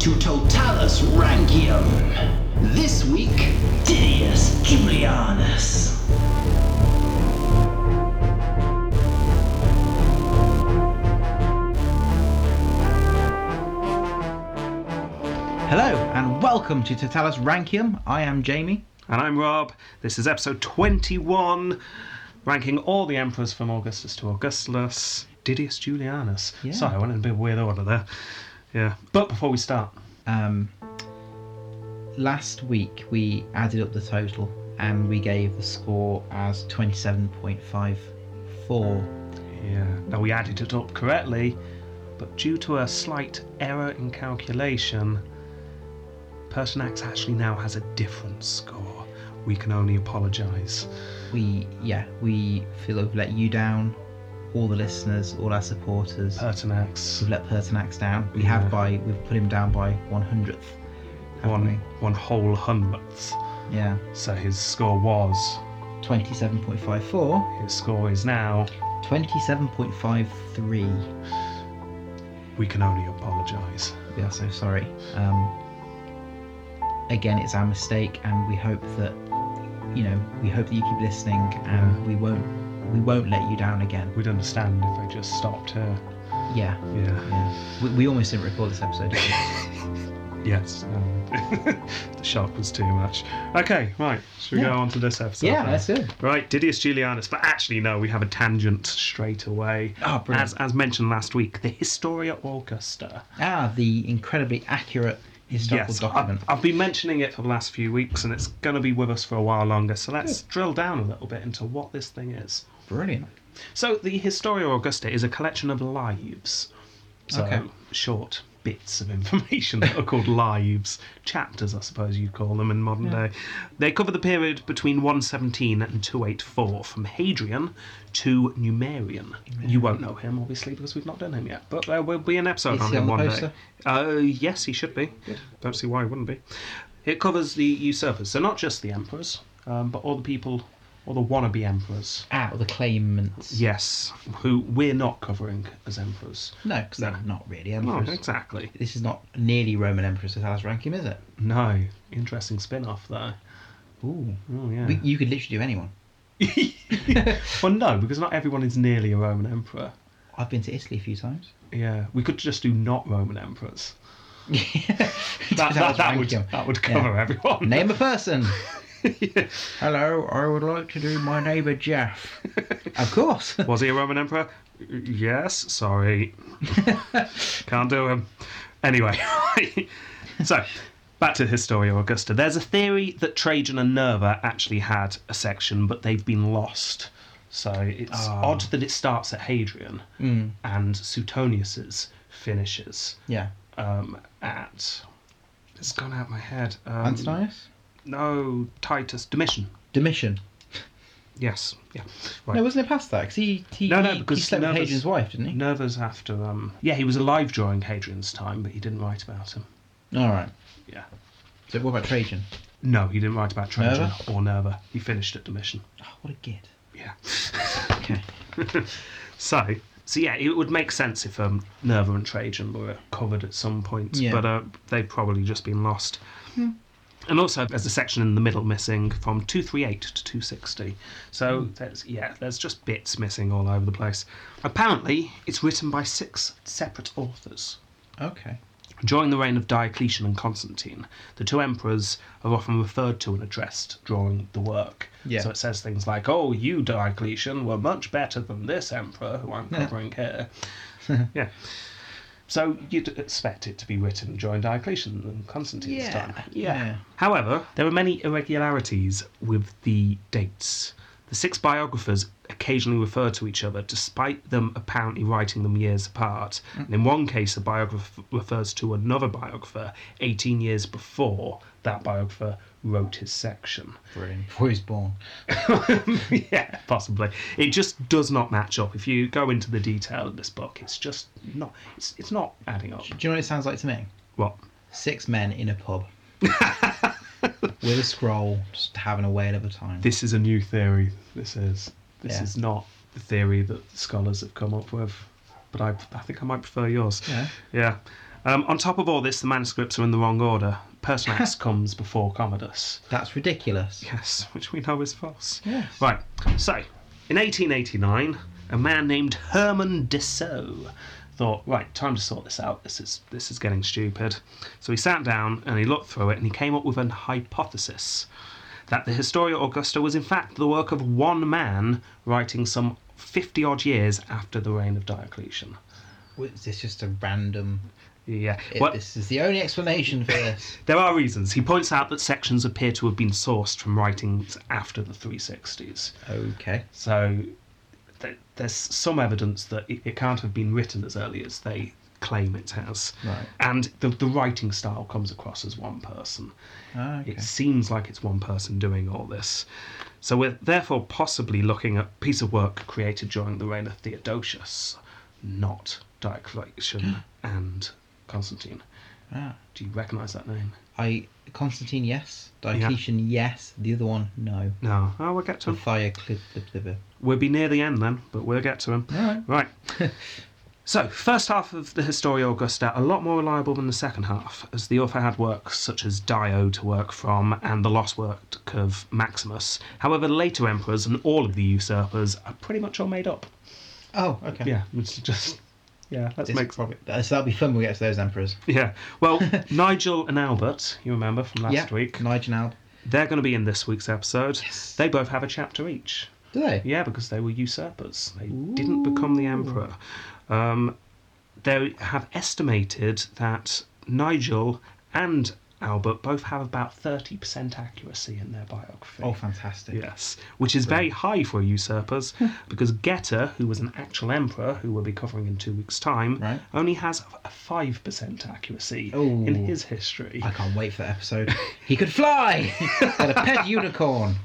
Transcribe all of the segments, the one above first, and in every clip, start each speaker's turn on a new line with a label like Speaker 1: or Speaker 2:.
Speaker 1: to Totalis Rankium. This week, Didius Julianus.
Speaker 2: Hello and welcome to Totalis Rankium. I am Jamie.
Speaker 3: And I'm Rob. This is episode 21, ranking all the emperors from Augustus to Augustulus. Didius Julianus.
Speaker 2: Yeah.
Speaker 3: Sorry, I went in a bit weird order there. Yeah. But before we start,
Speaker 2: Um, last week we added up the total and we gave the score as 27.54.
Speaker 3: yeah. Now we added it up correctly, but due to a slight error in calculation, Person X actually now has a different score. We can only apologise.
Speaker 2: We, yeah, we feel that we've let you down, all the listeners, all our supporters. uh,
Speaker 3: Person X,
Speaker 2: we've let Pertinax down. We
Speaker 3: Yeah.
Speaker 2: have by, we've put him down by 100th. haven't
Speaker 3: one, one whole hundredth.
Speaker 2: we? Yeah.
Speaker 3: So his score was.
Speaker 2: 27.54,
Speaker 3: His score is now.
Speaker 2: 27.53.
Speaker 3: We can only apologise.
Speaker 2: We are so sorry. Um, again, it's our mistake, and we hope that you know we hope that you keep listening, and
Speaker 3: Yeah.
Speaker 2: we won't we won't let you down again.
Speaker 3: We'd understand if they just stopped here.
Speaker 2: Yeah,
Speaker 3: Yeah.
Speaker 2: yeah. We, we almost didn't record this episode. did we?
Speaker 3: Yes. um, the shock was too much. Okay, right. Should we
Speaker 2: Yeah.
Speaker 3: go on to this episode?
Speaker 2: yeah,
Speaker 3: then?
Speaker 2: that's it.
Speaker 3: Right, Didius Julianus. But actually, no, we have a tangent straight away.
Speaker 2: Ah, brilliant.
Speaker 3: As, as mentioned last week, the Historia Augusta.
Speaker 2: Ah, the incredibly accurate historical
Speaker 3: yes,
Speaker 2: document.
Speaker 3: I, I've been mentioning it for the last few weeks, and it's going to be with us for a while longer. So let's drill down a little bit into what this thing is.
Speaker 2: Brilliant.
Speaker 3: So the Historia Augusta is a collection of lives. So
Speaker 2: Okay.
Speaker 3: short bits of information that are called lives, chapters, I suppose you'd call them in modern day. They cover the period between 117 and 284, from Hadrian to Numerian. You won't know him, obviously, because we've not done him yet, but there will be an episode
Speaker 2: Is
Speaker 3: on
Speaker 2: he
Speaker 3: him
Speaker 2: on the
Speaker 3: one
Speaker 2: poster?
Speaker 3: day. Uh, yes, he should be. Don't see why he wouldn't be. It covers the usurpers, so not just the emperors, um, but all the people, all the wannabe emperors.
Speaker 2: Ah, or the claimants.
Speaker 3: Yes, who we're not covering as emperors.
Speaker 2: No, because
Speaker 3: No.
Speaker 2: they're not really
Speaker 3: No,
Speaker 2: emperors.
Speaker 3: exactly.
Speaker 2: This is not nearly Roman emperors as ours rank him, is it?
Speaker 3: No, interesting spin-off though.
Speaker 2: Ooh.
Speaker 3: Oh yeah.
Speaker 2: We, you could literally do anyone.
Speaker 3: well, no, because not everyone is nearly a Roman emperor.
Speaker 2: I've been to Italy a few times.
Speaker 3: Yeah, we could just do not Roman emperors. That,
Speaker 2: that,
Speaker 3: that, that would that would cover everyone.
Speaker 2: Name a person. Hello, I would like to do my neighbour Jeff. of course.
Speaker 3: Was he a Roman emperor? Yes. Sorry, can't do him. Anyway, so back to Historia Augusta. There's a theory that Trajan and Nerva actually had a section, but they've been lost. So it's
Speaker 2: Ah.
Speaker 3: odd that it starts at Hadrian
Speaker 2: Mm,
Speaker 3: and Suetonius's finishes
Speaker 2: yeah.
Speaker 3: um, at. It's gone out my head. Um,
Speaker 2: Antonius?
Speaker 3: No, Titus Domitian.
Speaker 2: Domitian.
Speaker 3: Yes. Yeah. Right.
Speaker 2: No, wasn't it past that? Because he, he,
Speaker 3: No, no,
Speaker 2: he-
Speaker 3: because
Speaker 2: he slept with
Speaker 3: Nerva's-
Speaker 2: Hadrian's wife, didn't he?
Speaker 3: Nerva's after. Um, yeah, he was alive during Hadrian's time, but he didn't write about him.
Speaker 2: All right.
Speaker 3: Yeah.
Speaker 2: So what about Trajan?
Speaker 3: No, he didn't write about Trajan
Speaker 2: Nerva?
Speaker 3: or Nerva. He finished at Domitian.
Speaker 2: Oh, what a git.
Speaker 3: Yeah.
Speaker 2: Okay.
Speaker 3: So, so yeah, it would make sense if um, Nerva and Trajan were covered at some point,
Speaker 2: Yeah.
Speaker 3: but uh, they've probably just been lost. And also, there's a section in the middle missing from 238 to 260. So, there's, yeah, there's just bits missing all over the place. Apparently, it's written by six separate authors.
Speaker 2: Okay.
Speaker 3: During the reign of Diocletian and Constantine, the two emperors are often referred to and addressed during the work.
Speaker 2: Yeah.
Speaker 3: So it says things like, "Oh, you Diocletian were much better than this emperor who I'm
Speaker 2: Yeah.
Speaker 3: covering here." yeah. So you'd expect it to be written during Diocletian and Constantine's
Speaker 2: Yeah,
Speaker 3: time.
Speaker 2: yeah.
Speaker 3: However, there are many irregularities with the dates. The six biographers occasionally refer to each other, despite them apparently writing them years apart. And in one case, a biographer refers to another biographer 18 years before that biographer wrote his section.
Speaker 2: Brilliant. Before he was born.
Speaker 3: yeah, possibly. It just does not match up. If you go into the detail of this book, it's just not. It's, it's not adding up.
Speaker 2: Do you know what it sounds like to me?
Speaker 3: What?
Speaker 2: Six men in a pub. with a scroll, just having a whale of a time.
Speaker 3: This is a new theory. This is. This
Speaker 2: Yeah.
Speaker 3: is not the theory that the scholars have come up with. But I, I think I might prefer yours.
Speaker 2: Yeah.
Speaker 3: Yeah. Um, on top of all this, the manuscripts are in the wrong order. Pertinax comes before Commodus.
Speaker 2: That's ridiculous.
Speaker 3: Yes, which we know is false.
Speaker 2: Yes.
Speaker 3: Right, so in 1889, a man named Herman Dessau thought, right, time to sort this out. This is this is getting stupid. So he sat down and he looked through it and he came up with an hypothesis that the Historia Augusta was in fact the work of one man writing some 50 odd years after the reign of Diocletian.
Speaker 2: Is this just a random?
Speaker 3: Yeah.
Speaker 2: It,
Speaker 3: What-
Speaker 2: This is the only explanation for this.
Speaker 3: There are reasons. He points out that sections appear to have been sourced from writings after the 360s.
Speaker 2: okay.
Speaker 3: So th- there's some evidence that it, it can't have been written as early as they claim it has.
Speaker 2: Right.
Speaker 3: And the, the writing style comes across as one person.
Speaker 2: Ah, okay.
Speaker 3: It seems like it's one person doing all this. So we're therefore possibly looking at a piece of work created during the reign of Theodosius, not Diocletian
Speaker 2: Hmm.
Speaker 3: and Constantine.
Speaker 2: Ah.
Speaker 3: Do you recognise that name?
Speaker 2: I Constantine, yes. Diocletian, yes. The other one, no.
Speaker 3: No. Oh, we'll get to
Speaker 2: So
Speaker 3: him.
Speaker 2: Thioclib.
Speaker 3: We'll be near the end then, but we'll get to him.
Speaker 2: Alright.
Speaker 3: Right. so, first half of the Historia Augusta, a lot more reliable than the second half, as the author had works such as Dio to work from and the lost work of Maximus. However, later emperors and all of the usurpers are pretty much all made up.
Speaker 2: Oh, okay.
Speaker 3: Yeah, it's just. Yeah, that
Speaker 2: This
Speaker 3: makes.
Speaker 2: probably, uh, so that'll be fun when we get to those emperors.
Speaker 3: Yeah. Well, Nigel and Albert, you remember from last
Speaker 2: yeah.
Speaker 3: week,
Speaker 2: Nigel and Alb.
Speaker 3: they're going to be in this week's episode.
Speaker 2: Yes.
Speaker 3: They both have a chapter each.
Speaker 2: Do they?
Speaker 3: Yeah, because they were usurpers. They didn't become the emperor. Um, they have estimated that Nigel and Albert both have about 30% accuracy in their biography.
Speaker 2: Oh, fantastic.
Speaker 3: Yes, which is very high for usurpers because Geta, who was an actual emperor, who we'll be covering in two weeks' time,
Speaker 2: Right.
Speaker 3: only has a 5% accuracy in
Speaker 2: Ooh.
Speaker 3: his history.
Speaker 2: I can't wait for that episode. He could fly! and a pet unicorn.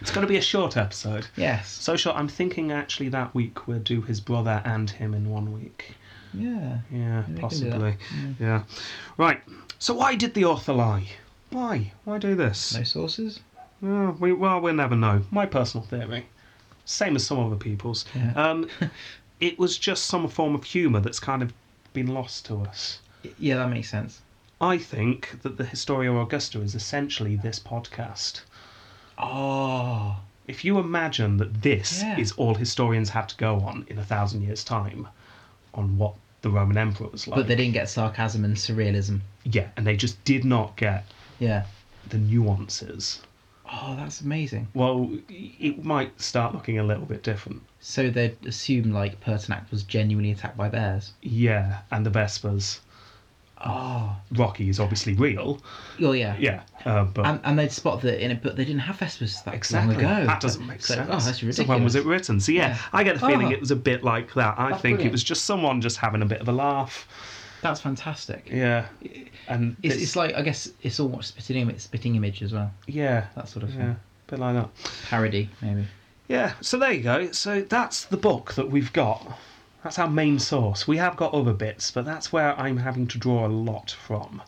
Speaker 3: It's going to be a short episode.
Speaker 2: Yes.
Speaker 3: So short, I'm thinking actually that week we'll do his brother and him in one week.
Speaker 2: Yeah.
Speaker 3: Yeah,
Speaker 2: we can do
Speaker 3: possibly.
Speaker 2: that.
Speaker 3: Yeah. Right. So why did the author lie? Why? Why do this?
Speaker 2: No sources?
Speaker 3: Oh, we, well, we'll never know. My personal theory, same as some other people's.
Speaker 2: Yeah.
Speaker 3: Um, it was just some form of humour that's kind of been lost to us.
Speaker 2: Y- Yeah, that makes sense.
Speaker 3: I think that the Historia Augusta is essentially this podcast.
Speaker 2: Oh.
Speaker 3: If you imagine that this
Speaker 2: Yeah.
Speaker 3: is all historians have to go on in a thousand years' time, on what the Roman Emperor was like,
Speaker 2: But they didn't get sarcasm and surrealism.
Speaker 3: yeah, and they just did not get
Speaker 2: Yeah.
Speaker 3: the nuances.
Speaker 2: Oh, that's amazing.
Speaker 3: Well, it might start looking a little bit different.
Speaker 2: So they'd assume, like, Pertinax was genuinely attacked by bears.
Speaker 3: Yeah, and the Vespers.
Speaker 2: Oh.
Speaker 3: Rocky is obviously real.
Speaker 2: Oh, yeah.
Speaker 3: Yeah, uh, but
Speaker 2: And, and they'd spot that in it, but they didn't have Vespers that
Speaker 3: exactly
Speaker 2: long ago.
Speaker 3: that doesn't make
Speaker 2: So-
Speaker 3: sense.
Speaker 2: Oh, that's ridiculous.
Speaker 3: So when was it written? So yeah,
Speaker 2: Yeah.
Speaker 3: I get the feeling
Speaker 2: Oh.
Speaker 3: it was a bit like that. I
Speaker 2: That's
Speaker 3: think it
Speaker 2: brilliant.
Speaker 3: was just someone just having a bit of a laugh.
Speaker 2: That's fantastic.
Speaker 3: Yeah, and
Speaker 2: It's,
Speaker 3: this-
Speaker 2: it's like I guess it's all what spitting image, spitting image as well.
Speaker 3: yeah,
Speaker 2: That sort of
Speaker 3: yeah,
Speaker 2: thing.
Speaker 3: a bit like that.
Speaker 2: Parody maybe.
Speaker 3: Yeah, so there you go. So that's the book that we've got. That's our main source. We have got other bits, but that's where I'm having to draw a lot from.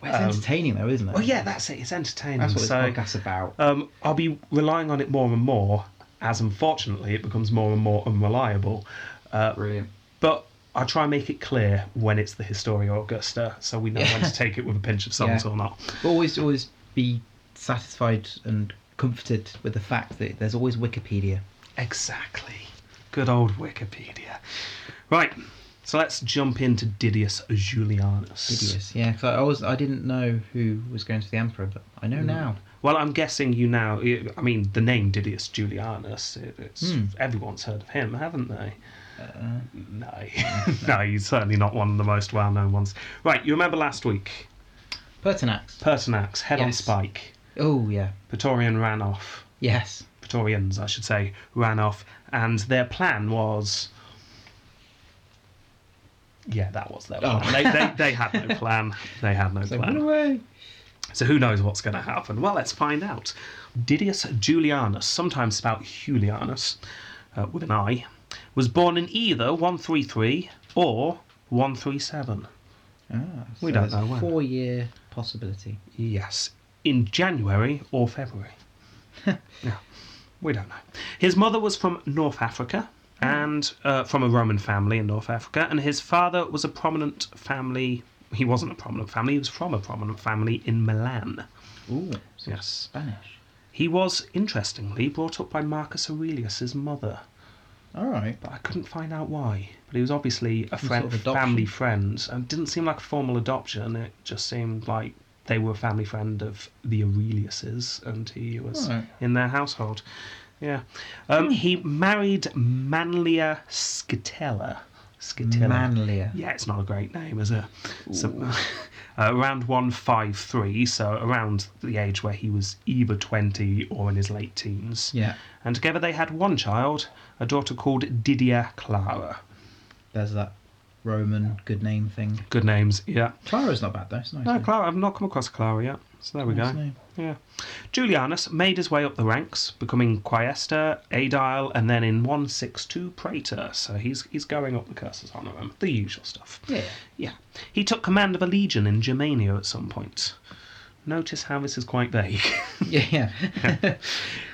Speaker 2: Well, it's
Speaker 3: Um,
Speaker 2: entertaining though, isn't it?
Speaker 3: Oh yeah, that's it. It's entertaining.
Speaker 2: that's what Uh, this
Speaker 3: so
Speaker 2: podcast's about.
Speaker 3: um, I'll be relying on it more and more, as unfortunately it becomes more and more unreliable. Uh,
Speaker 2: Brilliant.
Speaker 3: but I try and make it clear when it's the Historia Augusta, so we know when to take it with a pinch of salt
Speaker 2: Yeah.
Speaker 3: or not.
Speaker 2: Always, always be satisfied and comforted with the fact that there's always Wikipedia.
Speaker 3: Exactly. Good old Wikipedia. Right. So let's jump into Didius Julianus.
Speaker 2: Hideous. Yeah, 'cause I always I didn't know who was going to the emperor, but I know now.
Speaker 3: Well, I'm guessing you now. I mean, the name Didius Julianus. It, it's
Speaker 2: Hmm. Uh,
Speaker 3: everyone's heard of him, haven't they? no, no, he's certainly not one of the most well-known ones. Right, you remember last week?
Speaker 2: Pertinax.
Speaker 3: Pertinax, head on
Speaker 2: Yes.
Speaker 3: spike.
Speaker 2: Oh yeah.
Speaker 3: Praetorian ran off.
Speaker 2: Yes.
Speaker 3: Praetorians, I should say, ran off, and their plan was. Yeah, that was their
Speaker 2: Oh.
Speaker 3: plan. they, they, they had no plan. They had no
Speaker 2: So
Speaker 3: plan.
Speaker 2: run away.
Speaker 3: So who knows what's going to happen? Well, let's find out. Didius Julianus, sometimes spelled Julianus uh, with an I, was born in either 133 or 137.
Speaker 2: Ah,
Speaker 3: We
Speaker 2: so
Speaker 3: don't
Speaker 2: there's a
Speaker 3: know when.
Speaker 2: Four-year possibility.
Speaker 3: Yes, in January or February. yeah, we don't know. His mother was from North Africa and uh, from a Roman family in North Africa, and his father was a prominent family he wasn't a prominent family. He was from a prominent family in Milan.
Speaker 2: Ooh, so
Speaker 3: Yes.
Speaker 2: Spanish.
Speaker 3: He was, interestingly, brought up by Marcus Aurelius's mother,
Speaker 2: All right.
Speaker 3: but I couldn't find out why. But he was obviously a
Speaker 2: Some
Speaker 3: friend,
Speaker 2: sort of adoption.
Speaker 3: family friend, and didn't seem like a formal adoption. It just seemed like they were a family friend of the Aureliuses, and he was
Speaker 2: Right. Hmm.
Speaker 3: in their household. Yeah, um, he married Manlia Scitella. Scitella.
Speaker 2: Manlier.
Speaker 3: Yeah, it's not a great name, is it? So, uh, around 153, so around the age where he was either 20 or in his late teens.
Speaker 2: Yeah.
Speaker 3: And together they had one child, a daughter called Didia Clara.
Speaker 2: There's that Roman good name thing.
Speaker 3: Good names, yeah.
Speaker 2: Clara's not bad though. It's a nice.
Speaker 3: No,
Speaker 2: name.
Speaker 3: Clara, I've not come across Clara yet. So there we
Speaker 2: Nice
Speaker 3: go.
Speaker 2: name.
Speaker 3: Yeah. Julianus made his way up the ranks, becoming quaestor, aedile, and then in 162 praetor. So he's he's going up the curses on him. The usual stuff.
Speaker 2: Yeah.
Speaker 3: Yeah. He took command of a legion in Germania at some point. Notice how this is quite vague.
Speaker 2: Yeah. Yeah.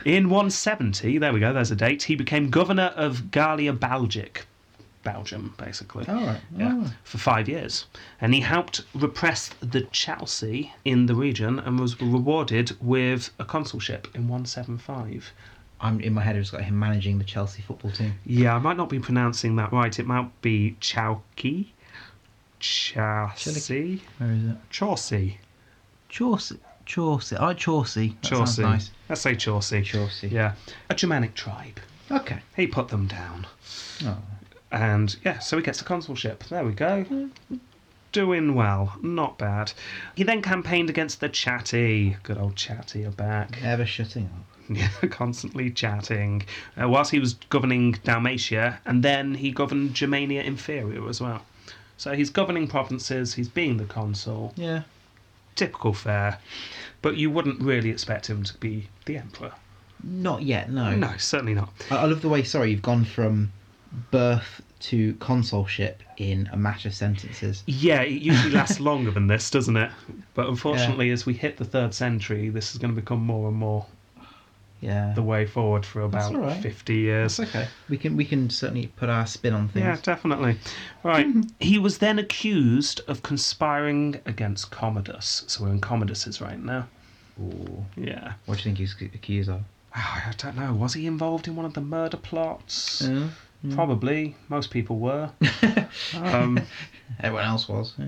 Speaker 3: in 170, there we go, there's a date, he became governor of Gallia Belgic, Belgium, basically.
Speaker 2: All right.
Speaker 3: Yeah,
Speaker 2: Oh.
Speaker 3: for five years. And he helped repress the Chelsea in the region and was rewarded with a consulship in 175.
Speaker 2: I'm in my head. It's got him managing the Chelsea football team.
Speaker 3: Yeah, I might not be pronouncing that right. It might be Chowkey, Chelsea,
Speaker 2: Where is it?
Speaker 3: Chaucy.
Speaker 2: Chaucy. Chaucy. I like Chaucy. That sounds
Speaker 3: Chaucy.
Speaker 2: nice.
Speaker 3: Let's say Chaucy.
Speaker 2: Chaucy.
Speaker 3: Yeah. A Germanic tribe.
Speaker 2: Okay.
Speaker 3: He put them down.
Speaker 2: Oh.
Speaker 3: And yeah, so he gets the consulship. There we go. Doing well. Not bad. He then campaigned against the chatty. Good old chatty are back.
Speaker 2: Ever shutting up.
Speaker 3: Yeah, constantly chatting. Uh, whilst he was governing Dalmatia, and then he governed Germania Inferior as well. So he's governing provinces, he's being the consul.
Speaker 2: Yeah.
Speaker 3: Typical fare. But you wouldn't really expect him to be the emperor.
Speaker 2: Not yet. No.
Speaker 3: No, certainly not.
Speaker 2: I, I love the way. Sorry, you've gone from birth to consulship in a matter of sentences.
Speaker 3: Yeah, it usually lasts longer than this, doesn't it? But unfortunately, as we hit the third century, this is going to become more and more
Speaker 2: Yeah.
Speaker 3: the way forward for about
Speaker 2: all right.
Speaker 3: 50 years.
Speaker 2: That's okay. We can we can certainly put our spin on
Speaker 3: Yeah,
Speaker 2: things.
Speaker 3: definitely. Right.
Speaker 2: Mm-hmm.
Speaker 3: he was then accused of conspiring against Commodus. So we're in Commodus's right now.
Speaker 2: Ooh.
Speaker 3: Yeah.
Speaker 2: What do you think he's c- accused of?
Speaker 3: Ah, I don't know. Was he involved in one of the murder plots?
Speaker 2: Uh,
Speaker 3: Probably. Most people were. um,
Speaker 2: everyone else was. Yeah.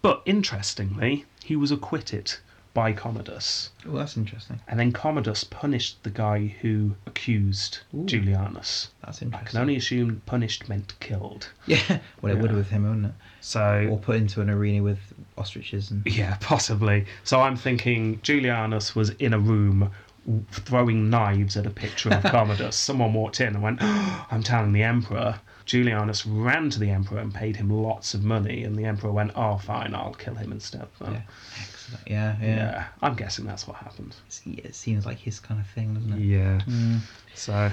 Speaker 3: but interestingly, he was acquitted by Commodus.
Speaker 2: Oh, that's interesting.
Speaker 3: And then Commodus punished the guy who accused
Speaker 2: Ooh.
Speaker 3: Julianus.
Speaker 2: That's
Speaker 3: I
Speaker 2: interesting.
Speaker 3: can only assume punished meant killed.
Speaker 2: Yeah. Well, it would
Speaker 3: Yeah.
Speaker 2: with him, wouldn't it?
Speaker 3: So
Speaker 2: Or put into an arena with ostriches and.
Speaker 3: Yeah, possibly. So I'm thinking Julianus was in a room w- throwing knives at a picture of Commodus. Someone walked in and went, "Oh, I'm telling the emperor. Julianus ran to the emperor and paid him lots of money, and the emperor went, oh, fine, I'll kill him instead. then."
Speaker 2: Yeah. Excellent. Yeah, yeah.
Speaker 3: yeah. I'm guessing that's what happened.
Speaker 2: It's- It seems like his kind of thing, doesn't it? Mm.
Speaker 3: Yeah. So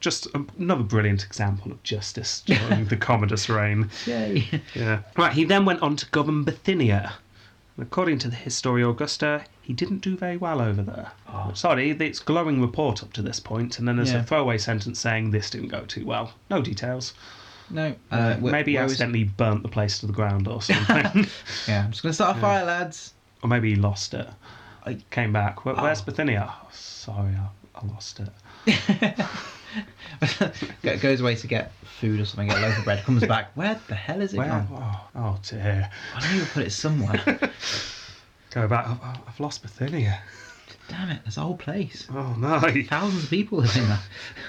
Speaker 3: just a- another brilliant example of justice during the Commodus reign.
Speaker 2: Yay.
Speaker 3: Yeah. Right, he then went on to govern Bithynia. And According to the Historia Augusta, he didn't do very well over there. Sorry, it's glowing report up to this point, and then there's
Speaker 2: Ah. Yeah.
Speaker 3: a throwaway sentence saying this didn't go too well. No details.
Speaker 2: No. Uh, wh-
Speaker 3: maybe
Speaker 2: where was-
Speaker 3: accidentally burnt the place to the ground or something.
Speaker 2: Yeah, I'm just going to start a fire, lads.
Speaker 3: or maybe he lost it.
Speaker 2: I- Ah.
Speaker 3: Came back. Where, Where's Bithynia? Oh, sorry, I, I lost it.
Speaker 2: Go- Goes away to get food or something, get a loaf of bread, comes back. Where the hell is it
Speaker 3: Where?
Speaker 2: gone?
Speaker 3: Oh, oh dear.
Speaker 2: I knew you put it somewhere.
Speaker 3: Go back. "Oh, oh, I've lost Bithynia.
Speaker 2: Damn it, there's a whole place.
Speaker 3: Oh, no.
Speaker 2: Thousands of people live in there.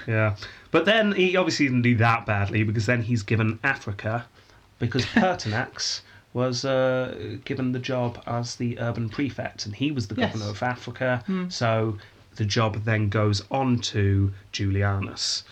Speaker 3: Yeah. But then he obviously didn't do that badly because then he's given Africa because Pertinax was uh, given the job as the urban prefect and he was the
Speaker 2: Yes.
Speaker 3: governor of Africa. So the job then goes on to Julianus.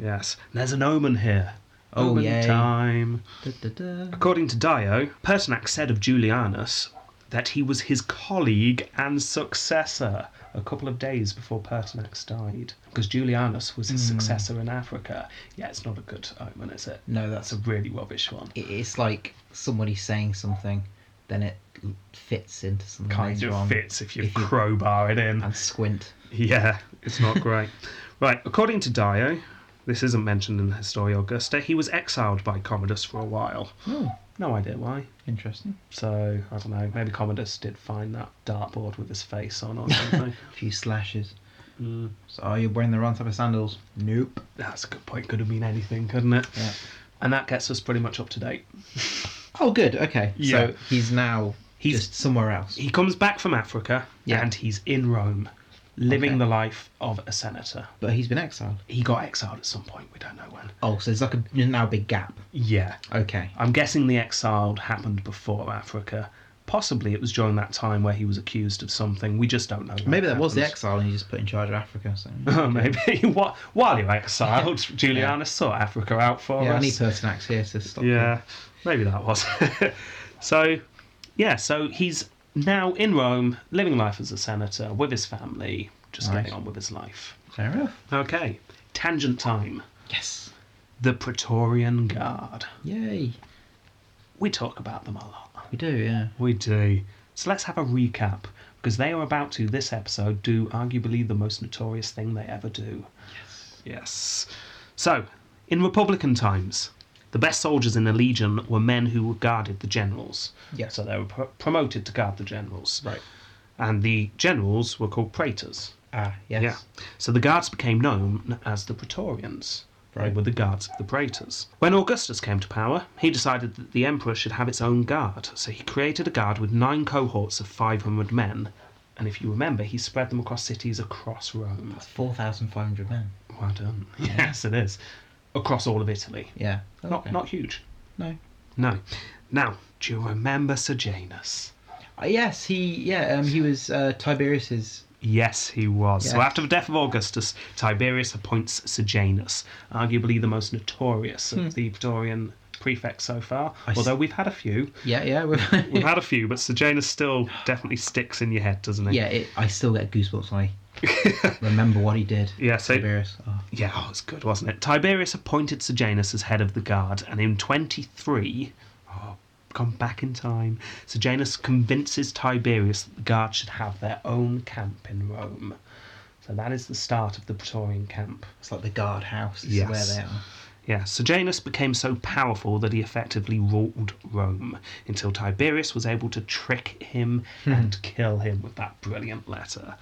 Speaker 3: Yes. And there's an omen here.
Speaker 2: Oh,
Speaker 3: omen
Speaker 2: yay.
Speaker 3: time.
Speaker 2: Da, da, da.
Speaker 3: According to Dio, Pertinax said of Julianus that he was his colleague and successor a couple of days before Pertinax died, because Julianus was his
Speaker 2: Hmm.
Speaker 3: successor in Africa. Yeah, it's not a good omen, is it?
Speaker 2: No,
Speaker 3: That's a really rubbish one.
Speaker 2: it- it's like somebody saying something, then it l- fits into something
Speaker 3: Kind
Speaker 2: later
Speaker 3: of
Speaker 2: on
Speaker 3: fits if you
Speaker 2: If you-
Speaker 3: crowbar it in.
Speaker 2: and squint.
Speaker 3: Yeah, it's not great. right, according to Dio, This isn't mentioned in the Historia Augusta. He was exiled by Commodus for a while.
Speaker 2: Oh,
Speaker 3: No idea why.
Speaker 2: interesting.
Speaker 3: So I don't know. Maybe Commodus did find that dartboard with his face on or something.
Speaker 2: A few slashes.
Speaker 3: Mm.
Speaker 2: So, are you wearing the wrong type of sandals? Nope.
Speaker 3: That's a good point. Could have been anything, couldn't it?
Speaker 2: Yeah.
Speaker 3: And that gets us pretty much up to date.
Speaker 2: Oh, good. Okay.
Speaker 3: Yeah.
Speaker 2: So he's now
Speaker 3: He's-
Speaker 2: just somewhere else.
Speaker 3: He comes back from Africa
Speaker 2: Yeah.
Speaker 3: and he's in Rome, living
Speaker 2: Okay.
Speaker 3: the life of a senator.
Speaker 2: but he's been exiled.
Speaker 3: He got exiled at some point. We don't know when.
Speaker 2: Oh, so there's like a now a big gap.
Speaker 3: Yeah.
Speaker 2: Okay.
Speaker 3: I'm guessing the exiled happened before Africa. Possibly it was during that time where he was accused of something. We just don't know. when
Speaker 2: Maybe
Speaker 3: it
Speaker 2: that was the
Speaker 3: happens.
Speaker 2: exile and he just put in charge of Africa. So.
Speaker 3: Maybe. Wha- While he was exiled, Julianus sought Africa out for
Speaker 2: yeah, I
Speaker 3: us.
Speaker 2: need person acts here to stop.
Speaker 3: Yeah, maybe that was. so, yeah, so he's now in Rome, living life as a senator with his family, just
Speaker 2: Nice.
Speaker 3: getting on with his life.
Speaker 2: them. Fair enough.
Speaker 3: Okay, tangent time.
Speaker 2: Yes.
Speaker 3: The Praetorian Guard.
Speaker 2: Yay.
Speaker 3: We talk about them a lot.
Speaker 2: We do, yeah.
Speaker 3: We do. So let's have a recap because they are about to this episode do arguably the most notorious thing they ever do.
Speaker 2: Yes.
Speaker 3: Yes. So, in Republican times, the best soldiers in a legion were men who guarded the generals.
Speaker 2: Yeah.
Speaker 3: So they were pro- promoted to guard the generals.
Speaker 2: Right.
Speaker 3: And the generals were called praetors.
Speaker 2: Ah, yes.
Speaker 3: Yeah. So the guards became known as the praetorians. They
Speaker 2: Right.
Speaker 3: were the guards of the praetors. When Augustus came to power, he decided that the emperor should have its own guard. So he created a guard with nine cohorts of 500 men. And if you remember, he spread them across cities across Rome.
Speaker 2: That's 4,500 men.
Speaker 3: Well done. Yes, it is. Across all of Italy.
Speaker 2: Yeah.
Speaker 3: Not
Speaker 2: Okay.
Speaker 3: not huge.
Speaker 2: No.
Speaker 3: No. Now, do you remember Sejanus?
Speaker 2: Uh, yes, he, yeah, um, he was uh, Tiberius's.
Speaker 3: Yes, he was. So
Speaker 2: Yeah.
Speaker 3: after the death of Augustus, Tiberius appoints Sejanus, arguably the most notorious of the Praetorian prefects so far.
Speaker 2: Hmm. I s-
Speaker 3: Although we've had a few.
Speaker 2: Yeah, yeah.
Speaker 3: We've
Speaker 2: we're-
Speaker 3: had a few, but Sejanus still definitely sticks in your head, doesn't he?
Speaker 2: yeah, it, I still get goosebumps when I remember what he did.
Speaker 3: Yeah, so-
Speaker 2: Tiberius. Oh,
Speaker 3: Yeah, oh, it was good, wasn't it? Tiberius appointed Sejanus as head of the guard, and in 23, oh, gone back in time, Sejanus convinces Tiberius that the guard should have their own camp in Rome. So that is the start of the Praetorian camp.
Speaker 2: it's like the guard house. This
Speaker 3: Yes.
Speaker 2: is where they are.
Speaker 3: Yeah, Sejanus became so powerful that he effectively ruled Rome until Tiberius was able to trick him and kill him with that brilliant letter.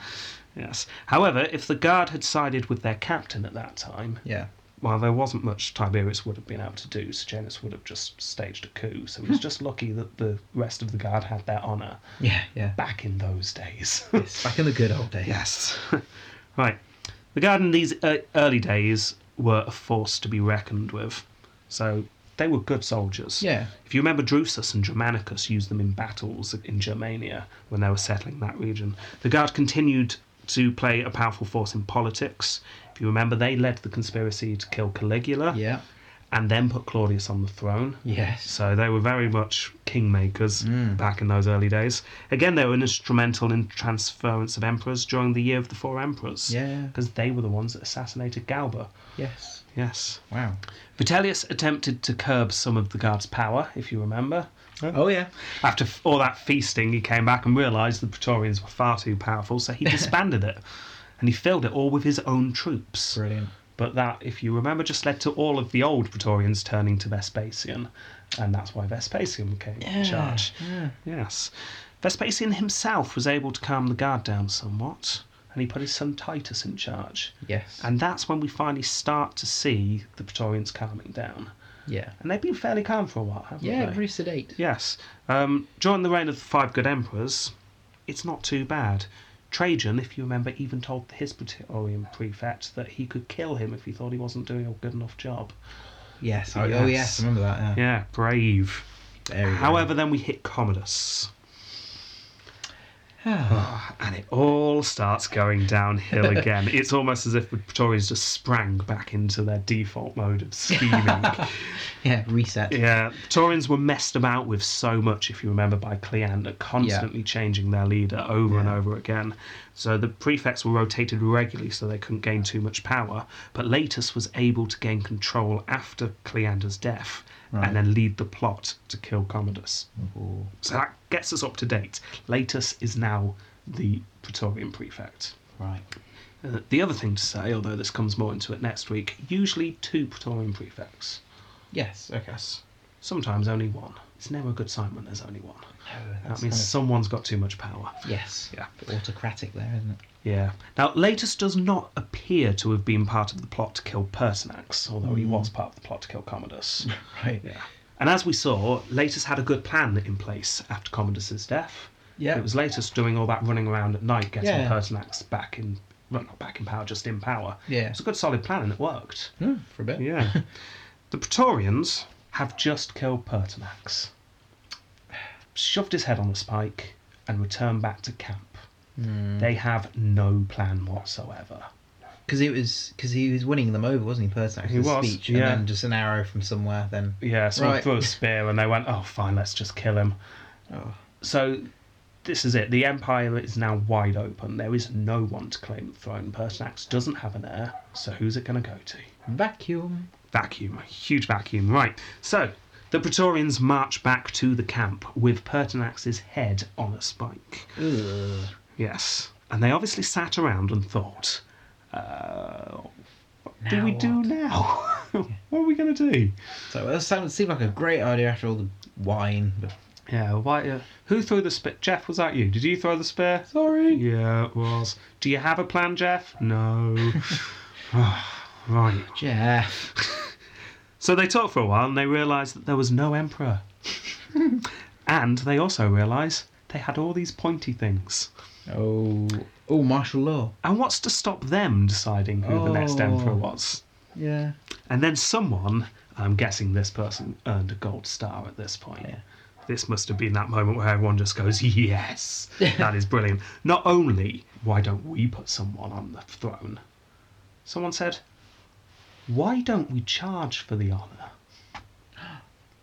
Speaker 3: Yes. However, if the guard had sided with their captain at that time,
Speaker 2: Yeah.
Speaker 3: well, there wasn't much Tiberius would have been able to do. Sejanus would have just staged a coup. So he was just lucky that the rest of the guard had their honour
Speaker 2: Yeah, yeah.
Speaker 3: back in those days.
Speaker 2: Back in the good old days.
Speaker 3: yes. right. The guard in these uh, early days were a force to be reckoned with. So they were good soldiers.
Speaker 2: Yeah.
Speaker 3: If you remember, Drusus and Germanicus used them in battles in Germania when they were settling that region. The Guard continued to play a powerful force in politics. If you remember, they led the conspiracy to kill Caligula
Speaker 2: Yeah.
Speaker 3: and then put Claudius on the throne.
Speaker 2: Yes.
Speaker 3: So they were very much kingmakers back in those early days. Again, they were instrumental in transference of emperors during the year of the four emperors.
Speaker 2: Yeah.
Speaker 3: Because they were the ones that assassinated Galba.
Speaker 2: Yes.
Speaker 3: Yes.
Speaker 2: Wow.
Speaker 3: Vitellius attempted to curb some of the guard's power, if you remember.
Speaker 2: Oh yeah.
Speaker 3: After f- all that feasting, he came back and realised the Praetorians were far too powerful, so he disbanded it. And he filled it all with his own troops.
Speaker 2: Brilliant.
Speaker 3: But that, if you remember, just led to all of the old Praetorians turning to Vespasian. And that's why Vespasian came in charge.
Speaker 2: Yeah.
Speaker 3: Yes. Vespasian himself was able to calm the guard down somewhat, and he put his son Titus in charge.
Speaker 2: Yes.
Speaker 3: And that's when we finally start to see the Praetorians calming down.
Speaker 2: yeah.
Speaker 3: And they've been fairly calm for a while, haven't
Speaker 2: Yeah,
Speaker 3: they?
Speaker 2: very sedate.
Speaker 3: Yes. Um, during the reign of the five good emperors, it's not too bad. Trajan, if you remember, even told his Praetorian prefect that he could kill him if he thought he wasn't doing a good enough job.
Speaker 2: Yes.
Speaker 3: Oh,
Speaker 2: Oh,
Speaker 3: yes.
Speaker 2: yes. I remember that. Yeah.
Speaker 3: Yeah, brave.
Speaker 2: Very brave.
Speaker 3: However, then we hit Commodus,
Speaker 2: Ah,
Speaker 3: and it all starts going downhill again. it's almost as if the Praetorians just sprang back into their default mode of scheming.
Speaker 2: yeah. Reset.
Speaker 3: Yeah, Taurans were messed about with so much, if you remember, by Cleander, constantly changing their leader over and
Speaker 2: Yeah.
Speaker 3: over again. So the prefects were rotated regularly so they couldn't gain too much power. But Latus was able to gain control after Cleander's death
Speaker 2: Right. Mm-hmm.
Speaker 3: and then lead the plot to kill Commodus.
Speaker 2: Ooh.
Speaker 3: So that gets us up to date. Latus is now the Praetorian prefect.
Speaker 2: Right.
Speaker 3: Uh, the other thing to say, although this comes more into it next week, usually two Praetorian prefects.
Speaker 2: Yes. Oh, Okay.
Speaker 3: Yes. Sometimes only one. It's never a good sign when there's only one.
Speaker 2: Oh,
Speaker 3: That
Speaker 2: that's
Speaker 3: means someone's got too much power.
Speaker 2: kind of, yes.
Speaker 3: Yeah.
Speaker 2: Autocratic there, isn't it?
Speaker 3: Yeah. Now, Latus does not appear to have been part of the plot to kill Pertinax, although he
Speaker 2: Mm.
Speaker 3: was part of the plot to kill Commodus.
Speaker 2: Right.
Speaker 3: yeah. And as we saw, Latus had a good plan in place after Commodus's death.
Speaker 2: Yeah.
Speaker 3: It was Latus doing all that running around at night, getting
Speaker 2: Yeah.
Speaker 3: Pertinax back in, well, not back in power, just in power.
Speaker 2: Yeah.
Speaker 3: It's a good solid plan and it worked.
Speaker 2: Hmm, for a bit.
Speaker 3: Yeah. the Praetorians have just killed Pertinax, shoved his head on a spike, and returned back to camp.
Speaker 2: Hmm.
Speaker 3: They have no plan whatsoever.
Speaker 2: Because it was because he was winning them over, wasn't he? Person,
Speaker 3: He
Speaker 2: his
Speaker 3: was,
Speaker 2: speech,
Speaker 3: yeah.
Speaker 2: and then just an arrow from somewhere. Then
Speaker 3: Yeah, someone
Speaker 2: Right.
Speaker 3: threw a spear and they went, oh, fine, let's just kill him.
Speaker 2: Oh.
Speaker 3: So this is it. The empire is now wide open. There is no one to claim the throne. Pertinax doesn't have an heir, so who's it going to go to?
Speaker 2: vacuum.
Speaker 3: Vacuum, a huge vacuum. Right, so the Praetorians march back to the camp with Pertinax's head on a spike.
Speaker 2: Ugh.
Speaker 3: Yes. And they obviously sat around and thought, uh, what do
Speaker 2: Now
Speaker 3: we do
Speaker 2: what?
Speaker 3: now? what are we going to do?
Speaker 2: So that sounded seemed like a great idea after all the wine. But
Speaker 3: Yeah, why? Uh, who threw the spear? Jeff, was that you? Did you throw the spear?
Speaker 2: sorry.
Speaker 3: Yeah, it was. Do you have a plan, Jeff? No. right.
Speaker 2: Jeff.
Speaker 3: So they talked for a while and they realised that there was no emperor. and they also realised they had all these pointy things.
Speaker 2: Oh. Oh, martial law.
Speaker 3: And what's to stop them deciding who the next
Speaker 2: Oh.
Speaker 3: emperor was?
Speaker 2: Yeah.
Speaker 3: And then someone, I'm guessing this person earned a gold star at this point.
Speaker 2: Yeah.
Speaker 3: This must have been that moment where everyone just goes, yes, that is brilliant. Not only, why don't we put someone on the throne? Someone said, why don't we charge for the honour?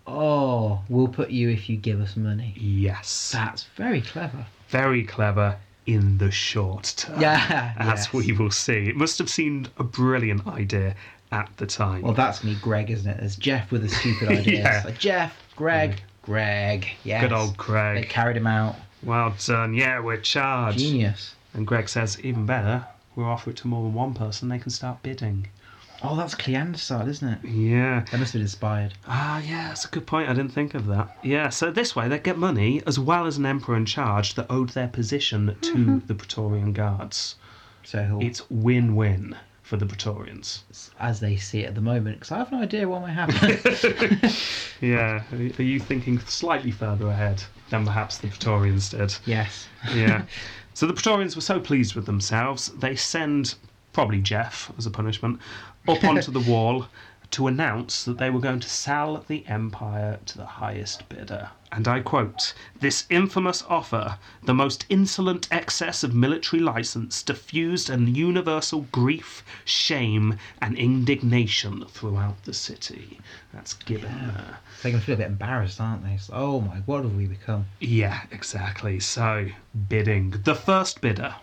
Speaker 2: Oh, we'll put you if you give us money.
Speaker 3: Yes.
Speaker 2: That's very clever.
Speaker 3: Very clever in the short term.
Speaker 2: Yeah,
Speaker 3: As
Speaker 2: yes.
Speaker 3: we will see. It must have seemed a brilliant idea at the time.
Speaker 2: Well, that's me, Greg, isn't it? There's Jeff with his stupid ideas.
Speaker 3: Yeah. Mm.
Speaker 2: Like, Jeff, Greg, Greg. Yes.
Speaker 3: Good old
Speaker 2: They
Speaker 3: Craig.
Speaker 2: carried him out.
Speaker 3: well done. Yeah, we're charged.
Speaker 2: Genius.
Speaker 3: And Greg says, even better, we'll offer it to more than one person, they can start bidding.
Speaker 2: Oh, that's Cleander's style, isn't it?
Speaker 3: Yeah.
Speaker 2: They must have been inspired.
Speaker 3: Ah, yeah, that's a good point. I didn't think of that. Yeah, so this way they'd get money as well as an emperor in charge that owed their position to
Speaker 2: Mm-hmm.
Speaker 3: the Praetorian guards.
Speaker 2: So he'll,
Speaker 3: It's win win for the Praetorians.
Speaker 2: as they see it at the moment, because I have no idea what might happen.
Speaker 3: Yeah, are are you thinking slightly further ahead than perhaps the Praetorians did?
Speaker 2: yes.
Speaker 3: yeah. So the Praetorians were so pleased with themselves, they send probably Jeff as a punishment up onto the wall to announce that they were going to sell the empire to the highest bidder. And I quote, this infamous offer, the most insolent excess of military license, diffused an universal grief, shame, and indignation throughout the city. That's Gibbon there.
Speaker 2: They're going to feel a bit embarrassed, aren't they? It's like, oh my, what have we become?
Speaker 3: Yeah, exactly. So, bidding. The first bidder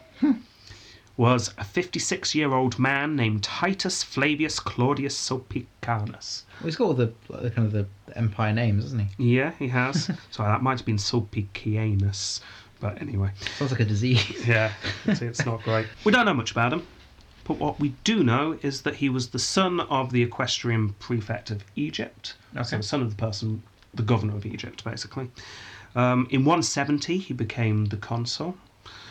Speaker 3: was a 56 year old man named Titus Flavius Claudius Sulpicanus.
Speaker 2: Well, he's got all the, like, the kind of the empire names, isn't he?
Speaker 3: Yeah, he has. Sorry, that might have been Sulpicianus, but anyway.
Speaker 2: Sounds like a disease.
Speaker 3: Yeah, it's, it's not great. We don't know much about him, but what we do know is that he was the son of the equestrian prefect of Egypt. So,
Speaker 2: Okay.
Speaker 3: son of the person, the governor of Egypt, basically. Um, in 170, he became the consul.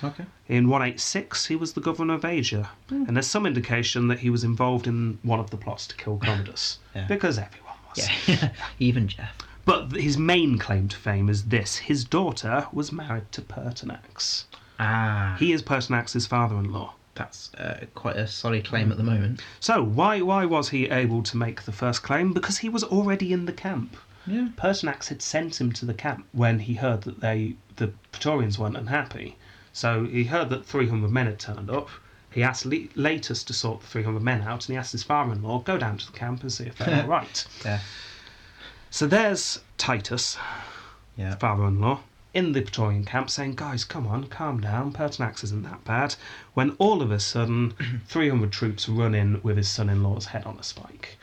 Speaker 2: okay.
Speaker 3: In 186, he was the governor of Asia,
Speaker 2: Hmm.
Speaker 3: and there's some indication that he was involved in one of the plots to kill Commodus,
Speaker 2: Yeah.
Speaker 3: because everyone was.
Speaker 2: Yeah. Even Jeff.
Speaker 3: But th- his main claim to fame is this: his daughter was married to Pertinax.
Speaker 2: Ah.
Speaker 3: He is Pertinax's father-in-law.
Speaker 2: that's uh, quite a solid claim at the moment.
Speaker 3: So why why was he able to make the first claim? Because he was already in the camp.
Speaker 2: Yeah.
Speaker 3: Pertinax had sent him to the camp when he heard that they the Praetorians weren't unhappy. So he heard that 300 men had turned up. He asked Le- Latus to sort the 300 men out, and he asked his father-in-law go down to the camp and see if they're all right.
Speaker 2: Yeah.
Speaker 3: So there's Titus,
Speaker 2: Yeah.
Speaker 3: father-in-law, in the Praetorian camp saying, "Guys, come on, calm down. Pertinax isn't that bad." When all of a sudden, 300 troops run in with his son-in-law's head on a spike.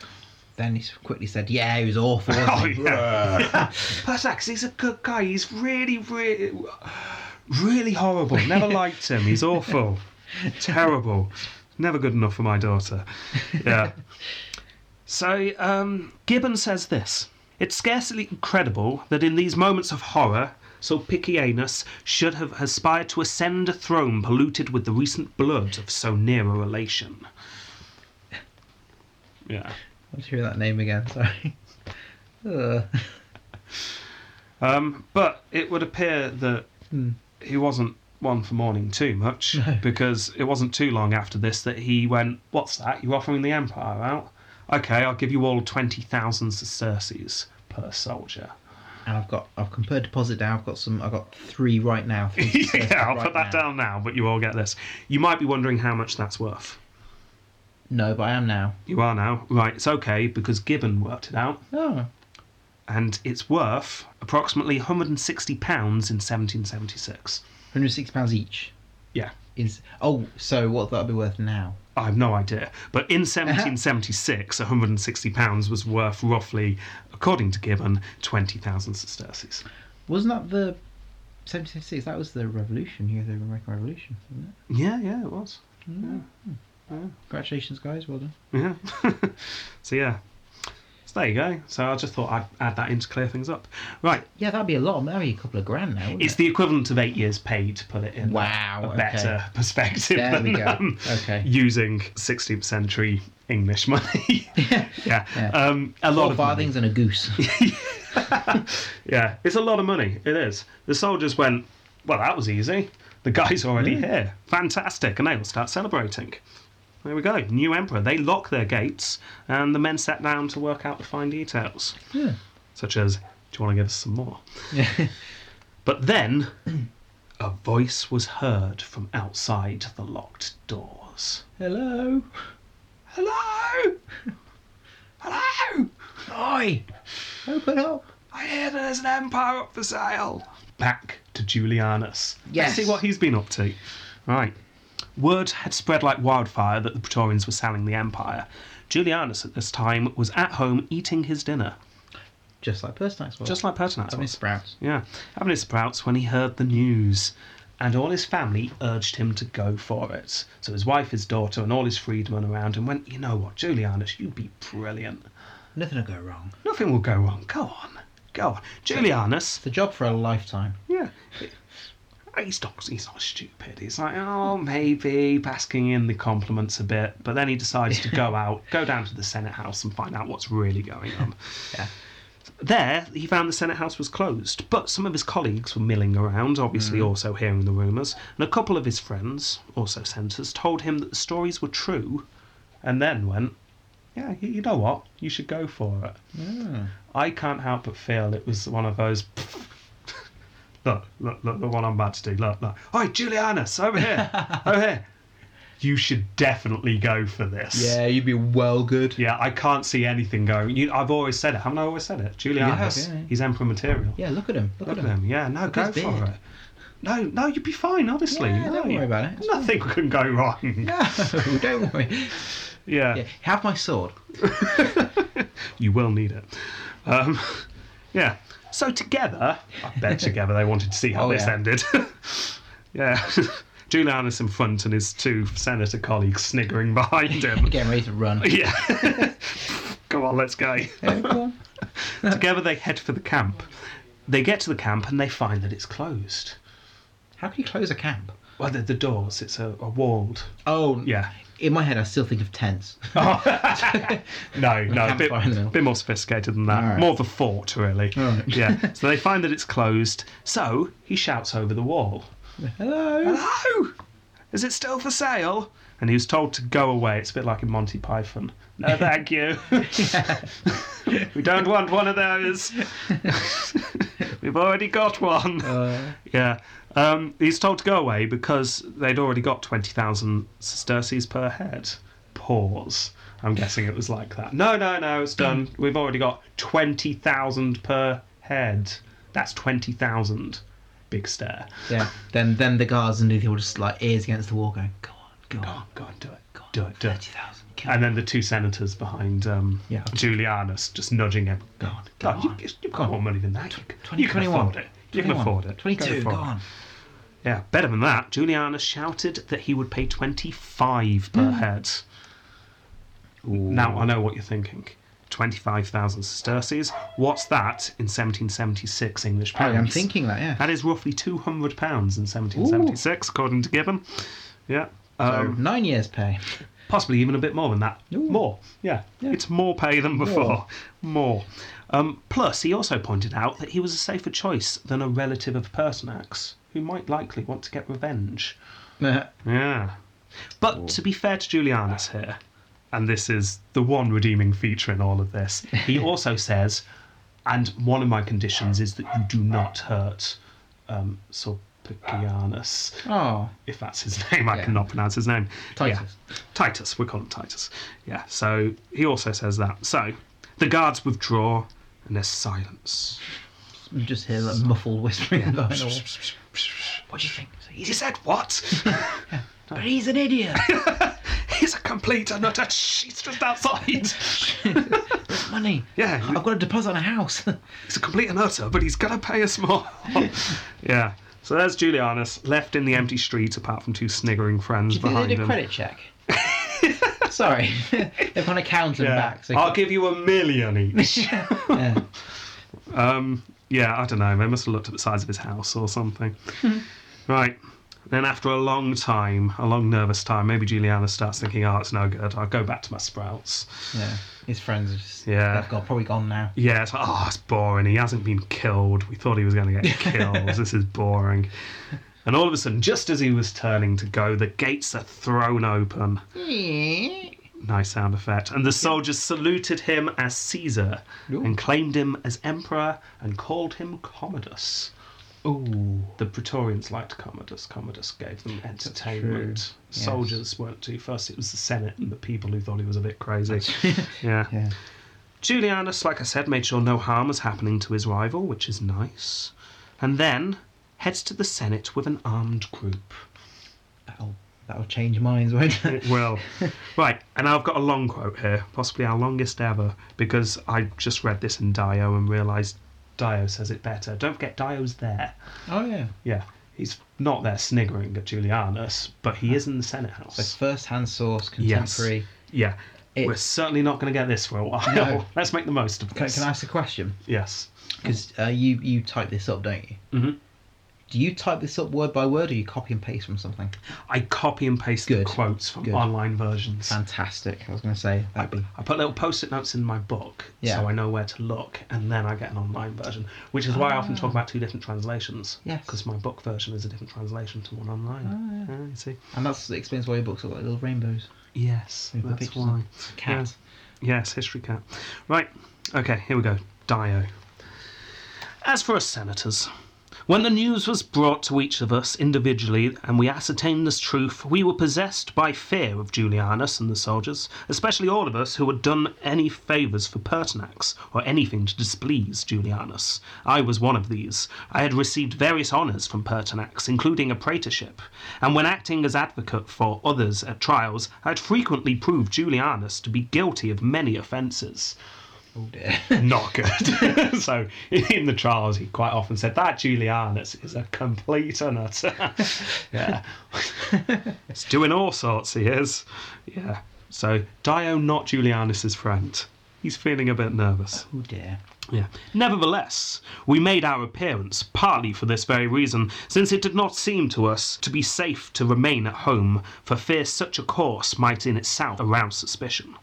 Speaker 2: Then he quickly said, "Yeah, he was awful." wasn't
Speaker 3: Oh,
Speaker 2: he?"
Speaker 3: yeah. Pertinax, he's a good guy. He's really, really, really horrible. Never liked him. He's awful. Terrible. Never good enough for my daughter. Yeah. so, um, Gibbon says this It's scarcely incredible that in these moments of horror, Sulpicianus should have aspired to ascend a throne polluted with the recent blood of so near a relation. Yeah.
Speaker 2: I'll hear that name again. Sorry. Ugh.
Speaker 3: Um, but it would appear that
Speaker 2: Hmm.
Speaker 3: he wasn't one for mourning too much
Speaker 2: No.
Speaker 3: because it wasn't too long after this that he went, What's that? You're offering the Empire out? Okay, I'll give you all 20,000 sesterces per soldier.
Speaker 2: And I've got I've compared deposit down. I've got some. I've got three right now. three successes
Speaker 3: yeah, I'll
Speaker 2: right
Speaker 3: put that
Speaker 2: now.
Speaker 3: down now, but you all get this. You might be wondering how much that's worth.
Speaker 2: No, but I am now.
Speaker 3: You are now. Right, it's okay because Gibbon worked it out
Speaker 2: Oh,
Speaker 3: and it's worth approximately £160 in 1776.
Speaker 2: 106 pounds each.
Speaker 3: Yeah.
Speaker 2: Is oh, so what that'll be worth now?
Speaker 3: I have no idea. But
Speaker 2: Uh-huh.
Speaker 3: in 1776, 160 pounds was worth roughly, according to Gibbon, 20,000 sesterces.
Speaker 2: Wasn't that the 76? That was the revolution here, the American Revolution, wasn't it?
Speaker 3: Yeah, yeah, it was.
Speaker 2: Congratulations, guys. Well done.
Speaker 3: Yeah. so yeah. So there you go. So I just thought I'd add that in to clear things up. Right.
Speaker 2: Yeah, that'd be a lot. That'd be a couple of grand now. Wouldn't
Speaker 3: It's
Speaker 2: it?
Speaker 3: the equivalent of eight years' pay to put it in
Speaker 2: Wow,
Speaker 3: a
Speaker 2: okay.
Speaker 3: better perspective
Speaker 2: There we
Speaker 3: than
Speaker 2: go.
Speaker 3: um,
Speaker 2: Okay.
Speaker 3: using 16th century English money. yeah.
Speaker 2: Yeah.
Speaker 3: Um, a lot
Speaker 2: four
Speaker 3: of money.
Speaker 2: farthings and a goose.
Speaker 3: Yeah, it's a lot of money. It is. The soldiers went, well, that was easy. The guy's already here. Fantastic. And they all start celebrating. There we go. New emperor. They lock their gates, and the men sat down to work out the fine details,
Speaker 2: yeah.
Speaker 3: such as, do you want to give us some more? But then, a voice was heard from outside the locked doors.
Speaker 2: Hello.
Speaker 3: Hello! Hello!
Speaker 2: Oi! Open up.
Speaker 3: I hear there's an empire up for sale. Back to Julianus.
Speaker 2: Yes.
Speaker 3: Let's see what he's been up to. Right. Word had spread like wildfire that the Praetorians were selling the empire. Julianus at this time was at home eating his dinner,
Speaker 2: Just like Pertinax was.
Speaker 3: just like Pertinax
Speaker 2: I mean,
Speaker 3: was.
Speaker 2: sprouts.
Speaker 3: Yeah, having his sprouts when he heard the news. And all his family urged him to go for it. So his wife, his daughter, and all his freedmen around him went, You know what, Julianus, you'd be brilliant.
Speaker 2: Nothing will go wrong.
Speaker 3: Nothing will go wrong. Go on. Go on. Julianus,
Speaker 2: It's a job for a lifetime.
Speaker 3: Yeah. Uh, He's not, he's not stupid. He's like, oh, maybe basking in the compliments a bit. But then he decides to go out, go down to the Senate House and find out what's really going on.
Speaker 2: Yeah.
Speaker 3: There, he found the Senate House was closed, but some of his colleagues were milling around, obviously also hearing the rumours, and a couple of his friends, also senators, told him that the stories were true, and then went, yeah, you you know what? You should go for it.
Speaker 2: Mm.
Speaker 3: I can't help but feel it was one of those. look, look, look, the one I'm about to do. Look, look. Oi, Julianus, over here, over here. You should definitely go for this.
Speaker 2: Yeah, you'd be well good.
Speaker 3: Yeah, I can't see anything going. You, I've always said it, haven't I? Always said it, Julianus.
Speaker 2: yeah, yeah.
Speaker 3: He's emperor material.
Speaker 2: Yeah, look at him. Look,
Speaker 3: Look at him. Yeah, no, go
Speaker 2: his
Speaker 3: for
Speaker 2: beard.
Speaker 3: it. No, no, you'd be fine. Honestly,
Speaker 2: Yeah,
Speaker 3: no,
Speaker 2: don't worry about it. It's
Speaker 3: Nothing can go wrong.
Speaker 2: No, don't worry.
Speaker 3: Yeah.
Speaker 2: Yeah, have my sword.
Speaker 3: you will need it. Um, yeah. So together, I bet together they wanted to see how
Speaker 2: Oh,
Speaker 3: this
Speaker 2: yeah.
Speaker 3: ended. yeah. Julianus in front and his two senator colleaagues sniggering behind him.
Speaker 2: Getting ready to run.
Speaker 3: yeah. Come on, let's go.
Speaker 2: Yeah, go on.
Speaker 3: together they head for the camp. They get to the camp and they find that it's closed.
Speaker 2: How can you close a camp?
Speaker 3: Well, the, the doors, it's a, a walled.
Speaker 2: Oh,
Speaker 3: Yeah.
Speaker 2: In my head, I still think of tents.
Speaker 3: Oh. No, no, a
Speaker 2: campfire
Speaker 3: bit,
Speaker 2: in the middle.
Speaker 3: bit more sophisticated than that.
Speaker 2: All right.
Speaker 3: More of a fort, really.
Speaker 2: right.
Speaker 3: Yeah. So they find that it's closed. So he shouts over the wall,
Speaker 2: Hello.
Speaker 3: "Hello, is it still for sale?" And he was told to go away. It's a bit like in Monty Python. No, thank you. we don't want one of those. We've already got one.
Speaker 2: Uh,
Speaker 3: Yeah. Um, he's told to go away because they'd already got 20,000 sesterces per head. Pause. I'm guessing it was like that. No, no, no, it's done. We've already got 20,000 per head. That's 20,000. Big stare.
Speaker 2: yeah. Then, then the guards underneath you were just like ears against the wall, going, "Go on, go
Speaker 3: Go
Speaker 2: on,
Speaker 3: on, Oh, go on, do it. Do it, do it.
Speaker 2: thirty thousand, kill
Speaker 3: And then the two senators behind um,
Speaker 2: Yeah.
Speaker 3: Julianus just nudging him. Oh, Go on, go on.
Speaker 2: on.
Speaker 3: You, you've got more money than that. You, can-
Speaker 2: 20,
Speaker 3: you can
Speaker 2: 21,
Speaker 3: afford it. You can afford it. Go
Speaker 2: twenty-two,
Speaker 3: for
Speaker 2: go
Speaker 3: it.
Speaker 2: on."
Speaker 3: Yeah, better than that. Julianus shouted that he would pay 25
Speaker 2: Hmm.
Speaker 3: per head. Now I know what you're thinking. 25,000 sesterces. What's that in 1776 English
Speaker 2: Oh,
Speaker 3: pounds?
Speaker 2: I'm thinking that, yeah.
Speaker 3: That is roughly 200 pounds in 1776, according to Gibbon. Yeah.
Speaker 2: So,
Speaker 3: Um,
Speaker 2: nine years' pay.
Speaker 3: possibly even a bit more than that.
Speaker 2: Ooh.
Speaker 3: More. Yeah.
Speaker 2: Yeah.
Speaker 3: It's more pay than before.
Speaker 2: More.
Speaker 3: More. Um, plus, he also pointed out that he was a safer choice than a relative of Pertinax, who might likely want to get revenge.
Speaker 2: Uh,
Speaker 3: Yeah. But to be fair to Julianus here, and this is the one redeeming feature in all of this, he also says, and one of my conditions is that you do not hurt um, Sulpicianus,
Speaker 2: oh,
Speaker 3: if that's his name. I
Speaker 2: Yeah.
Speaker 3: cannot pronounce his name.
Speaker 2: Titus.
Speaker 3: Yeah. Titus, we call him Titus. Yeah, so he also says that. So the guards withdraw and there's silence.
Speaker 2: You just hear that muffled whispering behind the wall.
Speaker 3: What do you think? He said what?
Speaker 2: But he's an idiot.
Speaker 3: He's a complete and utter. He's just outside.
Speaker 2: Money.
Speaker 3: Yeah,
Speaker 2: I've got a deposit on a house.
Speaker 3: He's a complete and utter, but he's gonna pay us more. yeah. So there's Julianus left in the empty street, apart from two sniggering friends
Speaker 2: they
Speaker 3: behind
Speaker 2: did a
Speaker 3: him.
Speaker 2: credit check. Sorry, they've got an accountant
Speaker 3: Yeah.
Speaker 2: back. So
Speaker 3: I'll give you a million each.
Speaker 2: yeah.
Speaker 3: um, yeah, I don't know. They must have looked at the size of his house or something.
Speaker 2: Hmm.
Speaker 3: right. Then after a long time, a long nervous time, maybe Julianus starts thinking, "Oh, it's no good. I'll go back to my sprouts."
Speaker 2: yeah, his friends are just
Speaker 3: Yeah.
Speaker 2: they've got probably gone now.
Speaker 3: Yeah, it's like, oh, it's boring. He hasn't been killed. We thought he was going to get killed. this is boring. And all of a sudden, just as he was turning to go, the gates are thrown open. Nice sound effect. And the soldiers saluted him as Caesar
Speaker 2: Ooh.
Speaker 3: and claimed him as emperor and called him Commodus.
Speaker 2: Ooh,
Speaker 3: The Praetorians liked Commodus. Commodus gave them entertainment.
Speaker 2: Yes.
Speaker 3: Soldiers weren't too fussed. It was the Senate and the people who thought he was a bit crazy. yeah.
Speaker 2: yeah.
Speaker 3: Julianus, like I said, made sure no harm was happening to his rival, which is nice, and then heads to the Senate with an armed group.
Speaker 2: That'll that'll change minds, won't it?
Speaker 3: Well, right, and I've got a long quote here, possibly our longest ever, because I just read this in Dio and realised Dio says it better. Don't forget, Dio's there.
Speaker 2: Oh yeah.
Speaker 3: Yeah, he's not there sniggering at Julianus, but he is in the Senate
Speaker 2: So
Speaker 3: house.
Speaker 2: first-hand source,
Speaker 3: Yes.
Speaker 2: contemporary.
Speaker 3: Yeah,
Speaker 2: It-
Speaker 3: we're certainly not going to get this for a while.
Speaker 2: No.
Speaker 3: Let's make the most of
Speaker 2: Can,
Speaker 3: this.
Speaker 2: can I ask a question?
Speaker 3: Yes.
Speaker 2: Because uh, you you type this up, don't you?
Speaker 3: Mhm.
Speaker 2: Do you type this up word by word, or you copy and paste from something?
Speaker 3: I copy and paste the
Speaker 2: Good.
Speaker 3: quotes from
Speaker 2: Good.
Speaker 3: online versions.
Speaker 2: Fantastic. I was going to say that'd be
Speaker 3: I put little post-it notes in my book,
Speaker 2: Yeah.
Speaker 3: so I know where to look, and then I get an online version, which is why I often talk about two different translations.
Speaker 2: Ah. Yes.
Speaker 3: Because my book version is a different translation to one online.
Speaker 2: Ah,
Speaker 3: Yeah, you see.
Speaker 2: And that's that explains why your books look like little rainbows.
Speaker 3: Yes,
Speaker 2: With the
Speaker 3: that's
Speaker 2: pictures
Speaker 3: why.
Speaker 2: of cats.
Speaker 3: Yeah. Yes, history cat. Right. Okay, here we go. Dio. As for us senators, when the news was brought to each of us individually and we ascertained this truth, we were possessed by fear of Julianus and the soldiers, especially all of us who had done any favours for Pertinax or anything to displease Julianus. I was one of these. I had received various honours from Pertinax, including a praetorship, and when acting as advocate for others at trials, I had frequently proved Julianus to be guilty of many offences
Speaker 2: Oh dear.
Speaker 3: not good. so in the trials, he quite often said that Julianus is a complete and utter. yeah, he's doing all sorts. He is. Yeah. So Dio, not Julianus's friend. He's feeling a bit nervous.
Speaker 2: oh dear.
Speaker 3: Yeah. Nevertheless, we made our appearance partly for this very reason, since it did not seem to us to be safe to remain at home, for fear such a course might in itself arouse suspicion.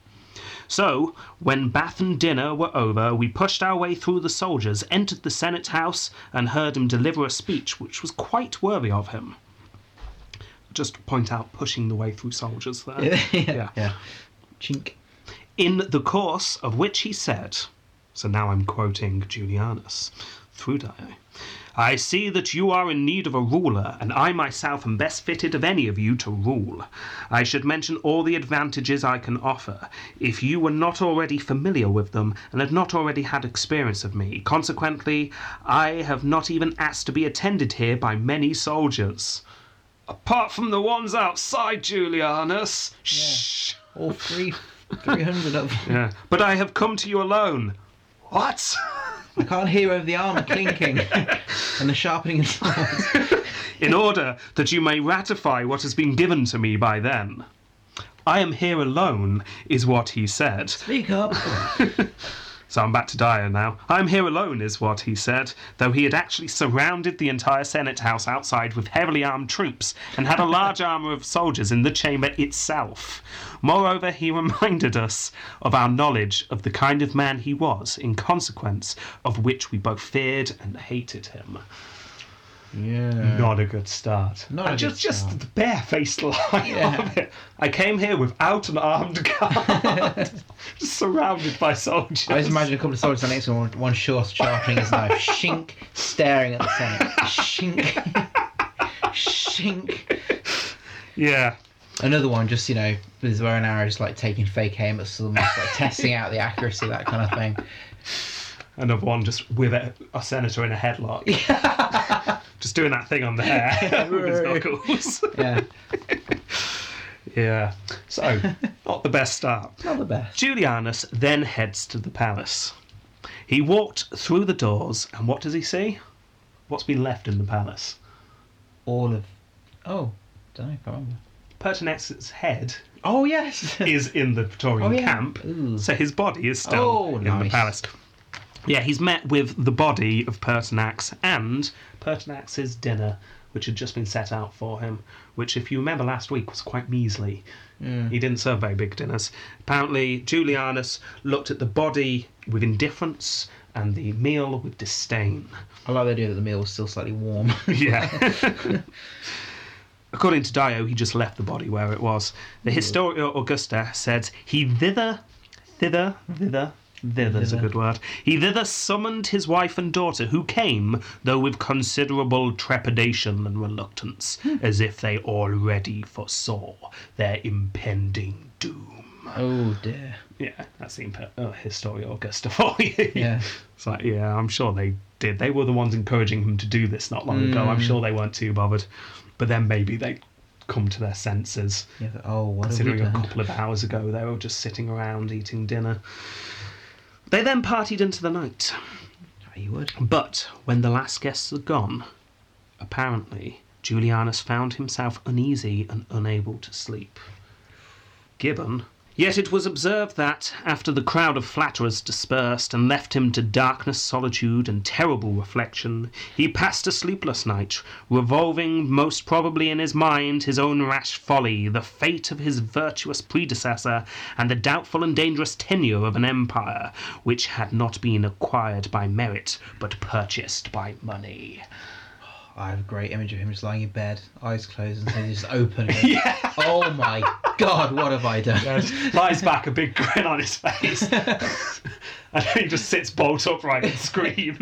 Speaker 3: So, when bath and dinner were over, we pushed our way through the soldiers, entered the Senate house, and heard him deliver a speech which was quite worthy of him. Just to point out pushing the way through soldiers there.
Speaker 2: yeah. yeah. Chink.
Speaker 3: In the course of which he said, so now I'm quoting Julianus through Dio, I see that you are in need of a ruler, and I myself am best fitted of any of you to rule. I should mention all the advantages I can offer, if you were not already familiar with them and had not already had experience of me. Consequently, I have not even asked to be attended here by many soldiers. Apart from the ones outside, Julianus. Shh.
Speaker 2: All three, three hundred of. them.
Speaker 3: Yeah. But I have come to you alone. What?
Speaker 2: I can't hear over the armor clinking and the sharpening of swords.
Speaker 3: in order that you may ratify what has been given to me by them. I am here alone, is what he said.
Speaker 2: Speak up.
Speaker 3: So I'm back to Dyer now. I'm here alone, is what he said, though he had actually surrounded the entire Senate House outside with heavily armed troops and had a large armour of soldiers in the chamber itself. Moreover, he reminded us of our knowledge of the kind of man he was, in consequence of which we both feared and hated him.
Speaker 2: yeah.
Speaker 3: Not a good start.
Speaker 2: Not
Speaker 3: And
Speaker 2: a
Speaker 3: just,
Speaker 2: good
Speaker 3: just
Speaker 2: start.
Speaker 3: the barefaced line of it. I came here without an armed guard, surrounded by soldiers.
Speaker 2: I just imagine a couple of soldiers standing next to one, one short sharpening his knife, shink, staring at the Senate, shink, shink.
Speaker 3: Yeah.
Speaker 2: Another one just, you know, with his wearing arrow, just like taking fake aim at someone, just, like testing out the accuracy, that kind of thing.
Speaker 3: another one just with a, a senator in a headlock. just doing that thing on the hair with his
Speaker 2: Right.
Speaker 3: knuckles.
Speaker 2: Yeah,
Speaker 3: yeah. So, not the best start.
Speaker 2: not the best.
Speaker 3: Julianus then heads to the palace. He walked through the doors, and what does he see? What's been left in the palace?
Speaker 2: All of. Oh, don't know, can't remember.
Speaker 3: Pertinex's head
Speaker 2: Oh, yes!
Speaker 3: is in the Praetorian
Speaker 2: Oh, yeah.
Speaker 3: camp,
Speaker 2: Ooh.
Speaker 3: so his body is still
Speaker 2: Oh,
Speaker 3: in the
Speaker 2: nice.
Speaker 3: palace. Yeah, he's met with the body of Pertinax and Pertinax's dinner, which had just been set out for him, which, if you remember last week, was quite measly. He didn't serve very big dinners. Apparently, Julianus looked at the body with indifference and the meal with disdain.
Speaker 2: I like the idea that the meal was still slightly warm.
Speaker 3: Yeah. According to Dio, he just left the body where it was. The Historia Augusta said he thither, thither, thither, thither's a
Speaker 2: Thither.
Speaker 3: good word. He thither summoned his wife and daughter, who came, though with considerable trepidation and reluctance, as if they already foresaw their impending doom.
Speaker 2: oh, dear.
Speaker 3: Yeah, that's the imp- uh, Historia Augusta for you.
Speaker 2: Yeah.
Speaker 3: It's like, yeah, I'm sure they did. They were the ones encouraging him to do this not long ago. I'm sure they weren't too bothered. But then maybe they come to their senses.
Speaker 2: yeah but- oh, what have we
Speaker 3: Considering a
Speaker 2: done?
Speaker 3: couple of hours ago they were just sitting around eating dinner. They then partied into the night.
Speaker 2: Oh, you would.
Speaker 3: But when the last guests had gone, apparently Julianus found himself uneasy and unable to sleep. Gibbon. Yet it was observed that, after the crowd of flatterers dispersed and left him to darkness, solitude, and terrible reflection, he passed a sleepless night, revolving most probably in his mind his own rash folly, the fate of his virtuous predecessor, and the doubtful and dangerous tenure of an empire which had not been acquired by merit but purchased by money.
Speaker 2: I have a great image of him just lying in bed, eyes closed, and things just open. Oh my god, what have I done?
Speaker 3: Lies back, a big grin on his face. And then he just sits bolt upright and screams.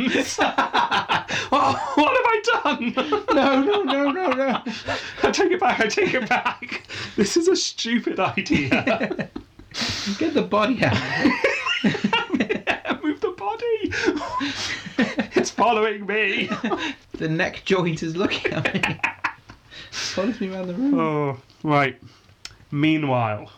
Speaker 3: oh, what have I done?
Speaker 2: No, no, no, no, no.
Speaker 3: I take it back, I take it back. This is a stupid idea.
Speaker 2: Get the body out.
Speaker 3: Move the body. it's following me.
Speaker 2: The neck joint is looking at me. Follows me around the room.
Speaker 3: Oh, right. Meanwhile,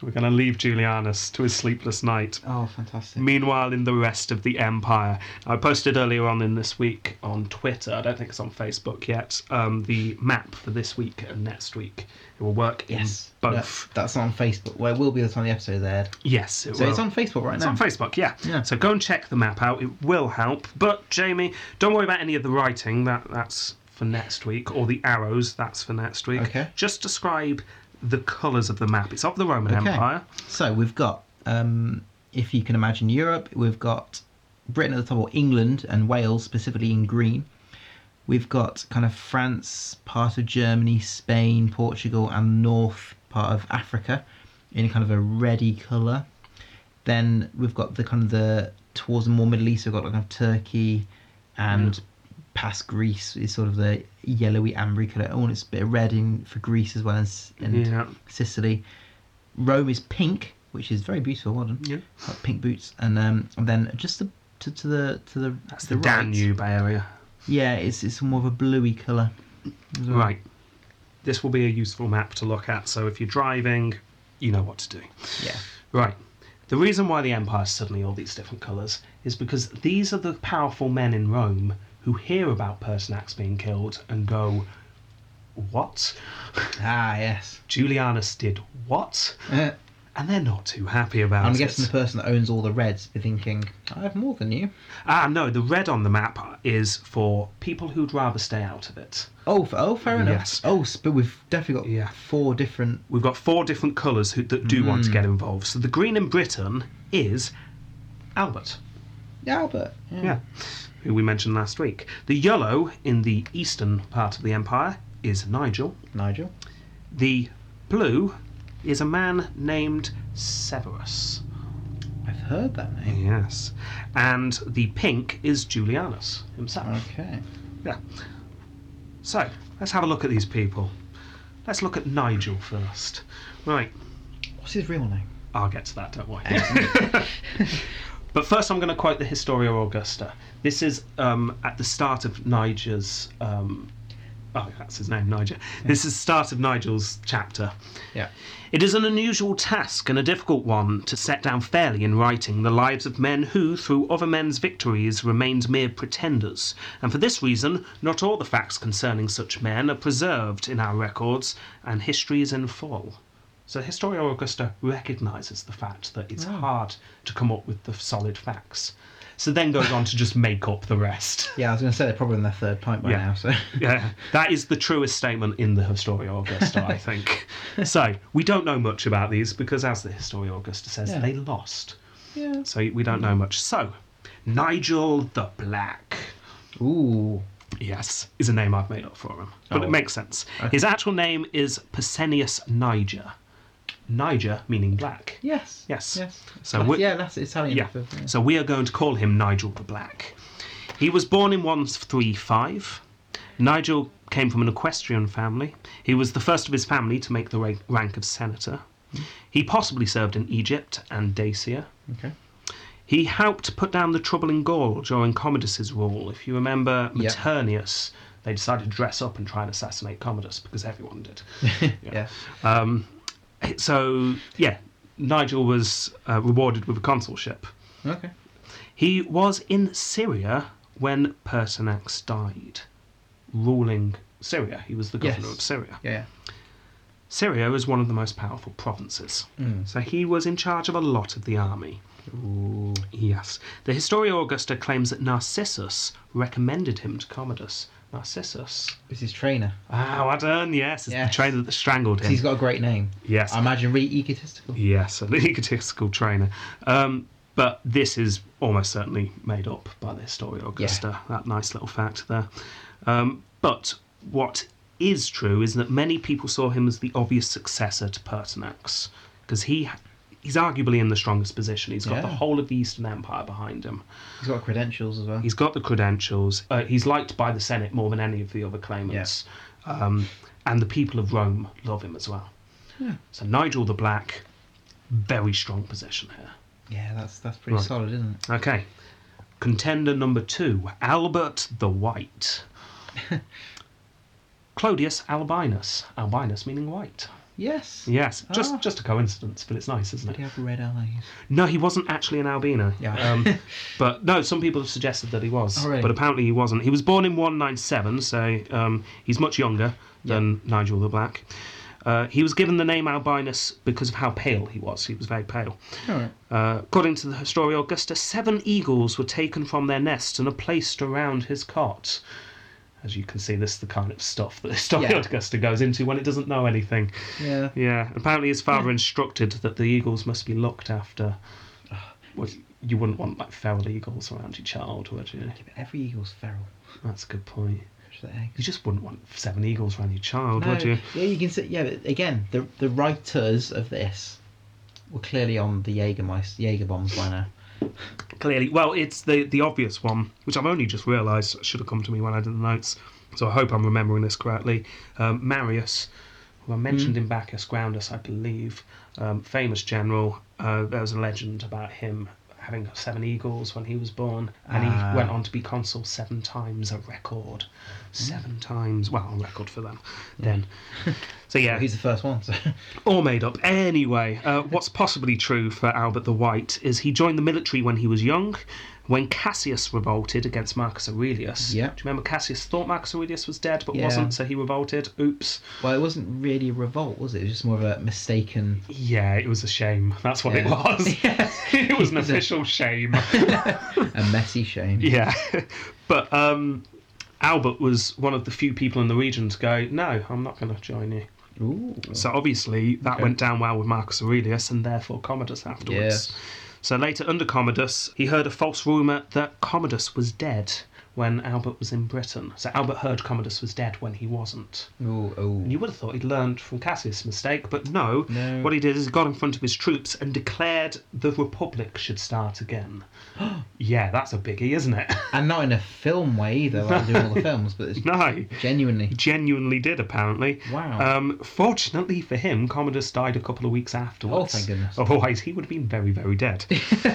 Speaker 3: we're going to leave Julianus to his sleepless night.
Speaker 2: Oh, fantastic.
Speaker 3: Meanwhile, in the rest of the empire, I posted earlier on in this week on Twitter. I don't think it's on Facebook yet. Um, the map for this week and next week. It will work
Speaker 2: Yes.
Speaker 3: in
Speaker 2: No,
Speaker 3: both.
Speaker 2: that's on Facebook. Where it will be the time the episode's aired.
Speaker 3: Yes, it
Speaker 2: So
Speaker 3: will.
Speaker 2: it's on Facebook right
Speaker 3: It's
Speaker 2: now.
Speaker 3: on Facebook, yeah.
Speaker 2: Yeah.
Speaker 3: So go and check the map out. It will help. But Jamie, don't worry about any of the writing. That that's for next week, or the arrows. That's for next week.
Speaker 2: Okay.
Speaker 3: Just describe the colours of the map. It's of the Roman
Speaker 2: Okay.
Speaker 3: Empire.
Speaker 2: So we've got, um, if you can imagine Europe, we've got Britain at the top, or England and Wales specifically in green. We've got kind of France, part of Germany, Spain, Portugal, and north part of Africa in kind of a reddy colour. Then we've got the kind of the towards the more Middle East, we've got like kind of Turkey and past Greece is sort of the yellowy ambery colour. Oh, and it's a bit of red in for Greece as well as and
Speaker 3: Yeah.
Speaker 2: Sicily. Rome is pink, which is very beautiful. Well done.
Speaker 3: Yeah.
Speaker 2: Got pink boots, and um, and then just the, to to the to the
Speaker 3: That's
Speaker 2: to
Speaker 3: the,
Speaker 2: right.
Speaker 3: Danube area.
Speaker 2: Yeah, it's it's more of a bluey colour. as well.
Speaker 3: Right. This will be a useful map to look at. So if you're driving, you know what to do.
Speaker 2: Yeah.
Speaker 3: Right. The reason why the empire's suddenly all these different colours is because these are the powerful men in Rome who hear about Pertinax being killed and go, what?
Speaker 2: Ah, yes.
Speaker 3: Julianus did what?
Speaker 2: Uh,
Speaker 3: And they're not too happy about
Speaker 2: I'm
Speaker 3: it.
Speaker 2: guessing the person that owns all the reds be thinking, I have more than you.
Speaker 3: Ah, no, the red on the map is for people who'd rather stay out of it.
Speaker 2: Oh, f- oh, fair enough.
Speaker 3: Yes.
Speaker 2: Oh, s- but we've definitely got
Speaker 3: Yeah.
Speaker 2: four different.
Speaker 3: We've got four different colours who, that do want to get involved. So the green in Britain is Albert,
Speaker 2: Albert.
Speaker 3: yeah, who we mentioned last week. The yellow in the eastern part of the empire is Nigel.
Speaker 2: Nigel.
Speaker 3: The blue is a man named Severus.
Speaker 2: I've heard that name.
Speaker 3: Yes. And the pink is Julianus himself.
Speaker 2: Okay.
Speaker 3: Yeah. So, let's have a look at these people. Let's look at Nigel first. Right,
Speaker 2: What's his real name?
Speaker 3: I'll get to that, don't worry. but first, I'm going to quote the Historia Augusta. This is um, at the start of Niger's. Um, oh, that's his name, Niger. This is start of Nigel's chapter.
Speaker 2: Yeah.
Speaker 3: It is an unusual task and a difficult one to set down fairly in writing the lives of men who, through other men's victories, remained mere pretenders, and for this reason, not all the facts concerning such men are preserved in our records, and history is in full. So Historia Augusta recognises the fact that it's hard to come up with the solid facts. So then goes on to just make up the rest.
Speaker 2: Yeah, I was going to say they're probably in their third pint by
Speaker 3: Yeah.
Speaker 2: now. So.
Speaker 3: Yeah, that is the truest statement in the Historia Augusta, I think. so, we don't know much about these because, as the Historia Augusta says,
Speaker 2: Yeah.
Speaker 3: they lost.
Speaker 2: yeah.
Speaker 3: So, we don't know much. So, Nigel the Black,
Speaker 2: Ooh.
Speaker 3: yes, is a name I've made up for him. But
Speaker 2: Oh.
Speaker 3: it makes sense. His actual name is Pescennius Niger. Niger meaning black.
Speaker 2: Yes.
Speaker 3: Yes.
Speaker 2: Yes.
Speaker 3: So
Speaker 2: That's-
Speaker 3: we-
Speaker 2: yeah, that's Italian.
Speaker 3: Yeah.
Speaker 2: for- yeah.
Speaker 3: So we are going to call him Nigel the Black. He was born in 135. Nigel came from an equestrian family. He was the first of his family to make the ra- rank of senator. He possibly served in Egypt and Dacia.
Speaker 2: Okay.
Speaker 3: He helped put down the trouble in Gaul during Commodus's rule. If you remember
Speaker 2: Yeah.
Speaker 3: Maternius, they decided to dress up and try and assassinate Commodus because everyone did.
Speaker 2: Yeah.
Speaker 3: So, yeah, Nigel was uh, rewarded with a consulship.
Speaker 2: Okay.
Speaker 3: He was in Syria when Pertinax died, ruling Syria. He was the governor
Speaker 2: Yes.
Speaker 3: of Syria.
Speaker 2: Yeah. yeah.
Speaker 3: Syria is one of the most powerful provinces,
Speaker 2: Mm.
Speaker 3: so he was in charge of a lot of the army.
Speaker 2: Ooh.
Speaker 3: Yes. The Historia Augusta claims that Narcissus recommended him to Commodus. Narcissus.
Speaker 2: It's his trainer.
Speaker 3: Ah, well done, yes. It's
Speaker 2: Yes.
Speaker 3: the trainer that strangled him.
Speaker 2: He's got a great name.
Speaker 3: Yes.
Speaker 2: I imagine really egotistical.
Speaker 3: Yes, an egotistical trainer. Um, but this is almost certainly made up by the Historia Augusta, that nice little fact there. Um, but what is true is that many people saw him as the obvious successor to Pertinax, because he he's arguably in the strongest position. He's got the
Speaker 2: Yeah.
Speaker 3: whole of the Eastern Empire behind him.
Speaker 2: He's got credentials as well.
Speaker 3: He's got the credentials. Uh, he's liked by the Senate more than any of the other claimants. Um, and the people of Rome love him as well. So Nigel the Black, very strong position here.
Speaker 2: yeah, that's that's pretty
Speaker 3: Right.
Speaker 2: solid, isn't it?
Speaker 3: Okay. Contender number two, Albert the White. Claudius Albinus. Albinus meaning white.
Speaker 2: Yes.
Speaker 3: Yes, just
Speaker 2: Ah.
Speaker 3: just a coincidence, but it's nice, isn't
Speaker 2: Did
Speaker 3: it?
Speaker 2: he have red eyes?
Speaker 3: No, he wasn't actually an albino.
Speaker 2: Yeah.
Speaker 3: Um, but no, some people have suggested that he was.
Speaker 2: Oh, really?
Speaker 3: But apparently he wasn't. He was born in 197, so um, he's much younger than Nigel the Black. Uh, he was given the name Albinus because of how pale he was. He was very pale.
Speaker 2: All right.
Speaker 3: Uh, according to the Historia Augusta, seven eagles were taken from their nests and are placed around his cot. As you can see, this is the kind of stuff that Historia
Speaker 2: Yeah.
Speaker 3: Augusta goes into when it doesn't know anything.
Speaker 2: Yeah.
Speaker 3: Yeah, apparently his father instructed that the eagles must be looked after. Well, you wouldn't want like feral eagles around your child, would you?
Speaker 2: But Every eagle's feral.
Speaker 3: That's a good point.
Speaker 2: Which is the egg.
Speaker 3: You just wouldn't want seven eagles around your child,
Speaker 2: No,
Speaker 3: would you?
Speaker 2: Yeah, you can see. Yeah, but again, the the writers of this were clearly on the Jaegermeister, Jaeger bombs by now.
Speaker 3: Clearly, well, it's the the obvious one, which I've only just realised should have come to me when I did the notes. So I hope I'm remembering this correctly. Um, Marius, who I mentioned in Bacchus Groundus, I believe, um, famous general. Uh, there was a legend about him having seven eagles when he was born, and
Speaker 2: Ah.
Speaker 3: he went on to be consul seven times, a record. Seven times, well, a record for them. Then, so yeah,
Speaker 2: He's the first one, so
Speaker 3: all made up. Anyway, uh, what's possibly true for Albert the White is he joined the military when he was young, when Cassius revolted against Marcus Aurelius.
Speaker 2: Yeah.
Speaker 3: Do you remember Cassius thought Marcus Aurelius was dead but
Speaker 2: Yeah.
Speaker 3: wasn't, so he revolted? Oops.
Speaker 2: Well, it wasn't really a revolt, was it? It was just more of a mistaken. um,
Speaker 3: Yeah, it was a shame. That's what it
Speaker 2: Yeah.
Speaker 3: was. it was an
Speaker 2: Is it-
Speaker 3: official shame.
Speaker 2: a messy shame.
Speaker 3: yeah. But um, Albert was one of the few people in the region to go, no, I'm not going to join you.
Speaker 2: Ooh.
Speaker 3: So obviously that
Speaker 2: Okay.
Speaker 3: went down well with Marcus Aurelius and therefore Commodus afterwards.
Speaker 2: Yes.
Speaker 3: So later under Commodus, he heard a false rumour that Commodus was dead when Albert was in Britain. So Albert heard Commodus was dead when he wasn't.
Speaker 2: Ooh, ooh.
Speaker 3: And you would have thought he'd learned from Cassius' mistake, but no.
Speaker 2: No.
Speaker 3: What he did is he got in front of his troops and declared the Republic should start again. yeah, that's a biggie, isn't it?
Speaker 2: And not in a film way either, like doing all the films, but it's
Speaker 3: no.
Speaker 2: genuinely.
Speaker 3: Genuinely did, apparently.
Speaker 2: Wow.
Speaker 3: Um, fortunately for him, Commodus died a couple of weeks afterwards.
Speaker 2: Oh, thank goodness.
Speaker 3: Otherwise, he would have been very, very dead.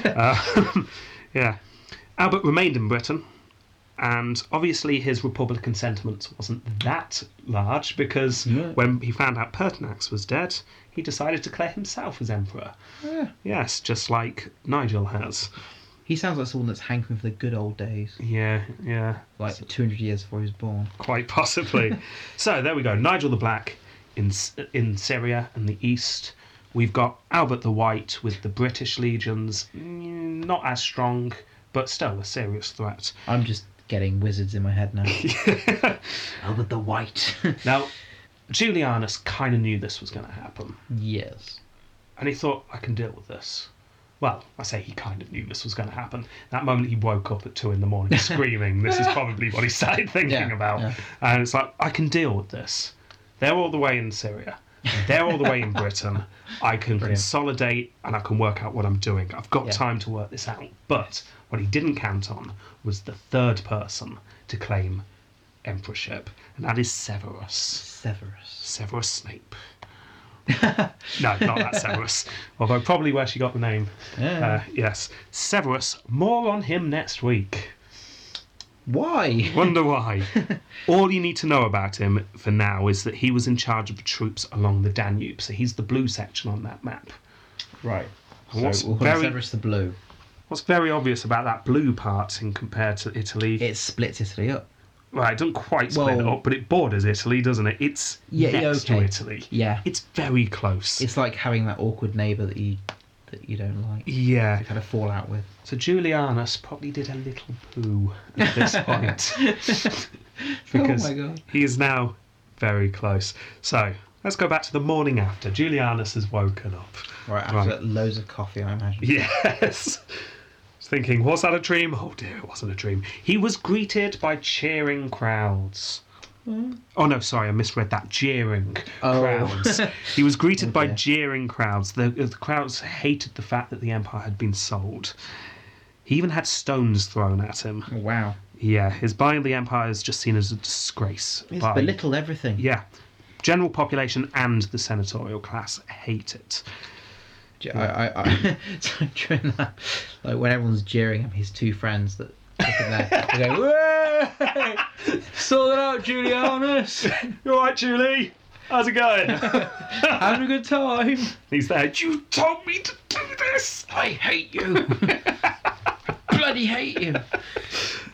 Speaker 3: Uh, yeah. Albert remained in Britain, and obviously his Republican sentiments wasn't that large because
Speaker 2: Yeah.
Speaker 3: when he found out Pertinax was dead, he decided to declare himself as emperor.
Speaker 2: Yeah.
Speaker 3: Yes, just like Nigel has.
Speaker 2: He sounds like someone that's hankering for the good old days,
Speaker 3: Yeah, yeah.
Speaker 2: like 200 years before he was born.
Speaker 3: quite possibly. so there we go. Nigel the Black in S- in Syria and the East. We've got Albert the White with the British legions, mm, not as strong, but still a serious threat.
Speaker 2: I'm just getting wizards in my head now. Albert the White.
Speaker 3: Now, Julianus kind of knew this was going to happen,
Speaker 2: yes.
Speaker 3: and he thought, "I can deal with this." Well, I say he kind of knew this was going to happen. That moment he woke up at two in the morning screaming, this is probably what he started thinking
Speaker 2: Yeah,
Speaker 3: about.
Speaker 2: yeah.
Speaker 3: And it's like, I can deal with this. They're all the way in Syria. They're all the way in Britain. I can consolidate and I can work out what I'm doing. I've got
Speaker 2: Yeah.
Speaker 3: time to work this out. But what he didn't count on was the third person to claim emperorship, and that is Severus.
Speaker 2: Severus.
Speaker 3: Severus Snape. no, not that Severus. Although probably where she got the name.
Speaker 2: Yeah.
Speaker 3: Uh, yes, Severus. More on him next week.
Speaker 2: Why?
Speaker 3: Wonder why. All you need to know about him for now is that he was in charge of the troops along the Danube. So he's the blue section on that map.
Speaker 2: Right. So
Speaker 3: What's
Speaker 2: we'll call
Speaker 3: very-
Speaker 2: Severus the Blue.
Speaker 3: What's very obvious about that blue part in compared to Italy?
Speaker 2: It splits Italy up.
Speaker 3: well, it doesn't quite split
Speaker 2: Well-
Speaker 3: up, but it borders Italy, doesn't it? It's
Speaker 2: Yeah, yeah,
Speaker 3: next to
Speaker 2: okay.
Speaker 3: Italy.
Speaker 2: Yeah.
Speaker 3: It's very close.
Speaker 2: It's like having that awkward neighbour that you that you don't like.
Speaker 3: yeah.
Speaker 2: You've had a fallout with.
Speaker 3: So Julianus probably did a little poo at this point because
Speaker 2: oh my god.
Speaker 3: he is now very close. So let's go back to the morning after. Julianus has woken up.
Speaker 2: Right, after loads of coffee, I imagine.
Speaker 3: Yes. He's thinking, was that a dream? Oh dear, it wasn't a dream. He was greeted by cheering crowds. Oh no, sorry, I misread that. Jeering
Speaker 2: Hmm. Oh.
Speaker 3: crowds. he was greeted by
Speaker 2: Okay.
Speaker 3: jeering crowds. The, the crowds hated the fact that the empire had been sold. He even had stones thrown at him.
Speaker 2: Wow.
Speaker 3: Yeah, his buying the empire is just seen as a disgrace.
Speaker 2: It's
Speaker 3: by-
Speaker 2: belittled everything.
Speaker 3: Yeah. General population and the senatorial class hate it.
Speaker 2: J- I, I, I, so during that, like when everyone's jeering him, his two friends that look at that, they go, "Way! Sort it out, Julianus!
Speaker 3: You alright, Julie? How's it going?
Speaker 2: Having a good time!
Speaker 3: He's there. You told me to do this.
Speaker 2: I hate you! Bloody hate you!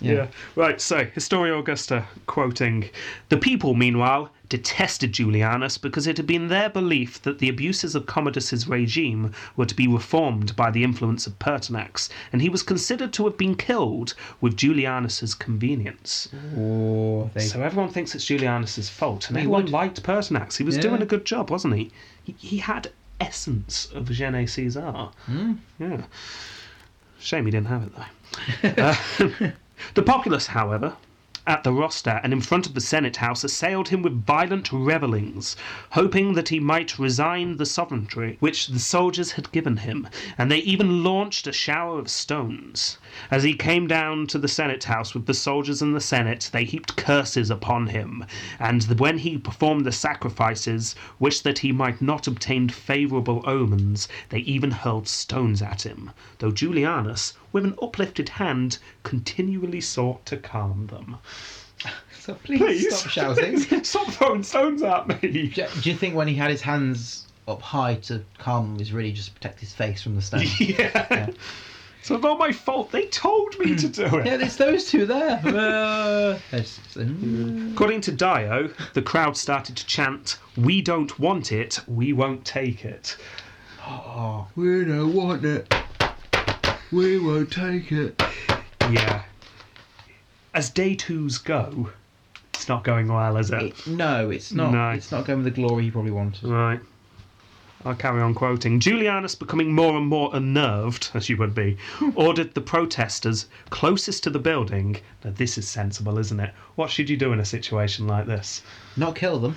Speaker 3: Yeah. Right. So, Historia Augusta quoting: "The people, meanwhile, detested Julianus because it had been their belief that the abuses of Commodus's regime were to be reformed by the influence of Pertinax, and he was considered to have been killed with Julianus's convenience.
Speaker 2: Or they,
Speaker 3: So everyone thinks it's Julianus's fault, and
Speaker 2: They
Speaker 3: everyone
Speaker 2: would.
Speaker 3: liked Pertinax. He was
Speaker 2: Yeah.
Speaker 3: doing a good job, wasn't he? He, he had essence of Gene Caesar.
Speaker 2: Hmm.
Speaker 3: Yeah. Shame he didn't have it though. Uh, the populace, however, at the Rostat and in front of the Senate House assailed him with violent revellings, hoping that he might resign the sovereignty which the soldiers had given him, and they even launched a shower of stones. As he came down to the Senate House with the soldiers and the Senate, they heaped curses upon him, and when he performed the sacrifices, wished that he might not obtain favourable omens, they even hurled stones at him, though Julianus, with an uplifted hand, continually sought to calm them.
Speaker 2: so please, stop shouting.
Speaker 3: Stop throwing stones at me.
Speaker 2: do, do you think when he had his hands up high to calm him, it was really just to protect his face from the stone?
Speaker 3: Yeah. So not my fault. They told me to do it.
Speaker 2: Yeah, it's those two there. Uh, it's- mm.
Speaker 3: According to Dio, the crowd started to chant, "We don't want it. We won't take it."
Speaker 2: Oh, we don't want it. We won't take it.
Speaker 3: Yeah. As day twos go, it's not going well, is it?
Speaker 2: No, it's not.
Speaker 3: No.
Speaker 2: It's not going with the glory you probably wanted.
Speaker 3: Right. I'll carry on quoting. Julianus, becoming more and more unnerved, as you would be, ordered the protesters closest to the building. Now, this is sensible, isn't it? What should you do in a situation like this?
Speaker 2: Not kill them.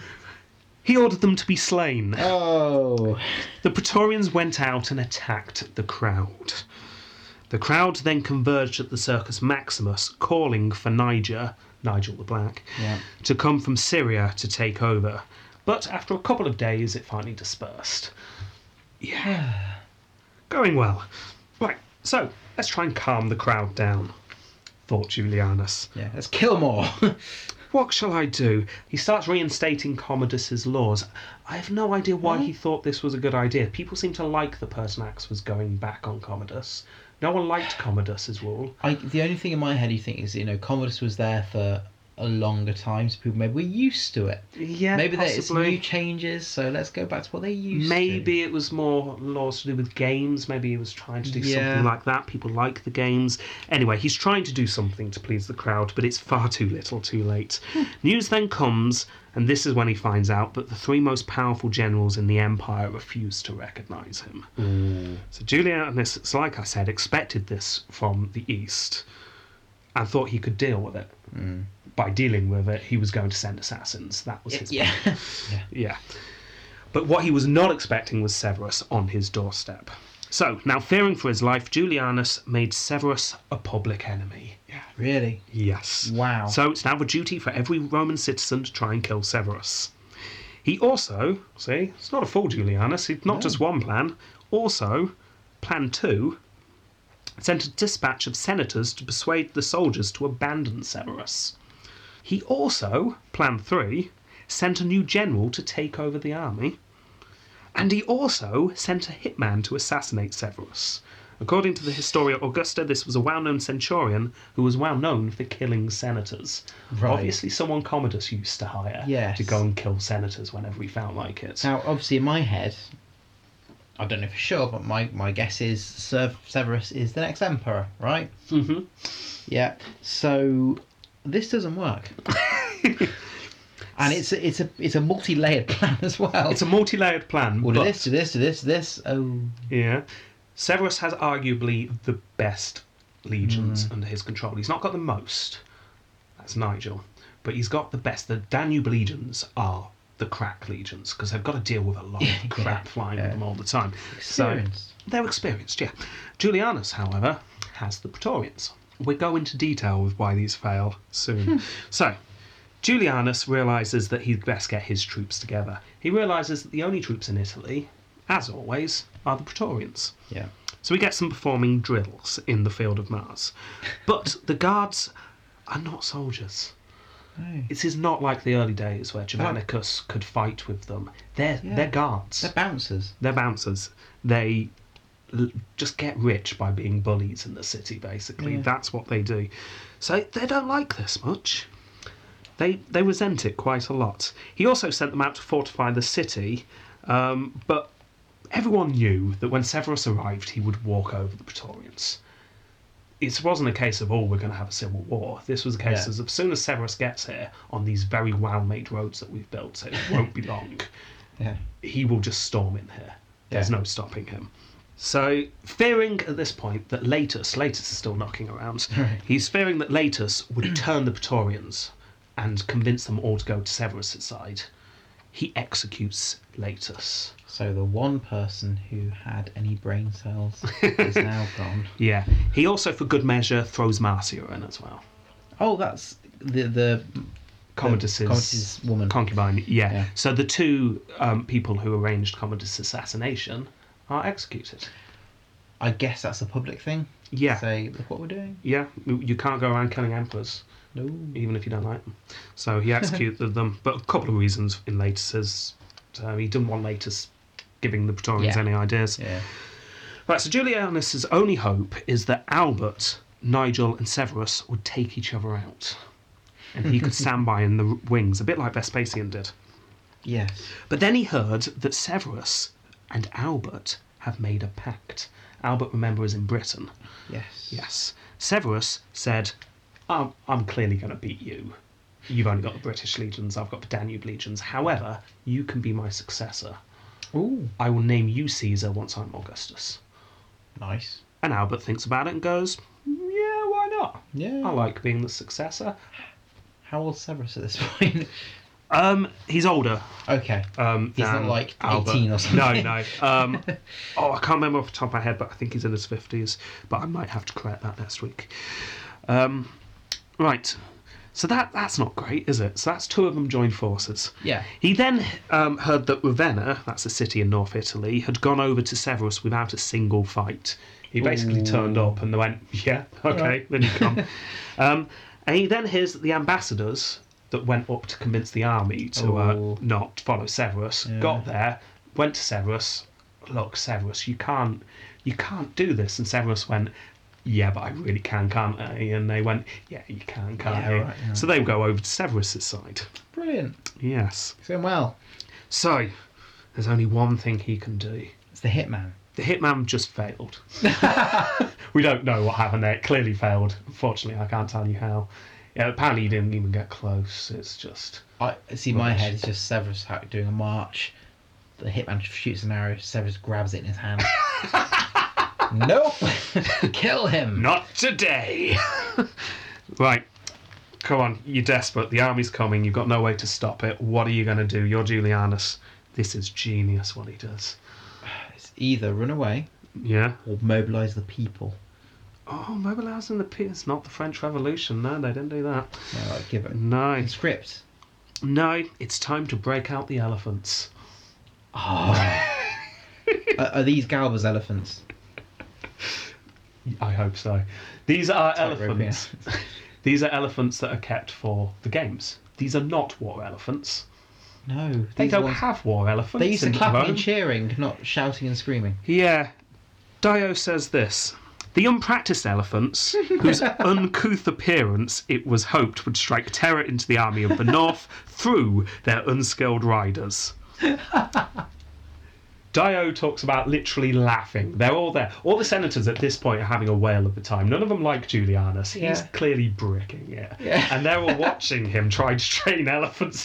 Speaker 3: He ordered them to be slain.
Speaker 2: Oh,
Speaker 3: The Praetorians went out and attacked the crowd. The crowd then converged at the Circus Maximus, calling for Niger, Nigel the Black,
Speaker 2: yeah.
Speaker 3: to come from Syria to take over. But after a couple of days, it finally dispersed. Yeah. Going well. Right, so let's try and calm the crowd down, thought Julianus.
Speaker 2: Yeah, let's kill more.
Speaker 3: What shall I do? He starts reinstating Commodus's laws. I have no idea why he thought this was a good idea. People seem to like the Pertinax was going back on Commodus. No one liked Commodus's rule.
Speaker 2: I, the only thing in my head you think is, you know, Commodus was there for a longer time, so people maybe were used to it.
Speaker 3: Yeah,
Speaker 2: maybe there it's
Speaker 3: possibly.
Speaker 2: new changes, so let's go back to what they used to.
Speaker 3: Maybe it was more laws to do with games. Maybe he was trying to do
Speaker 2: Yeah.
Speaker 3: something like that. People like the games. Anyway, he's trying to do something to please the crowd, but it's far too little, too late.
Speaker 2: Hmm.
Speaker 3: News then comes, and this is when he finds out that the three most powerful generals in the empire refuse to recognize him.
Speaker 2: Hmm.
Speaker 3: So Julianus, it's like I said, expected this from the east and thought he could deal with it. By dealing with it, he was going to send assassins. That was his plan.
Speaker 2: Hmm. Yeah.
Speaker 3: Yeah. But what he was not expecting was Severus on his doorstep. So, now fearing for his life, Julianus made Severus a public enemy. Yeah.
Speaker 2: really?
Speaker 3: Yes.
Speaker 2: Wow.
Speaker 3: So, it's now a duty for every Roman citizen to try and kill Severus. He also, see, it's not a fool, Julianus, it's not just one plan. Also, plan two sent a dispatch of senators to persuade the soldiers to abandon Severus. He also, Plan 3, sent a new general to take over the army. And he also sent a hitman to assassinate Severus. According to the historian Augusta, this was a well known centurion who was well known for killing senators.
Speaker 2: Right.
Speaker 3: Obviously, someone Commodus used to hire
Speaker 2: Yes.
Speaker 3: to go and kill senators whenever he felt like it.
Speaker 2: Now, obviously, in my head, I don't know for sure, but my, my guess is Ser- Severus is the next emperor, right?
Speaker 3: hmm
Speaker 2: Yeah. So this doesn't work. and it's a, it's a it's a multi-layered plan as well.
Speaker 3: It's a multi layered plan.
Speaker 2: Oh. We'll do
Speaker 3: but-
Speaker 2: this, do this, do this, this. Oh,
Speaker 3: Yeah. Severus has arguably the best
Speaker 2: Mm.
Speaker 3: legions under his control. He's not got the most. That's Nigel. But he's got the best. The Danube legions are the crack legions because they've got to deal with a lot of crap flying
Speaker 2: yeah.
Speaker 3: at them all the time.
Speaker 2: experienced.
Speaker 3: So they're experienced, yeah. Julianus, however, has the Praetorians. We go into detail with why these fail
Speaker 2: Hmm.
Speaker 3: soon. so Julianus realizes that he'd best get his troops together. He realizes that the only troops in Italy, as always, are the Praetorians.
Speaker 2: yeah.
Speaker 3: So we get some performing drills in the field of Mars. But the guards are not soldiers.
Speaker 2: No.
Speaker 3: It is not like the early days where Germanicus could fight with them. They're,
Speaker 2: Yeah.
Speaker 3: they're guards.
Speaker 2: They're bouncers.
Speaker 3: They're bouncers. They l- just get rich by being bullies in the city, basically.
Speaker 2: Yeah.
Speaker 3: That's what they do. So they don't like this much. They, they resent it quite a lot. He also sent them out to fortify the city, um, but everyone knew that when Severus arrived, he would walk over the Praetorians. It wasn't a case of, oh, we're going to have a civil war. This was a case
Speaker 2: Yeah.
Speaker 3: of, as soon as Severus gets here on these very well made roads that we've built, so it won't be long
Speaker 2: Yeah.
Speaker 3: he will just storm in here. There's
Speaker 2: Yeah.
Speaker 3: no stopping him. So, fearing at this point that Latus, Latus is still knocking around, he's fearing that Latus would turn the Praetorians and convince them all to go to Severus' side. He executes Latus.
Speaker 2: So the one person who had any brain cells is now gone.
Speaker 3: Yeah. He also, for good measure, throws Marcia in as well.
Speaker 2: Oh, that's the the
Speaker 3: Commodus's,
Speaker 2: Commodus's woman.
Speaker 3: concubine. Yeah.
Speaker 2: Yeah.
Speaker 3: So the two um, people who arranged Commodus' assassination are executed.
Speaker 2: I guess that's a public thing.
Speaker 3: Yeah.
Speaker 2: Say, look what we're doing.
Speaker 3: Yeah. You can't go around killing emperors.
Speaker 2: No.
Speaker 3: even if you don't like them. So he executed them, but a couple of reasons in uh, Latus's. So he didn't want Latus giving the Praetorians
Speaker 2: Yeah.
Speaker 3: any ideas.
Speaker 2: Yeah.
Speaker 3: Right, so Julianus's only hope is that Albert, Nigel, and Severus would take each other out. And he could stand by in the wings, a bit like Vespasian did.
Speaker 2: Yes.
Speaker 3: But then he heard that Severus and Albert have made a pact. Albert, remember, is in Britain.
Speaker 2: Yes.
Speaker 3: Yes. Severus said, I'm, I'm clearly going to beat you. You've only got the British legions, I've got the Danube legions. However, you can be my successor.
Speaker 2: Ooh,
Speaker 3: I will name you Caesar once I'm Augustus.
Speaker 2: nice.
Speaker 3: And Albert thinks about it and goes, Yeah, why not?
Speaker 2: Yeah.
Speaker 3: I like being the successor.
Speaker 2: How old Severus at this point?
Speaker 3: Um, he's older.
Speaker 2: okay.
Speaker 3: Um,
Speaker 2: He's not
Speaker 3: than
Speaker 2: like
Speaker 3: Albert.
Speaker 2: 18 or something.
Speaker 3: No, no. Um, oh, I can't remember off the top of my head, but I think he's in his fifties. But I might have to correct that next week. Um, right. So that that's not great, is it? So that's two of them joined forces.
Speaker 2: Yeah.
Speaker 3: He then um, heard that Ravenna, that's a city in North Italy, had gone over to Severus without a single fight. He basically
Speaker 2: Ooh.
Speaker 3: turned up and they went, yeah, okay,
Speaker 2: Alright.
Speaker 3: then you come. um, and he then hears that the ambassadors that went up to convince the army to uh,
Speaker 2: Ooh.
Speaker 3: not follow Severus
Speaker 2: Yeah.
Speaker 3: got there, went to Severus. Look, Severus, you can't, you can't do this. And Severus went, yeah, but I really can, can't I? And they went, yeah, you can, can't
Speaker 2: Yeah,
Speaker 3: you?
Speaker 2: right, yeah.
Speaker 3: So they go over to Severus's side.
Speaker 2: Brilliant.
Speaker 3: Yes.
Speaker 2: He's doing well.
Speaker 3: So, there's only one thing he can do.
Speaker 2: It's the hitman.
Speaker 3: The hitman just failed. we don't know what happened there. It clearly failed. Unfortunately, I can't tell you how. Yeah, apparently, he didn't even get close. It's just.
Speaker 2: I see. My
Speaker 3: Rubbish.
Speaker 2: head is just Severus ha- doing a march. The hitman shoots an arrow. Severus grabs it in his hand. nope. Kill him.
Speaker 3: Not today! right. Come on, you're desperate. The army's coming. You've got no way to stop it. What are you going to do? You're Julianus. This is genius what he does.
Speaker 2: It's either run away
Speaker 3: Yeah.
Speaker 2: or mobilize the people.
Speaker 3: Oh, mobilising the P. It's not the French Revolution. No, they didn't do that.
Speaker 2: No, like give it.
Speaker 3: No.
Speaker 2: Script.
Speaker 3: No, it's time to break out the elephants.
Speaker 2: Oh. are, are these Galba's elephants?
Speaker 3: I hope so. These are
Speaker 2: Tightrope,
Speaker 3: elephants. These are elephants that are kept for the games. These are not war elephants.
Speaker 2: No.
Speaker 3: They
Speaker 2: these
Speaker 3: don't
Speaker 2: ones-
Speaker 3: have war elephants.
Speaker 2: They used to
Speaker 3: in
Speaker 2: clapping
Speaker 3: Rome.
Speaker 2: and cheering, not shouting and screaming.
Speaker 3: Yeah. Dio says this. The unpracticed elephants, whose uncouth appearance it was hoped would strike terror into the army of the north through their unskilled riders. Dio talks about literally laughing. They're all there. All the senators at this point are having a whale of a time. None of them like Julianus. He's
Speaker 2: Yeah.
Speaker 3: clearly bricking it.
Speaker 2: Yeah.
Speaker 3: And they're all watching him try to train elephants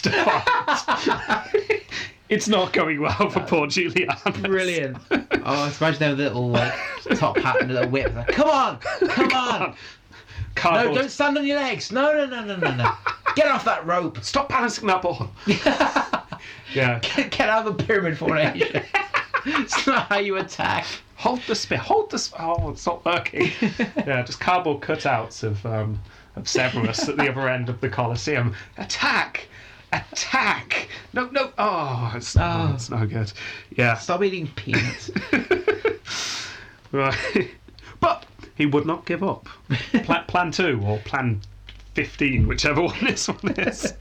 Speaker 3: to fight. it's not going well for poor Julianus.
Speaker 2: Brilliant. oh, I just imagine their little like top hat and a little whip. Like, Come on! Come on! No,
Speaker 3: Cardboard.
Speaker 2: don't stand on your legs. No, no, no, no, no, no. Get off that rope.
Speaker 3: Stop balancing that ball. yeah.
Speaker 2: Get out of the pyramid formation. it's not how you attack.
Speaker 3: Hold the spit. Hold the. Sp- oh, it's not working. yeah, just cardboard cutouts of um, of Severus at the other end of the Colosseum. Attack! Attack! No, no. Oh, it's no,
Speaker 2: Oh.
Speaker 3: it's no good. Yeah.
Speaker 2: Stop eating peanuts.
Speaker 3: Right. but he would not give up. Pla- plan 2 or Plan 15, whichever one this one is.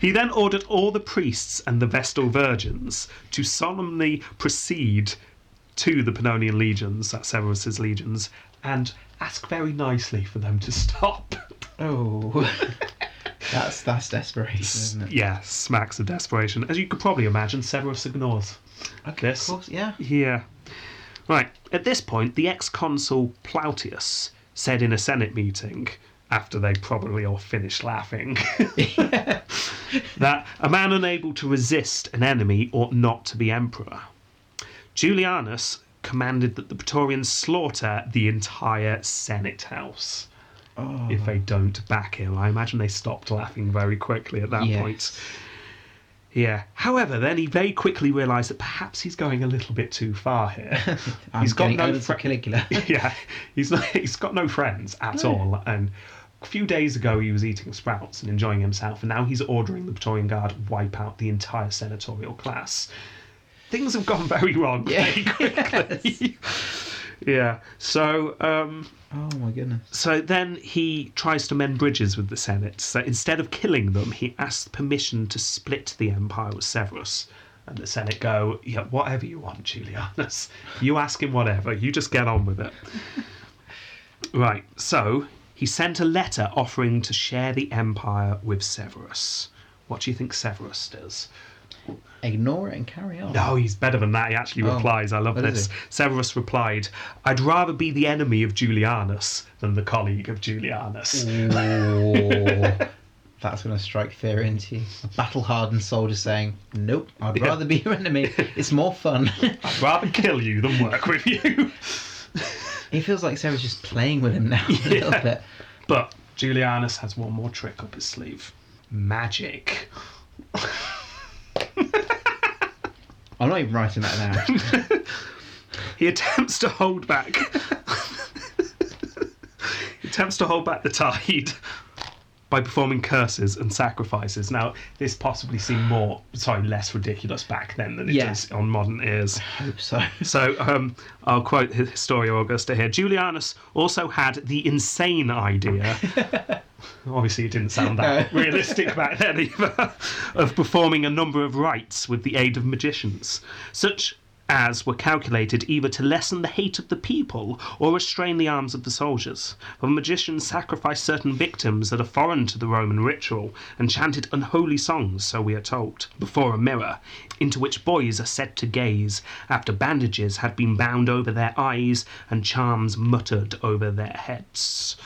Speaker 3: he then ordered all the priests and the Vestal Virgins to solemnly proceed to the Pannonian legions, that's Severus's legions, and ask very nicely for them to stop.
Speaker 2: oh. That's that's desperation, isn't it?
Speaker 3: yeah, smacks of desperation. As you could probably imagine, Severus ignores.
Speaker 2: Okay,
Speaker 3: This-
Speaker 2: Of course, yeah.
Speaker 3: Yeah. Right. At this point, the ex consul Plautius said in a Senate meeting, after they probably all finished laughing, that a man unable to resist an enemy ought not to be emperor. Julianus commanded that the Praetorians slaughter the entire Senate house
Speaker 2: Oh.
Speaker 3: if they don't back him. I imagine they stopped laughing very quickly at that
Speaker 2: Yes.
Speaker 3: point. Yeah. However, then he very quickly realised that perhaps he's going a little bit too far here.
Speaker 2: I'm
Speaker 3: he's got
Speaker 2: getting
Speaker 3: no
Speaker 2: over
Speaker 3: fr-
Speaker 2: to Caligula.
Speaker 3: yeah, he's not, he's got no friends at all. And a few days ago, he was eating sprouts and enjoying himself, and now he's ordering the Praetorian Guard wipe out the entire senatorial class. Things have gone very wrong very quickly. yeah. So. Um,
Speaker 2: oh my goodness.
Speaker 3: so then he tries to mend bridges with the Senate. So instead of killing them, he asks permission to split the empire with Severus. and the Senate go, yeah, whatever you want, Julianus. You ask him whatever, you just get on with it. right, so he sent a letter offering to share the empire with Severus. What do you think Severus does?
Speaker 2: Ignore it and carry on.
Speaker 3: No, he's better than that. He actually
Speaker 2: Oh,
Speaker 3: replies. I love
Speaker 2: what is
Speaker 3: this. Severus replied, I'd rather be the enemy of Julianus than the colleague of Julianus.
Speaker 2: Ooh, that's going to strike fear into you. A battle hardened soldier saying, Nope, I'd
Speaker 3: Yeah.
Speaker 2: rather be your enemy. It's more fun.
Speaker 3: I'd rather kill you than work with you.
Speaker 2: it feels like Sarah's just playing with him now a little
Speaker 3: Yeah.
Speaker 2: bit.
Speaker 3: But Julianus has one more trick up his sleeve magic.
Speaker 2: I'm not even writing that now.
Speaker 3: He attempts to hold back. he attempts to hold back the tide by performing curses and sacrifices. Now, this possibly seemed more, sorry, less ridiculous back then than it is
Speaker 2: Yeah.
Speaker 3: on modern ears.
Speaker 2: I hope so.
Speaker 3: So um, I'll quote his Historia Augusta here. Julianus also had the insane idea. Obviously, it didn't sound that
Speaker 2: No.
Speaker 3: realistic back then either, of performing a number of rites with the aid of magicians, such as were calculated either to lessen the hate of the people or restrain the arms of the soldiers. For magicians sacrificed certain victims that are foreign to the Roman ritual and chanted unholy songs, so we are told, before a mirror, into which boys are said to gaze after bandages had been bound over their eyes and charms muttered over their heads.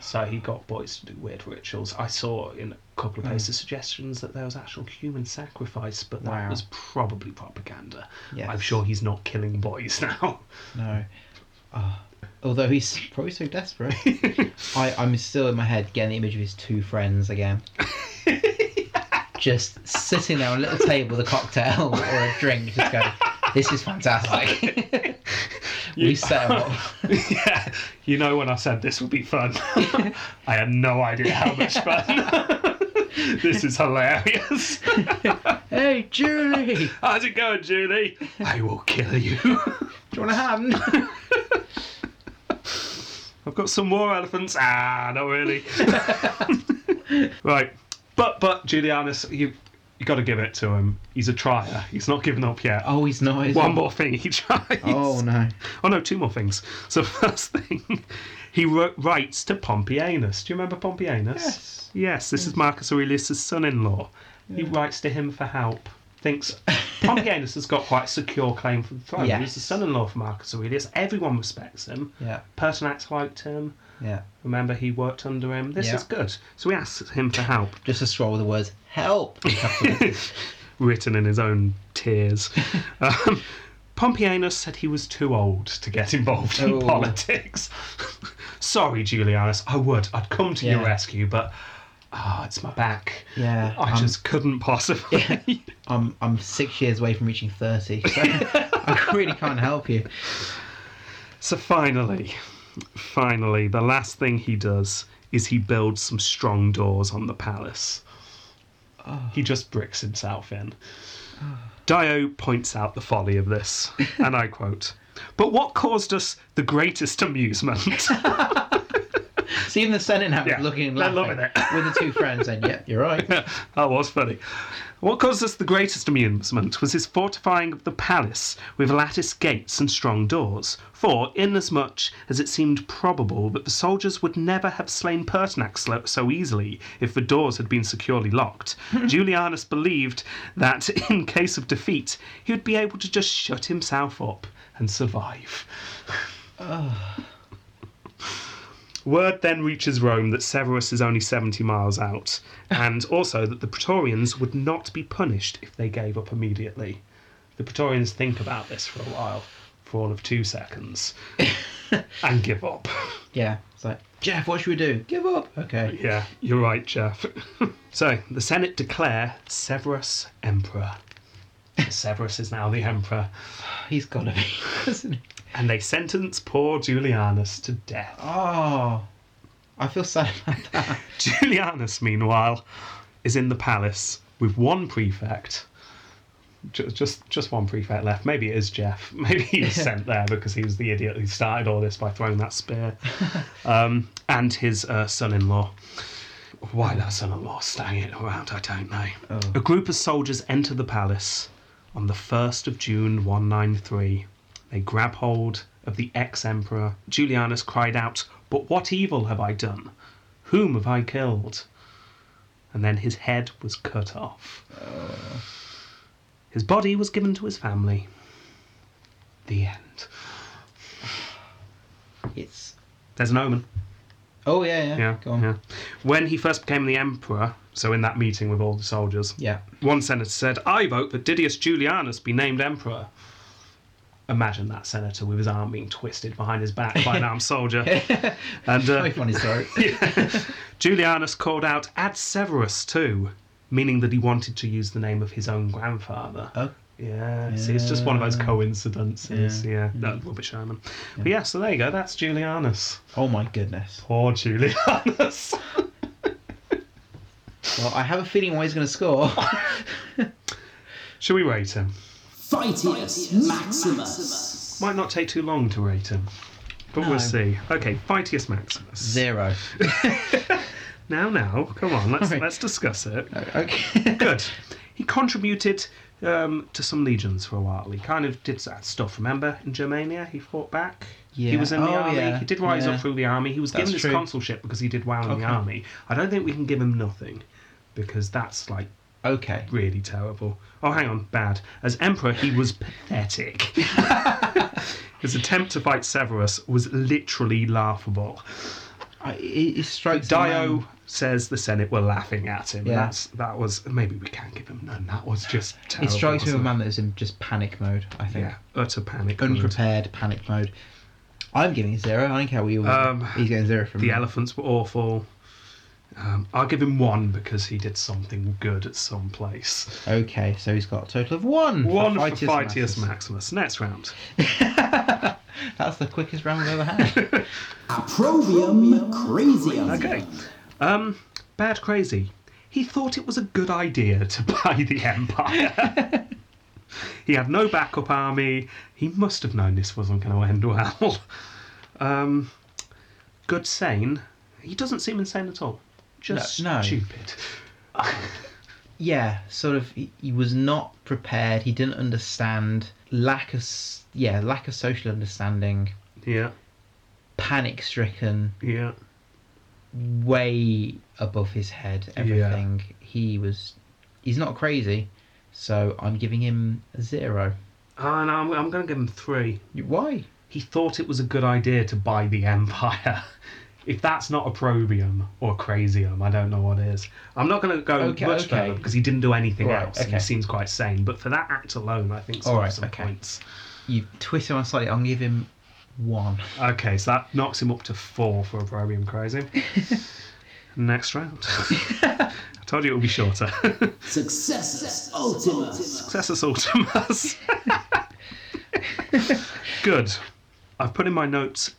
Speaker 3: So he got boys to do weird rituals. I saw in a
Speaker 2: Hmm.
Speaker 3: couple of places suggestions that there was actual human sacrifice, but that
Speaker 2: Wow.
Speaker 3: was probably propaganda.
Speaker 2: Yes.
Speaker 3: I'm sure he's not killing boys now.
Speaker 2: No. Ah. although he's probably so desperate. I, I'm still in my head getting the image of his two friends again. just sitting there on a little table with a cocktail or a drink, just going, this is fantastic. we set 'em up.
Speaker 3: yeah, you know when I said this would be fun, I had no idea how much fun. this is hilarious.
Speaker 2: Hey, Julie! Do you
Speaker 3: How's it going, Julie? I will kill you.
Speaker 2: want a hand?
Speaker 3: I've got some more elephants. Ah, not really. right, but but Julianus, you you got to give it to him. He's a trier. He's not giving up yet.
Speaker 2: Oh, he's not. Is
Speaker 3: One
Speaker 2: he?
Speaker 3: more thing he tries.
Speaker 2: Oh, no.
Speaker 3: Oh no, two more things. So first thing, he wrote, writes to Pompeianus. Do you remember Pompeianus?
Speaker 2: Yes.
Speaker 3: Yes, this is Marcus Aurelius' son-in-law. He writes to him for help. Thinks Pompeianus has got quite a secure claim for the throne.
Speaker 2: Yes.
Speaker 3: He's the son-in-law of Marcus Aurelius. Everyone respects him.
Speaker 2: Yeah,
Speaker 3: Pertinax liked him.
Speaker 2: yeah.
Speaker 3: Remember, he worked under him. This
Speaker 2: Yeah.
Speaker 3: is good. So he asks him for help,
Speaker 2: Just a scroll with the words, help!
Speaker 3: written in his own tears. um, Pompeianus said he was too old to get involved in
Speaker 2: Oh.
Speaker 3: politics. Sorry, Julianus, I would. I'd come to your
Speaker 2: Yeah.
Speaker 3: rescue, but ah, it's my back.
Speaker 2: Yeah,
Speaker 3: I
Speaker 2: um,
Speaker 3: just couldn't possibly.
Speaker 2: I'm, I'm six years away from reaching 30, so I really can't help you.
Speaker 3: So finally, finally, the last thing he does is he builds some strong doors on the palace. He just bricks himself in. Dio points out the folly of this, and I quote, But what caused us the greatest amusement?
Speaker 2: So even the Senate now
Speaker 3: Yeah,
Speaker 2: is looking and
Speaker 3: they're
Speaker 2: laughing
Speaker 3: loving it.
Speaker 2: with the two friends and yep, you're right.
Speaker 3: that was funny. What caused us the greatest amusement was his fortifying of the palace with lattice gates and strong doors. For, inasmuch as it seemed probable that the soldiers would never have slain Pertinax so- so easily if the doors had been securely locked, Julianus believed that, in case of defeat, he would be able to just shut himself up and survive. Word then reaches Rome that Severus is only 70 miles out, and also that the Praetorians would not be punished if they gave up immediately. The Praetorians think about this for a while, for all of two seconds, and give up.
Speaker 2: Yeah, it's like, Jeff, what should we do? Give up. Okay.
Speaker 3: Yeah, you're right, Jeff. so, the Senate declare Severus emperor. Severus is now the emperor,
Speaker 2: He's got to be, doesn't he?
Speaker 3: and they sentence poor Julianus to death.
Speaker 2: Oh, I feel sad about that.
Speaker 3: Julianus, meanwhile, is in the palace with one prefect. Ju- Just, just one prefect left. Maybe it is Jeff. Maybe he was sent there because he was the idiot who started all this by throwing that spear. Um, and his uh, son-in-law. Why that's an law staying around, I don't know. A group of soldiers enter the palace on the 1st of June 193. They grab hold of the ex emperor. Julianus cried out, But what evil have I done? Whom have I killed? And then his head was cut off. His body was given to his family. The end.
Speaker 2: It's
Speaker 3: There's an omen.
Speaker 2: oh yeah yeah,
Speaker 3: Yeah.
Speaker 2: go on
Speaker 3: yeah. When he first became the emperor, so in that meeting with all the soldiers,
Speaker 2: yeah.
Speaker 3: one senator said, I vote that Didius Julianus be named emperor. Imagine that senator with his arm being twisted behind his back by an armed soldier. And uh,
Speaker 2: Knife on his throat.
Speaker 3: Julianus called out Ad Severus too, meaning that he wanted to use the name of his own grandfather.
Speaker 2: Oh,
Speaker 3: Yeah, see, it's just one of those coincidences. Yeah,
Speaker 2: Yeah.
Speaker 3: that rubbish Sherman. But yeah, so there you go. That's Julianus.
Speaker 2: oh my goodness.
Speaker 3: Poor Julianus.
Speaker 2: Well, I have a feeling why he's going to score.
Speaker 3: Should we rate him?
Speaker 1: Fightius Maximus.
Speaker 3: Might not take too long to rate him, but
Speaker 2: No.
Speaker 3: we'll see. Okay, Fightius Maximus.
Speaker 2: Zero.
Speaker 3: Now, now, come on, let's
Speaker 2: Right.
Speaker 3: let's discuss it.
Speaker 2: Okay.
Speaker 3: Good. He contributed um, to some legions for a while. He kind of did that stuff. Remember in Germania, he fought back. He
Speaker 2: Yeah.
Speaker 3: was in the
Speaker 2: Oh,
Speaker 3: army.
Speaker 2: yeah.
Speaker 3: He did rise
Speaker 2: Yeah.
Speaker 3: up through the army. He was
Speaker 2: That's
Speaker 3: given his
Speaker 2: true.
Speaker 3: consulship because he did well in
Speaker 2: Okay.
Speaker 3: the army. I don't think we can give him nothing because that's like
Speaker 2: Okay.
Speaker 3: really terrible. Oh, hang on, bad. As emperor, he was pathetic. His attempt to fight Severus was literally laughable.
Speaker 2: I, it, it strikes me,
Speaker 3: Dio
Speaker 2: man.
Speaker 3: says the Senate were laughing at him.
Speaker 2: Yeah.
Speaker 3: That's that was maybe we can't give him none. That was just
Speaker 2: It
Speaker 3: terrible.
Speaker 2: strikes me as a
Speaker 3: wasn't
Speaker 2: man that is in just panic mode. I
Speaker 3: it?
Speaker 2: think
Speaker 3: Yeah, utter panic. mode.
Speaker 2: unprepared panic mode. I'm giving it zero. I don't care what you.
Speaker 3: Um,
Speaker 2: he's getting zero from
Speaker 3: The
Speaker 2: me.
Speaker 3: elephants were awful. Um, I'll give him one because he did something good at some place.
Speaker 2: Okay, so he's got a total of one.
Speaker 3: One for
Speaker 2: Fightius
Speaker 3: Fightius
Speaker 2: Maximus.
Speaker 3: Maximus. Next round.
Speaker 2: That's the quickest round we've ever had.
Speaker 1: Approvium Crasium.
Speaker 3: Okay. Um, bad crazy. He thought it was a good idea to buy the empire. he had no backup army. He must have known this wasn't going to end well. Um, good sane. He doesn't seem insane at all. Just
Speaker 2: No, no.
Speaker 3: stupid.
Speaker 2: yeah, sort of. He, he was not prepared. He didn't understand lack of s- yeah lack of social understanding.
Speaker 3: Yeah,
Speaker 2: Panic stricken,
Speaker 3: yeah.
Speaker 2: way above his head. Everything he was, he's not crazy. So I'm giving him a zero.
Speaker 3: Oh, no, I'm, I'm going to give him three.
Speaker 2: Why?
Speaker 3: He thought it was a good idea to buy the empire. If that's not a probium or crazium, I don't know what is. I'm not going to go
Speaker 2: Okay,
Speaker 3: much
Speaker 2: okay.
Speaker 3: further because he didn't do anything
Speaker 2: Right,
Speaker 3: else. And he
Speaker 2: okay.
Speaker 3: seems quite sane. But for that act alone, I think some,
Speaker 2: All right,
Speaker 3: some
Speaker 2: okay.
Speaker 3: points.
Speaker 2: You twist him on slightly. I'll give him one.
Speaker 3: Okay, so that knocks him up to four for a probium crazium. Next round. I told you it would be shorter.
Speaker 1: Successus Ultimus.
Speaker 3: Successus Ultimus. Good. I've put in my notes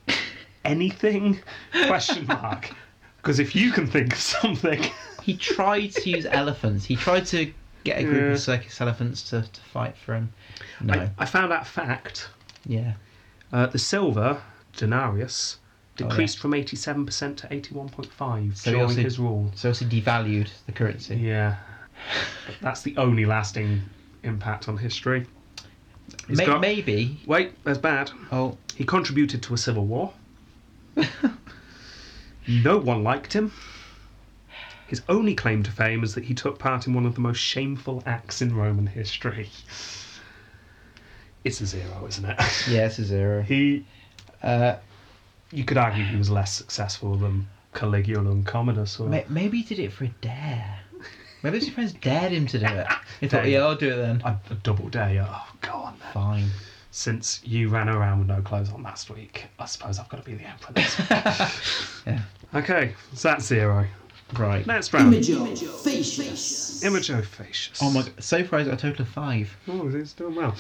Speaker 3: anything question mark because if you can think of something,
Speaker 2: He tried to use elephants. He tried to get a group
Speaker 3: Yeah.
Speaker 2: of circus elephants to, to fight for him. No.
Speaker 3: I, I found out a fact.
Speaker 2: Yeah.
Speaker 3: Uh, the silver denarius
Speaker 2: Oh, yeah.
Speaker 3: decreased from eighty-seven percent to eighty-one point five
Speaker 2: So he
Speaker 3: during
Speaker 2: also-
Speaker 3: his rule.
Speaker 2: So also devalued the currency.
Speaker 3: Yeah, that's the only lasting impact on history. He's
Speaker 2: May-
Speaker 3: got-
Speaker 2: Maybe.
Speaker 3: Wait, that's bad.
Speaker 2: Oh,
Speaker 3: He contributed to a civil war. no one liked him. His only claim to fame is that he took part in one of the most shameful acts in Roman history. It's a zero, isn't it?
Speaker 2: yeah, it's a zero.
Speaker 3: he,
Speaker 2: Uh,
Speaker 3: you could argue, he was less successful than Caligula and Commodus. Or...
Speaker 2: ma- maybe he did it for a dare. Maybe his friends dared him to do it. He thought,
Speaker 3: Dare.
Speaker 2: yeah, I'll do it then.
Speaker 3: A, a double day. Oh, go on then.
Speaker 2: Fine.
Speaker 3: Since you ran around with no clothes on last week, I suppose I've got to be the emperor. This week.
Speaker 2: Yeah.
Speaker 3: okay, so that's zero.
Speaker 2: Right.
Speaker 3: Next round.
Speaker 1: Imago Facius.
Speaker 3: Imagophacius.
Speaker 2: Oh my. So far, he's got a total of five.
Speaker 3: Oh, he's doing well.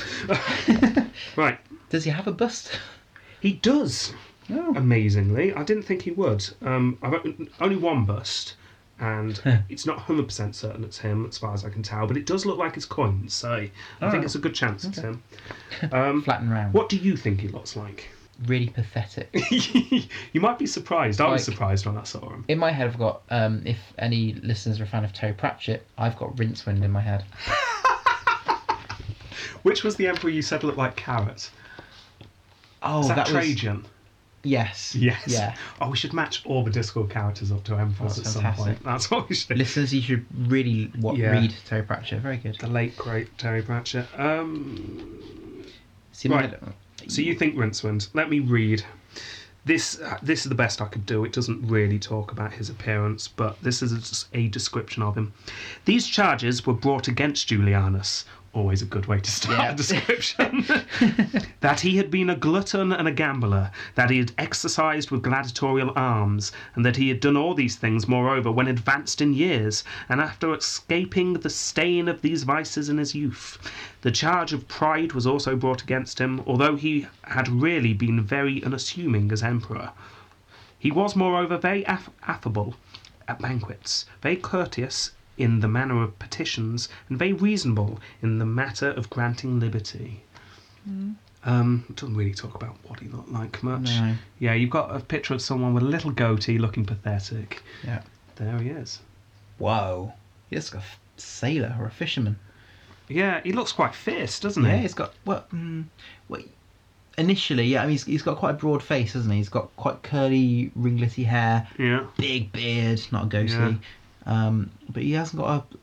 Speaker 3: right.
Speaker 2: Does he have a bust?
Speaker 3: He does,
Speaker 2: No.
Speaker 3: amazingly. I didn't think he would. Um, I've o- only one bust, and it's not 100% certain it's him, as far as I can tell, but it does look like it's coins, so I think
Speaker 2: Alright.
Speaker 3: it's a good chance it's him. Um,
Speaker 2: Flat and round.
Speaker 3: what do you think he looks like?
Speaker 2: really pathetic.
Speaker 3: you might be surprised. I was
Speaker 2: Like-
Speaker 3: surprised when I saw him.
Speaker 2: In my head, I've got um, if any listeners are a fan of Terry Pratchett, I've got Rincewind in my head.
Speaker 3: Which was the emperor you said looked like carrot?
Speaker 2: Oh,
Speaker 3: Was that,
Speaker 2: that was
Speaker 3: Trajan?
Speaker 2: yes,
Speaker 3: Yes.
Speaker 2: yeah.
Speaker 3: Oh, we should match all the Discord characters up to emperors at
Speaker 2: That's
Speaker 3: some point.
Speaker 2: fantastic.
Speaker 3: That's what we should.
Speaker 2: Listeners, you should really what
Speaker 3: Yeah.
Speaker 2: read Terry Pratchett. Very good.
Speaker 3: The late great Terry Pratchett. Um,
Speaker 2: See, my
Speaker 3: Right.
Speaker 2: head-
Speaker 3: So you think Rincewind? Let me read. This uh, this is the best I could do. It doesn't really talk about his appearance, but this is a, s- a description of him. These charges were brought against Julianus. Always a good way to start
Speaker 2: Yeah.
Speaker 3: a description. that he had been a glutton and a gambler, that he had exercised with gladiatorial arms, and that he had done all these things, moreover, when advanced in years, and after escaping the stain of these vices in his youth. The charge of pride was also brought against him, although he had really been very unassuming as emperor. He was, moreover, very aff- affable at banquets, very courteous in the manner of petitions, and very reasonable in the matter of granting liberty.
Speaker 2: Hmm.
Speaker 3: Um, it doesn't really talk about what he looked like much.
Speaker 2: No.
Speaker 3: Yeah, you've got a picture of someone with a little goatee looking pathetic.
Speaker 2: yeah.
Speaker 3: There he is.
Speaker 2: Whoa, he looks like a f- sailor or a fisherman.
Speaker 3: Yeah, he looks quite fierce, doesn't
Speaker 2: Yeah,
Speaker 3: he?
Speaker 2: he's got what? mm what initially, yeah, I mean, he's, he's got quite a broad face, hasn't he? He's got quite curly, ringlety hair,
Speaker 3: Yeah.
Speaker 2: big beard, not ghostly. Um, but he hasn't got a.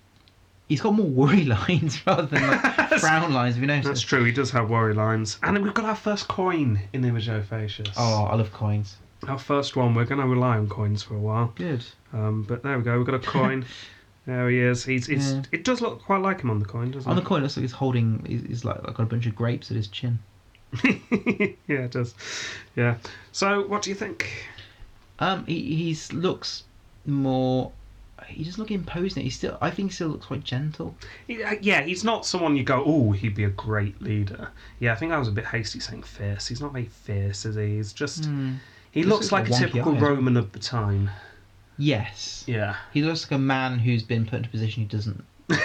Speaker 2: He's got more worry lines rather than like frown lines. Have you
Speaker 3: That's
Speaker 2: noticed?
Speaker 3: true, he does have worry lines. And then we've got our first coin in Imago Facius.
Speaker 2: Oh, I love coins.
Speaker 3: Our first one, we're going to rely on coins for a while.
Speaker 2: Good.
Speaker 3: Um, but there we go, we've got a coin. there he is. He's, it's,
Speaker 2: Yeah.
Speaker 3: It does look quite like him on the coin, doesn't
Speaker 2: On the
Speaker 3: it?
Speaker 2: coin, it looks like he's holding. He's, he's like got a bunch of grapes at his chin.
Speaker 3: yeah, it does. Yeah. So, what do you think?
Speaker 2: Um, he he's looks more. He doesn't look imposing. He still, I think, he still looks quite gentle.
Speaker 3: He- uh, Yeah, he's not someone you go, oh, he'd be a great leader. Yeah, I think I was a bit hasty saying fierce. He's not very fierce, is he? He's just. He
Speaker 2: Hmm. Just
Speaker 3: looks like
Speaker 2: like
Speaker 3: a
Speaker 2: wonky
Speaker 3: typical
Speaker 2: eyes.
Speaker 3: Roman of the time.
Speaker 2: Yes,
Speaker 3: Yeah.
Speaker 2: he looks like a man who's been put into a position he doesn't.
Speaker 3: But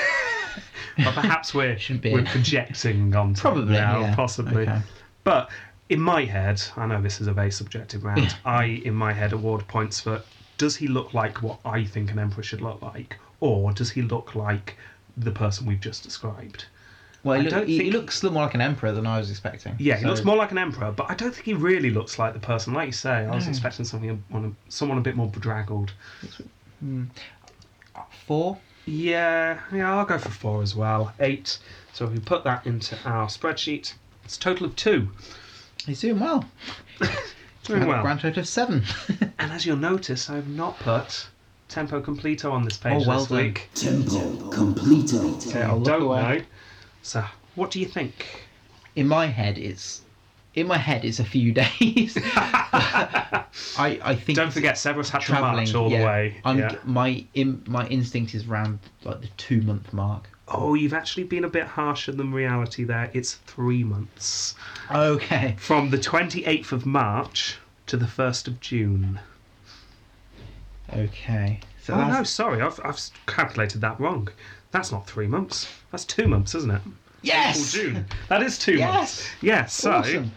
Speaker 3: perhaps we're,
Speaker 2: Shouldn't be.
Speaker 3: we're projecting onto
Speaker 2: Probably,
Speaker 3: it now,
Speaker 2: yeah.
Speaker 3: possibly.
Speaker 2: Okay.
Speaker 3: But in my head, I know this is a very subjective round, I, in my head, award points for does he look like what I think an emperor should look like? Or does he look like the person we've just described?
Speaker 2: Well,
Speaker 3: I
Speaker 2: he, look,
Speaker 3: don't
Speaker 2: he, he
Speaker 3: think-
Speaker 2: looks a little more like an emperor than I was expecting.
Speaker 3: Yeah, he
Speaker 2: So-
Speaker 3: looks more like an emperor, but I don't think he really looks like the person. Like you say, I was expecting something, one- someone a bit more bedraggled.
Speaker 2: four.
Speaker 3: Yeah, yeah, I'll go for four as well. Eight. So if we put that into our spreadsheet, it's a total of two.
Speaker 2: He's doing well.
Speaker 3: Doing
Speaker 2: Grand-
Speaker 3: well.
Speaker 2: Grand total of seven.
Speaker 3: And as you'll notice, I've not put Tempo Completo on this page
Speaker 2: Oh, well
Speaker 3: this
Speaker 2: done.
Speaker 3: week.
Speaker 1: Tempo completo.
Speaker 3: Yeah,
Speaker 2: I'll look
Speaker 3: don't
Speaker 2: away.
Speaker 3: know. So, what do you think?
Speaker 2: in my head, it's in my head. It's a few days. I I think
Speaker 3: Don't
Speaker 2: it's
Speaker 3: forget, Severus had to
Speaker 2: traveling
Speaker 3: march all
Speaker 2: yeah.
Speaker 3: the way.
Speaker 2: I'm,
Speaker 3: Yeah.
Speaker 2: My in, my instinct is round like the two month mark.
Speaker 3: Oh, you've actually been a bit harsher than reality there. It's three months.
Speaker 2: Okay.
Speaker 3: from the 28th of March to the 1st of June.
Speaker 2: Okay. So
Speaker 3: oh, no,
Speaker 2: that's,
Speaker 3: sorry, I've, I've calculated that wrong. That's not three months. That's two months, isn't it?
Speaker 2: yes.
Speaker 3: April, June. That is two
Speaker 2: Yes!
Speaker 3: months. Yes. So,
Speaker 2: Awesome.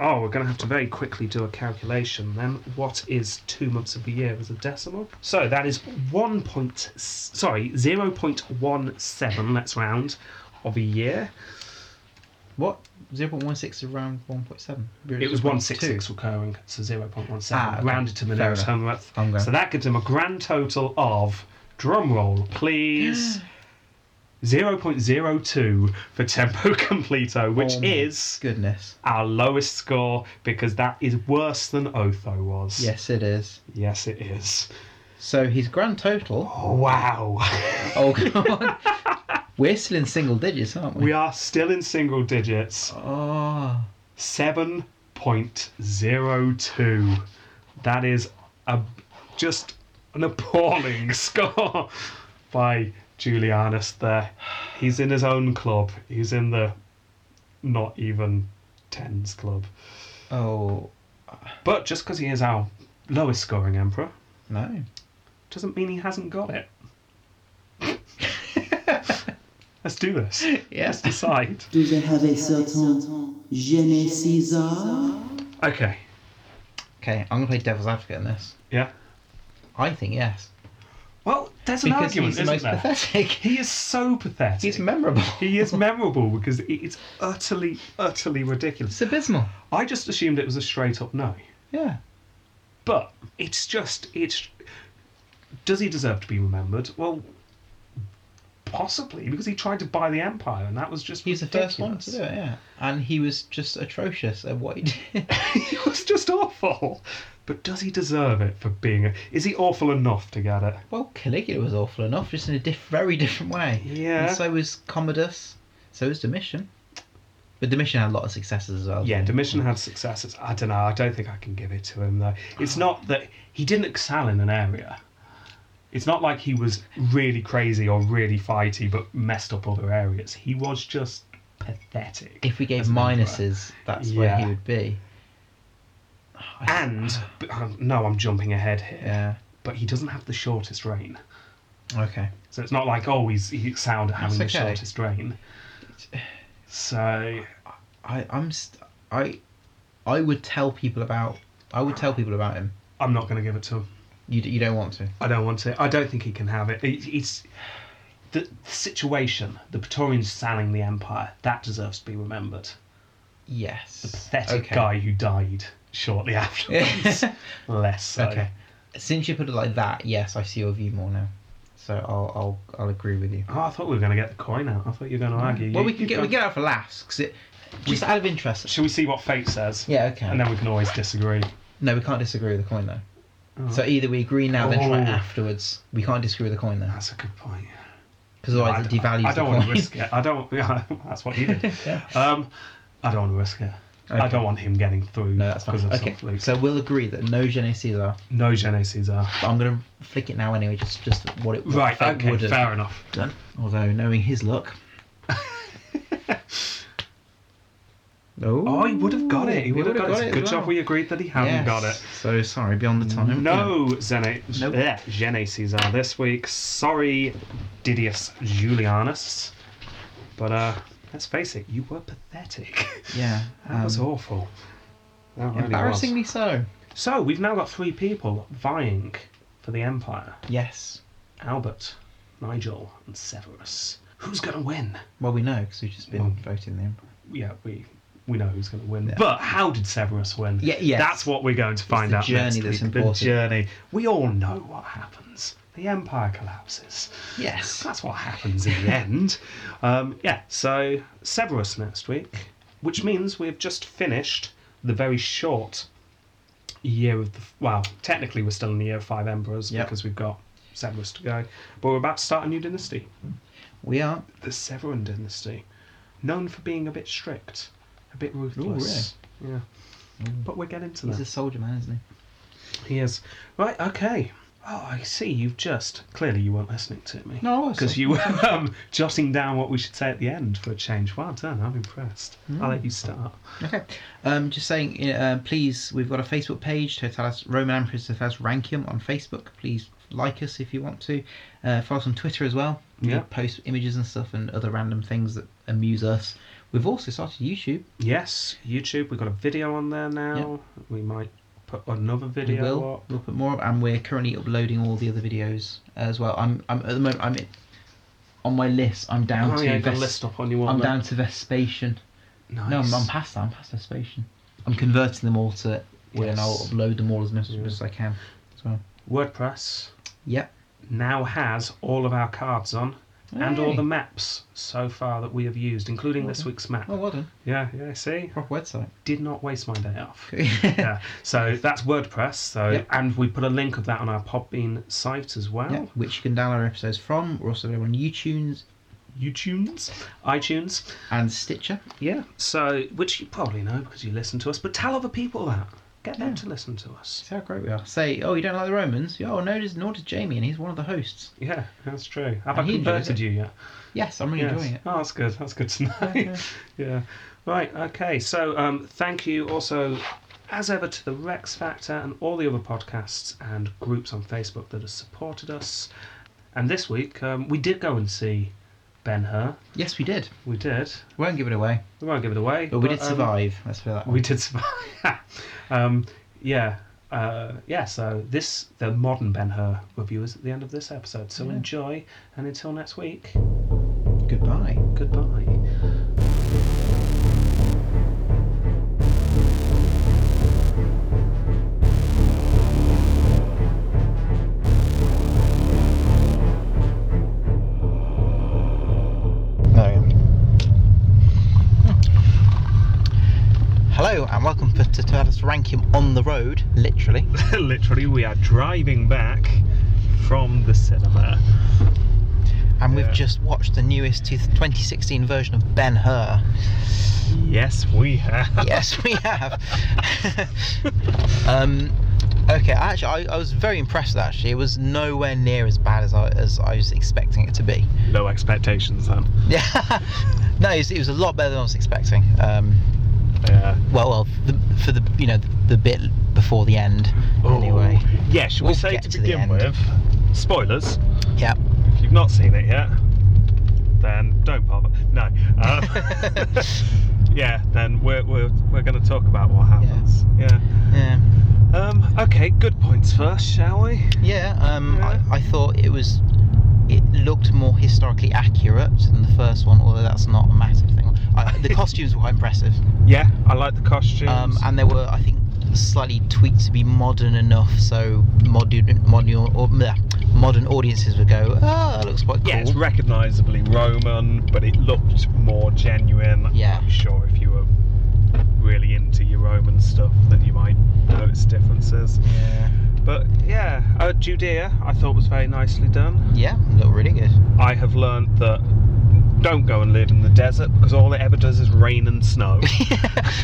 Speaker 3: oh, we're going to have to very quickly do a calculation then. What is two months of the year as a decimal? So that is one point, s- sorry, 0.17, let's round, of a year.
Speaker 2: What? Zero point one six around one point seven.
Speaker 3: It was 166 recurring, so 0.17
Speaker 2: Ah, okay.
Speaker 3: rounded to the
Speaker 2: Fair
Speaker 3: nearest
Speaker 2: enough.
Speaker 3: home ref.
Speaker 2: Home ref.
Speaker 3: So that gives him a grand total of, drum roll please, 0.02 for Tempo Completo, which
Speaker 2: Oh my
Speaker 3: is
Speaker 2: Goodness.
Speaker 3: our lowest score because that is worse than Otho was.
Speaker 2: Yes, it is.
Speaker 3: Yes, it is.
Speaker 2: So his grand total.
Speaker 3: Wow.
Speaker 2: Oh come on. We're still in single digits, aren't we?
Speaker 3: we are still in single digits.
Speaker 2: Oh.
Speaker 3: 7.02. That is a just an appalling score by Julianus there. He's in his own club. He's in the not even tens club.
Speaker 2: Oh
Speaker 3: But just because he is our lowest scoring emperor
Speaker 2: no.
Speaker 3: doesn't mean he hasn't got it. Let's do this.
Speaker 2: Yes.
Speaker 3: Let's decide.
Speaker 4: Do they have a certain je ne sais
Speaker 3: Okay,
Speaker 2: Okay, I'm gonna play devil's advocate in this.
Speaker 3: Yeah.
Speaker 2: I think yes,
Speaker 3: Well, there's an
Speaker 2: because
Speaker 3: argument,
Speaker 2: he's the
Speaker 3: isn't
Speaker 2: most
Speaker 3: there?
Speaker 2: pathetic.
Speaker 3: He is so pathetic.
Speaker 2: he's memorable.
Speaker 3: he is memorable because it's utterly, utterly ridiculous.
Speaker 2: It's abysmal.
Speaker 3: I just assumed it was a straight up no.
Speaker 2: Yeah.
Speaker 3: But it's just it's does he deserve to be remembered? Well, possibly because he tried to buy the empire, and that was just
Speaker 2: He's the first one
Speaker 3: ridiculous.
Speaker 2: to do it, yeah. And he was just atrocious at what he did.
Speaker 3: he was just awful. But does he deserve it for being? A, is he awful enough to get it?
Speaker 2: well, Caligula was awful enough, just in a diff- very different way.
Speaker 3: Yeah.
Speaker 2: And so was Commodus. So was Domitian. But Domitian had a lot of successes as well.
Speaker 3: Yeah,
Speaker 2: didn't he?
Speaker 3: Domitian had successes. I don't know. I don't think I can give it to him though. It's not that he didn't excel in an area. It's not like he was really crazy or really fighty, but messed up other areas. He was just pathetic.
Speaker 2: If we gave
Speaker 3: as an emperor.
Speaker 2: minuses, that's where he
Speaker 3: Yeah.
Speaker 2: would be.
Speaker 3: and but, um, no, I'm jumping ahead here.
Speaker 2: Yeah.
Speaker 3: But he doesn't have the shortest reign,
Speaker 2: Okay.
Speaker 3: so it's not like oh he's he excelled at having
Speaker 2: That's
Speaker 3: the
Speaker 2: okay.
Speaker 3: shortest reign. So
Speaker 2: I I'm st- I I would tell people about I would tell people about him.
Speaker 3: I'm not going to give it to him.
Speaker 2: You d- you don't want to.
Speaker 3: I don't want it. I don't think he can have it. it it's the, the situation, the Praetorians selling the empire, that deserves to be remembered.
Speaker 2: Yes.
Speaker 3: Pathetic guy who died shortly afterwards. Less so.
Speaker 2: Okay. Since you put it like that, yes, I see your view more now. So I'll I'll I'll agree with you.
Speaker 3: Oh, I thought we were going to get the coin out. I thought you were going to argue.
Speaker 2: Well,
Speaker 3: You-
Speaker 2: we can
Speaker 3: you've
Speaker 2: get we
Speaker 3: gone-
Speaker 2: get out for laughs 'cause it just out of interest.
Speaker 3: Shall we see what fate says?
Speaker 2: Yeah. Okay.
Speaker 3: And then we can always disagree.
Speaker 2: No, we can't disagree with the coin though.
Speaker 3: Oh.
Speaker 2: So either we agree now, then try
Speaker 3: Oh.
Speaker 2: afterwards. We can't disagree with the coin though,
Speaker 3: That's a good point.
Speaker 2: because otherwise
Speaker 3: I-
Speaker 2: it devalues
Speaker 3: I, don't
Speaker 2: the
Speaker 3: want
Speaker 2: coin.
Speaker 3: to risk it. I don't. Yeah, that's what he did.
Speaker 2: Yeah.
Speaker 3: um, I don't want to risk it. I
Speaker 2: Okay.
Speaker 3: don't want him getting through
Speaker 2: No, that's
Speaker 3: because
Speaker 2: fine.
Speaker 3: of
Speaker 2: Okay.
Speaker 3: soft Luke.
Speaker 2: So we'll agree that no Gene Caesar.
Speaker 3: no uh, Gene Caesar.
Speaker 2: But I'm gonna flick it now anyway, just just what it what
Speaker 3: Right.
Speaker 2: Fate
Speaker 3: Okay.
Speaker 2: would have
Speaker 3: Fair enough.
Speaker 2: done. Although knowing his luck. oh,
Speaker 3: Oh, he would have got it. He would have got, it. Good job we agreed that he hadn't
Speaker 2: yes.
Speaker 3: got it.
Speaker 2: So sorry, beyond the time.
Speaker 3: No, Zene,
Speaker 2: Nope.
Speaker 3: yeah, Gene Caesar this week. Sorry, Didius Julianus. But uh, let's face it, you were pathetic.
Speaker 2: Yeah.
Speaker 3: that was
Speaker 2: um,
Speaker 3: awful. That really was.
Speaker 2: Embarrassingly so.
Speaker 3: So we've now got three people vying for the empire:
Speaker 2: Yes.
Speaker 3: Albert, Nigel, and Severus. Who's going to win?
Speaker 2: Well, we know because we've just been
Speaker 3: Well-
Speaker 2: voting the emperor.
Speaker 3: Yeah, we. We know who's going to win,
Speaker 2: Yeah.
Speaker 3: but how did Severus win?
Speaker 2: Yeah, yes.
Speaker 3: that's what we're going to find
Speaker 2: the
Speaker 3: out.
Speaker 2: journey
Speaker 3: next
Speaker 2: that's
Speaker 3: week.
Speaker 2: important.
Speaker 3: The journey. We all know what happens. The empire collapses.
Speaker 2: Yes.
Speaker 3: That's what happens in the end. Um, yeah, so Severus next week, which means we've just finished the very short year of the. Well, technically we're still in the year of five emperors
Speaker 2: Yep.
Speaker 3: because we've got Severus to go, but we're about to start a new dynasty,
Speaker 2: We are.
Speaker 3: the Severan dynasty, known for being a bit strict, a bit ruthless. Yeah. But we're getting to
Speaker 2: Mm. He's
Speaker 3: that.
Speaker 2: a soldier man, isn't he?
Speaker 3: He is. Right, okay. Oh, I see. You've just. Clearly, you weren't listening to me.
Speaker 2: No, I wasn't.
Speaker 3: Because you were um, jotting down what we should say at the end for a change. Well done. I'm impressed. I'll let you
Speaker 2: Mm.
Speaker 3: start.
Speaker 2: Okay. Um, just saying, uh, please, we've got a Facebook page, Totalis Roman Emperors Totalis Rankium on Facebook. Please like us if you want to. Uh, follow us on Twitter as well. We
Speaker 3: Yeah.
Speaker 2: post images and stuff and other random things that amuse us. We've also started YouTube.
Speaker 3: Yes, YouTube. We've got a video on there now. We might put another
Speaker 2: We
Speaker 3: video
Speaker 2: will.
Speaker 3: up.
Speaker 2: We'll put more up, and we're currently uploading all the other videos as well. I'm, I'm at the moment. I'm in, on my list. I'm down
Speaker 3: Oh,
Speaker 2: to.
Speaker 3: yeah, you've got a
Speaker 2: Ves-
Speaker 3: list up on your
Speaker 2: I'm
Speaker 3: one.
Speaker 2: down to Vespasian.
Speaker 3: Nice.
Speaker 2: No, I'm, I'm past that. I'm past Vespasian. I'm converting them all to. Word, And I'll
Speaker 3: Yes.
Speaker 2: upload them all as much
Speaker 3: Yeah.
Speaker 2: as I can. As well.
Speaker 3: WordPress
Speaker 2: Yep.
Speaker 3: now has all of our cards on and all
Speaker 2: Hey.
Speaker 3: the maps so far that we have used, including this week's map.
Speaker 2: Oh, well done.
Speaker 3: Yeah, yeah, see?
Speaker 2: Proper website.
Speaker 3: Did not waste my day off. yeah. So that's WordPress. So
Speaker 2: Yep.
Speaker 3: and we put a link of that on our Podbean site as well.
Speaker 2: Yeah, which you can download our episodes from. We're also available on YouTunes
Speaker 3: YouTunes, iTunes.
Speaker 2: and Stitcher.
Speaker 3: Yeah. So which you probably know because you listen to us, but tell other people that. Get them
Speaker 2: Yeah.
Speaker 3: to listen to us.
Speaker 2: See how great we are. Say, oh, you don't like the Romans? Yeah, Oh, no, does- nor does Jamie, and he's one of the hosts.
Speaker 3: Yeah, that's true. Have
Speaker 2: And
Speaker 3: I
Speaker 2: he enjoys
Speaker 3: converted
Speaker 2: it.
Speaker 3: you yet?
Speaker 2: Yes, I'm really
Speaker 3: Yes.
Speaker 2: enjoying it.
Speaker 3: Oh, that's good. That's good to know.
Speaker 2: yeah.
Speaker 3: Yeah. Right. Okay. So um, thank you also, as ever, to the Rex Factor and all the other podcasts and groups on Facebook that have supported us. And this week um, we did go and see Ben Hur.
Speaker 2: Yes, we did.
Speaker 3: We did.
Speaker 2: We won't give it away,
Speaker 3: We won't give it away.
Speaker 2: but we did
Speaker 3: um,
Speaker 2: survive. Let's put it that way.
Speaker 3: we did survive. um, yeah.
Speaker 4: uh, yeah, so this the modern Ben Hur review is at the end of this episode. So
Speaker 2: Yeah.
Speaker 4: enjoy, and until next week,
Speaker 2: Goodbye.
Speaker 4: goodbye.
Speaker 2: No. Hello and welcome for, to Tourist Rankim on the road, literally.
Speaker 3: Literally, we are driving back from the cinema.
Speaker 2: And
Speaker 3: Yeah.
Speaker 2: we've just watched the newest 2016 version of Ben Hur.
Speaker 3: Yes, we have.
Speaker 2: Yes, we have. um, okay, actually, I, I was very impressed. with that, Actually, it was nowhere near as bad as I as I was expecting it to be.
Speaker 3: No expectations then.
Speaker 2: Yeah, no, it was, it was a lot better than I was expecting. Um,
Speaker 3: Yeah.
Speaker 2: well, well, the, for the you know the, the bit before the end. Anyway,
Speaker 3: Oh, yeah, should we
Speaker 2: we'll
Speaker 3: say
Speaker 2: get
Speaker 3: to
Speaker 2: to the
Speaker 3: begin
Speaker 2: end.
Speaker 3: with? Spoilers.
Speaker 2: yeah.
Speaker 3: If you've not seen it yet, then don't bother. No. Uh, yeah, then we're, we're, we're going to talk about what happens. Yeah.
Speaker 2: Yeah,
Speaker 3: Um, okay, good points first, shall we?
Speaker 2: yeah. Um,
Speaker 3: Yeah.
Speaker 2: I, I thought it was. It looked more historically accurate than the first one, although that's not a massive thing. I, the costumes were quite impressive.
Speaker 3: Yeah, I like the costumes.
Speaker 2: Um, and there were, I think, slightly tweaked to be modern enough, so modern modern or bleh, modern audiences would go, "Ah, that looks quite cool."
Speaker 3: yeah, it's recognisably Roman, but it looked more genuine.
Speaker 2: Yeah.
Speaker 3: I'm sure if you were really into your Roman stuff, then you might notice differences.
Speaker 2: yeah,
Speaker 3: But yeah, uh, Judea I thought was very nicely done.
Speaker 2: yeah, looked really good.
Speaker 3: I have learnt that don't go and live in the desert because all it ever does is rain and snow.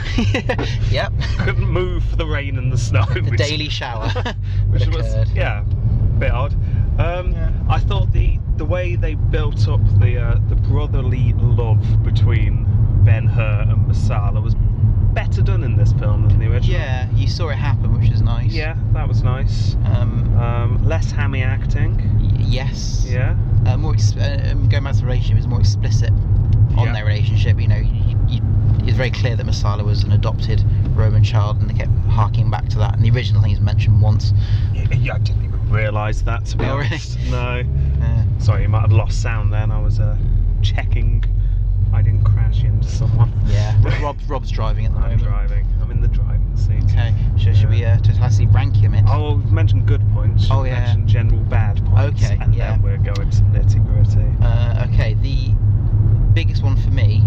Speaker 2: yep,
Speaker 3: Couldn't move for the rain and the snow.
Speaker 2: the
Speaker 3: which-
Speaker 2: daily shower.
Speaker 3: which
Speaker 2: that
Speaker 3: was
Speaker 2: occurred.
Speaker 3: yeah, bit odd. Um,
Speaker 2: Yeah.
Speaker 3: I thought the the way they built up the uh, the brotherly love between Ben Hur and Masala was better done in this film than the original.
Speaker 2: yeah, you saw it happen, which is nice.
Speaker 3: yeah, that was nice.
Speaker 2: Um,
Speaker 3: Um, less hammy acting.
Speaker 2: y- yes.
Speaker 3: Yeah,
Speaker 2: Uh, more ex- uh, um, going back to the relationship it was more explicit on
Speaker 3: Yeah.
Speaker 2: their relationship. You know, you, you, it's very clear that Masala was an adopted Roman child, and they kept harking back to that. And the original thing is mentioned once.
Speaker 3: Yeah, yeah, I didn't even realise that to be
Speaker 2: Oh, really?
Speaker 3: honest. No,
Speaker 2: Uh,
Speaker 3: sorry, you might have lost sound then. I was uh, checking. I didn't crash into someone.
Speaker 2: yeah, Rob, Rob, Rob's driving at the
Speaker 3: I'm
Speaker 2: moment.
Speaker 3: driving. I'm in the driving seat.
Speaker 2: Okay, so should we uh, totally rank him in?
Speaker 3: Oh, we've mentioned good points.
Speaker 2: Oh,
Speaker 3: we've
Speaker 2: yeah.
Speaker 3: mentioned general bad points.
Speaker 2: Okay,
Speaker 3: And
Speaker 2: yeah.
Speaker 3: then we're going to nitty gritty.
Speaker 2: Uh, okay, the biggest one for me.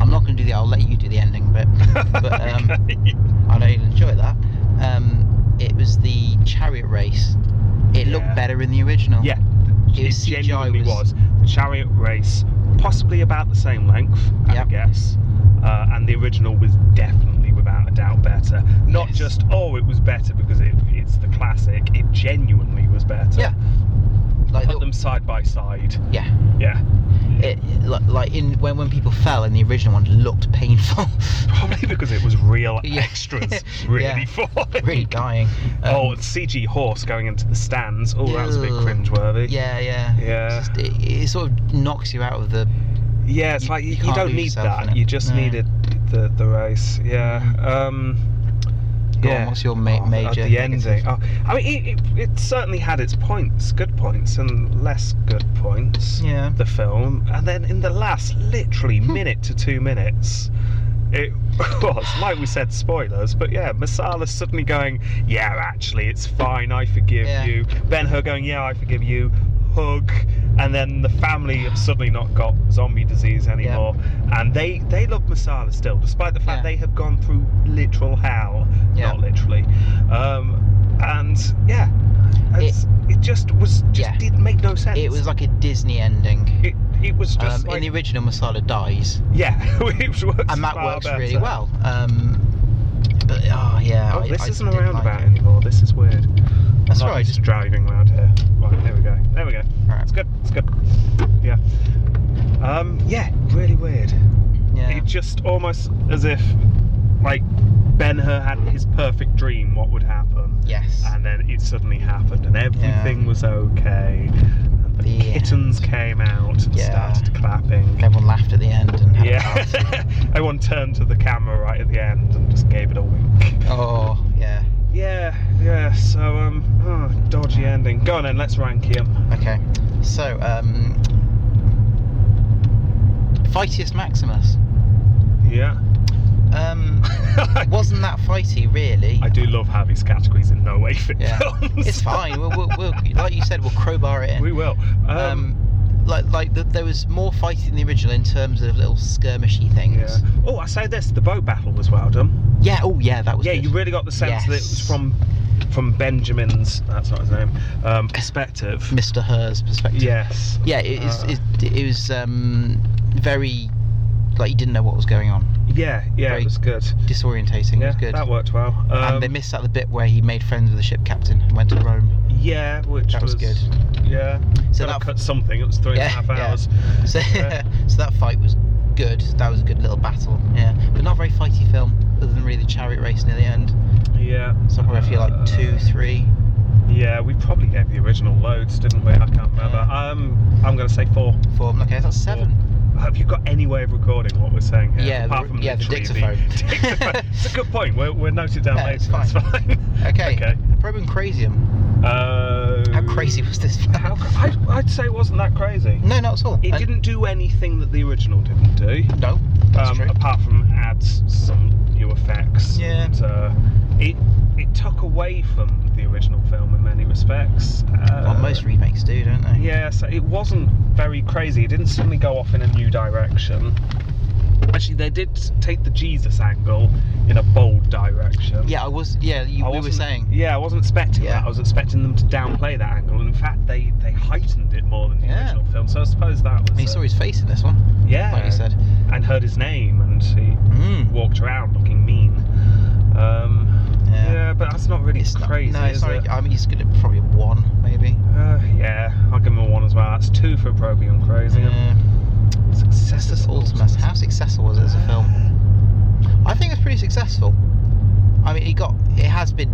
Speaker 2: I'm not going to do the. I'll let you do the ending, but but um,
Speaker 3: Okay.
Speaker 2: I know you'll enjoy that. Um, it was the chariot race. It
Speaker 3: Yeah.
Speaker 2: looked better in the original.
Speaker 3: yeah,
Speaker 2: it was CGI
Speaker 3: genuinely
Speaker 2: was-
Speaker 3: was. The chariot race, possibly about the same length, I
Speaker 2: Yep.
Speaker 3: guess. Uh, and the original was definitely, without a doubt, better. Not
Speaker 2: Yes.
Speaker 3: just oh, it was better because it, it's the classic. It genuinely was better.
Speaker 2: Yeah. Like
Speaker 3: Put
Speaker 2: the-
Speaker 3: them side by side.
Speaker 2: Yeah.
Speaker 3: Yeah.
Speaker 2: It, like, like in when when people fell in the original one, it looked painful.
Speaker 3: Probably because it was real
Speaker 2: Yeah.
Speaker 3: extras really
Speaker 2: Yeah.
Speaker 3: falling.
Speaker 2: really dying. Um,
Speaker 3: oh, it's CG horse going into the stands. Oh, that was a bit
Speaker 2: Ugh.
Speaker 3: cringeworthy.
Speaker 2: Yeah, yeah.
Speaker 3: Yeah.
Speaker 2: It's just, it, it sort of knocks you out of the.
Speaker 3: Yeah, it's
Speaker 2: You-
Speaker 3: like you,
Speaker 2: you
Speaker 3: you
Speaker 2: can't
Speaker 3: don't
Speaker 2: lose
Speaker 3: need
Speaker 2: yourself in
Speaker 3: that.
Speaker 2: it.
Speaker 3: You just
Speaker 2: No. Mm.
Speaker 3: needed the, the race. Yeah. Um,
Speaker 2: Go
Speaker 3: yeah.
Speaker 2: on, what's your ma-
Speaker 3: Oh,
Speaker 2: major?
Speaker 3: at the
Speaker 2: negative?
Speaker 3: ending. Oh, I mean, it, it, it certainly had its points, good points, and less good points.
Speaker 2: Yeah.
Speaker 3: The film, and then in the last literally
Speaker 2: Hmm.
Speaker 3: minute to two minutes, it was like we said spoilers, but yeah, Masala suddenly going, yeah, actually, it's fine, I forgive
Speaker 2: Yeah.
Speaker 3: you. Ben Hur going, yeah, I forgive you. Hug, and then the family have suddenly not got zombie disease anymore, and they they love Masala still, despite the fact
Speaker 2: Yeah.
Speaker 3: they have gone through literal hell,
Speaker 2: Yeah.
Speaker 3: not literally, um, and yeah, it's, it, just was just
Speaker 2: Yeah.
Speaker 3: did make no sense.
Speaker 2: It was like a Disney ending.
Speaker 3: It, it was just
Speaker 2: Um,
Speaker 3: like,
Speaker 2: in the original, Masala dies,
Speaker 3: yeah, which works
Speaker 2: and that
Speaker 3: far
Speaker 2: works
Speaker 3: better.
Speaker 2: really well. Um, but oh yeah,
Speaker 3: Oh,
Speaker 2: I,
Speaker 3: this
Speaker 2: I
Speaker 3: isn't a
Speaker 2: didn't like
Speaker 3: roundabout
Speaker 2: it.
Speaker 3: anymore. This is weird.
Speaker 2: That's
Speaker 3: Not
Speaker 2: right.
Speaker 3: used
Speaker 2: Just
Speaker 3: to driving round here. Right, there we go. There we go.
Speaker 2: Right.
Speaker 3: It's good. It's good. Yeah. Um. Yeah. Really weird.
Speaker 2: yeah.
Speaker 3: It just almost as if, like, Ben Hur had his perfect dream. What would happen?
Speaker 2: Yes.
Speaker 3: And then it suddenly happened, and everything was okay. And the
Speaker 2: Yeah.
Speaker 3: kittens came out and
Speaker 2: Yeah.
Speaker 3: started clapping.
Speaker 2: Everyone laughed at the end and had a
Speaker 3: Yeah. Everyone turned to the camera right at the end and just gave it a wink.
Speaker 2: laugh. Oh yeah.
Speaker 4: Yeah, yeah. So um, oh, dodgy ending. Go on then. Let's rank him.
Speaker 2: Okay. So, um. Fightiest Maximus.
Speaker 4: Yeah.
Speaker 2: Um. Wasn't that fighty, really?
Speaker 3: I do love having these categories in no way fit
Speaker 2: Yeah.
Speaker 3: films.
Speaker 2: It's fine. We'll, we'll, we'll, like you said, we'll crowbar it in.
Speaker 3: we will. Um,
Speaker 2: um, like like the, there was more fighting in the original in terms of little skirmishy
Speaker 3: yeah.
Speaker 2: things.
Speaker 3: Oh, I say this: the boat battle was well done.
Speaker 2: Yeah. oh yeah, that was.
Speaker 3: Yeah,
Speaker 2: good.
Speaker 3: you really got the sense that it was
Speaker 2: Yes.
Speaker 3: from from Benjamin's. That's not his name. Um, perspective.
Speaker 2: Mr. Her's perspective.
Speaker 3: Yes.
Speaker 2: Yeah, it, it's-
Speaker 3: Uh,
Speaker 2: it, it, was um, very like you didn't know what was going on,
Speaker 3: Yeah. Yeah.
Speaker 2: very-
Speaker 3: It was good.
Speaker 2: disorientating.
Speaker 3: Yeah.
Speaker 2: was good.
Speaker 3: That worked well. Um,
Speaker 2: and they missed out the bit where he made friends with the ship captain and went to Rome.
Speaker 3: yeah, which
Speaker 2: That was good.
Speaker 3: Yeah.
Speaker 2: So
Speaker 3: So
Speaker 2: that-
Speaker 3: that cut something. It was three and a
Speaker 2: Yeah,
Speaker 3: half
Speaker 2: yeah.
Speaker 3: hours.
Speaker 2: So
Speaker 3: Yeah.
Speaker 2: so that fight was good. That was a good little battle. Yeah, but not a very fighty film other than really the chariot race near the end.
Speaker 3: Yeah.
Speaker 2: So I probably feel
Speaker 3: Uh,
Speaker 2: like two, three.
Speaker 3: Yeah, we probably gave the original loads, didn't we? I
Speaker 2: Mm.
Speaker 3: can't remember.
Speaker 2: Yeah.
Speaker 3: Um, I'm going to say four.
Speaker 2: Four. Okay, that's seven.
Speaker 3: Have you got any way of recording what we're saying here?
Speaker 2: Yeah, the-
Speaker 3: apart from
Speaker 2: yeah, the
Speaker 3: literally
Speaker 2: dictaphone.
Speaker 3: dictaphone. it's a good point. We'll, we'll note it down
Speaker 2: Yeah,
Speaker 3: later.
Speaker 2: it's
Speaker 3: It's
Speaker 2: fine.
Speaker 3: fine.
Speaker 2: Okay.
Speaker 3: Okay.
Speaker 2: Probing Crasium.
Speaker 3: Uh,
Speaker 2: How crazy Mm. was this film?
Speaker 3: How, I, I'd say it wasn't that crazy.
Speaker 2: No, not at all.
Speaker 3: It
Speaker 2: And-
Speaker 3: didn't do anything that the original didn't do,
Speaker 2: No,
Speaker 3: um,
Speaker 2: that's true.
Speaker 3: apart from add some new effects.
Speaker 2: Yeah.
Speaker 3: And, uh, it it took away from the original film in many respects. Uh,
Speaker 2: Well, most remakes do, don't they?
Speaker 3: Yeah, so it wasn't very crazy. It didn't suddenly go off in a new direction. Actually, they did take the Jesus angle in a bold direction.
Speaker 2: Yeah, I was. Yeah, you
Speaker 3: I
Speaker 2: we were
Speaker 3: wasn't-
Speaker 2: saying.
Speaker 3: Yeah, I wasn't expecting
Speaker 2: Yeah.
Speaker 3: that. I was expecting them to downplay that angle, and in fact, they they heightened it more than the
Speaker 2: Yeah.
Speaker 3: original film. So I suppose that was.
Speaker 2: And you
Speaker 3: a-
Speaker 2: saw his face in this one,
Speaker 3: yeah,
Speaker 2: like you said.
Speaker 3: and heard his name, and he
Speaker 2: Mm.
Speaker 3: walked around looking mean. Um,
Speaker 2: Yeah.
Speaker 3: yeah. but that's not really
Speaker 2: It's not-
Speaker 3: crazy.
Speaker 2: No, it's
Speaker 3: is
Speaker 2: not.
Speaker 3: it?
Speaker 2: really- I mean, he's gonna probably one, maybe.
Speaker 3: Uh, yeah, I'll give him a one as well. That's two for appropriate and crazy.
Speaker 2: Yeah.
Speaker 3: Successus
Speaker 2: Cessus Ultimus. How successful was it as a film? I think it's pretty successful. I mean, it got. It has been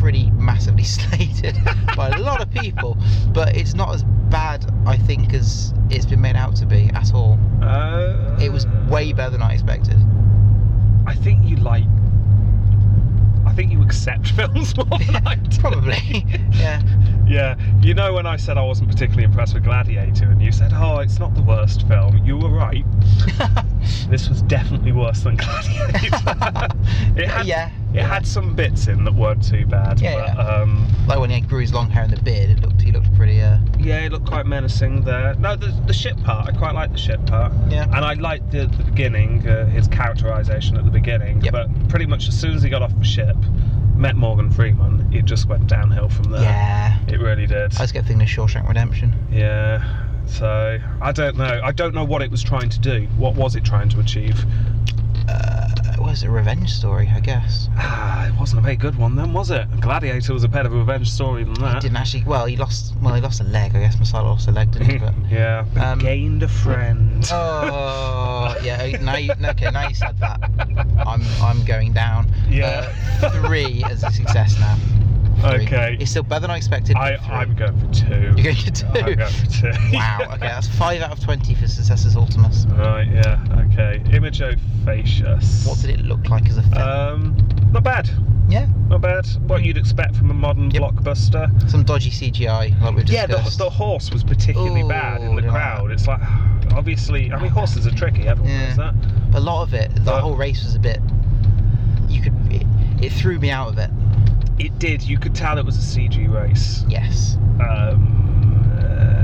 Speaker 2: pretty massively slated by a lot of people, but it's not as bad, I think, as it's been made out to be at all.
Speaker 3: Uh,
Speaker 2: It was way better than I expected.
Speaker 3: I think you like. I think you accept films more than I do.
Speaker 2: Probably. yeah.
Speaker 3: Yeah, you know when I said I wasn't particularly impressed with Gladiator, and you said, "Oh, it's not the worst film." You were right. This was definitely worse than Gladiator. it had,
Speaker 2: Yeah.
Speaker 3: It had some bits in that weren't too bad.
Speaker 2: Yeah,
Speaker 3: but,
Speaker 2: yeah.
Speaker 3: Um,
Speaker 2: Like when he grew his long hair and the beard, it looked he looked pretty. Uh,
Speaker 3: yeah, it looked quite menacing there. No, the, the ship part, I quite like the ship part.
Speaker 2: Yeah.
Speaker 3: And I liked the, the beginning, uh, his characterisation at the beginning.
Speaker 2: Yep.
Speaker 3: But pretty much as soon as he got off the ship, met Morgan Freeman, it just went downhill from there.
Speaker 2: yeah.
Speaker 3: It really did.
Speaker 2: I just kept thinking of Shawshank Redemption.
Speaker 3: Yeah. So I don't know. I don't know what it was trying to do. What was it trying to achieve?
Speaker 2: Uh, was it a revenge story? I guess.
Speaker 3: Ah, it wasn't a very good one then, was it? Gladiator was a better revenge story than that.
Speaker 2: Didn't actually. Well, he lost. Well, he lost a leg. I guess Masala lost a leg, didn't he? But
Speaker 3: yeah. But
Speaker 2: Um,
Speaker 3: gained a friend.
Speaker 2: Oh yeah, now you, okay, now you said that. I'm I'm going down.
Speaker 3: Yeah.
Speaker 2: Uh, three as a success now. Three.
Speaker 3: Okay.
Speaker 2: It's still better than I expected. but
Speaker 3: I,
Speaker 2: three.
Speaker 3: I'm going for two.
Speaker 2: You're going for two?
Speaker 3: I'm going for two.
Speaker 2: Wow. Okay, that's five out of twenty for Successus Ultimus.
Speaker 3: Right. Yeah. Okay. Imago facius.
Speaker 2: What did it look like as a film?
Speaker 3: Um. Not bad.
Speaker 2: yeah.
Speaker 3: Not bad. What you'd expect from a modern
Speaker 2: Hmm. Yep.
Speaker 3: blockbuster.
Speaker 2: Some dodgy CGI, like we've
Speaker 3: Yeah,
Speaker 2: discussed.
Speaker 3: the, the horse was particularly
Speaker 2: Ooh,
Speaker 3: bad in the
Speaker 2: yeah.
Speaker 3: crowd. It's like, obviously, I mean, horses are tricky. Everyone
Speaker 2: Yeah.
Speaker 3: knows that.
Speaker 2: a lot of it, the
Speaker 3: But-
Speaker 2: whole race was a bit. You could. It, it threw me out of it.
Speaker 3: It did. You could tell it was a CG race.
Speaker 2: Yes.
Speaker 3: Um,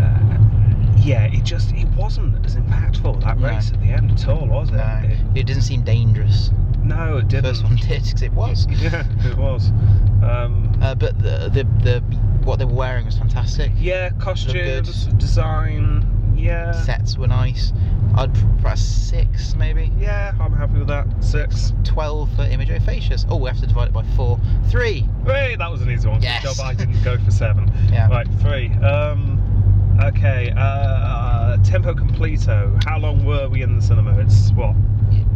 Speaker 3: uh, yeah, it just it wasn't as impactful that
Speaker 2: No.
Speaker 3: race at the end at all, was it?
Speaker 2: No.
Speaker 3: It-
Speaker 2: It didn't seem dangerous.
Speaker 3: no, it
Speaker 2: The
Speaker 3: didn't.
Speaker 2: first one did because it was.
Speaker 3: Yeah, it was. Um,
Speaker 2: Uh, but the, the the what they were wearing was fantastic.
Speaker 3: yeah, costumes, design. Yeah.
Speaker 2: Sets were nice. I'd press six maybe.
Speaker 3: Yeah, I'm happy with that. Six.
Speaker 2: Twelve for imago facius. Oh, we have to divide it by four. Three.
Speaker 3: Hey, that was an easy one.
Speaker 2: Yes.
Speaker 3: Good job I didn't go for seven.
Speaker 2: Yeah.
Speaker 3: Right, three. Um, okay, uh, tempo completo. How long were we in the cinema? It's what?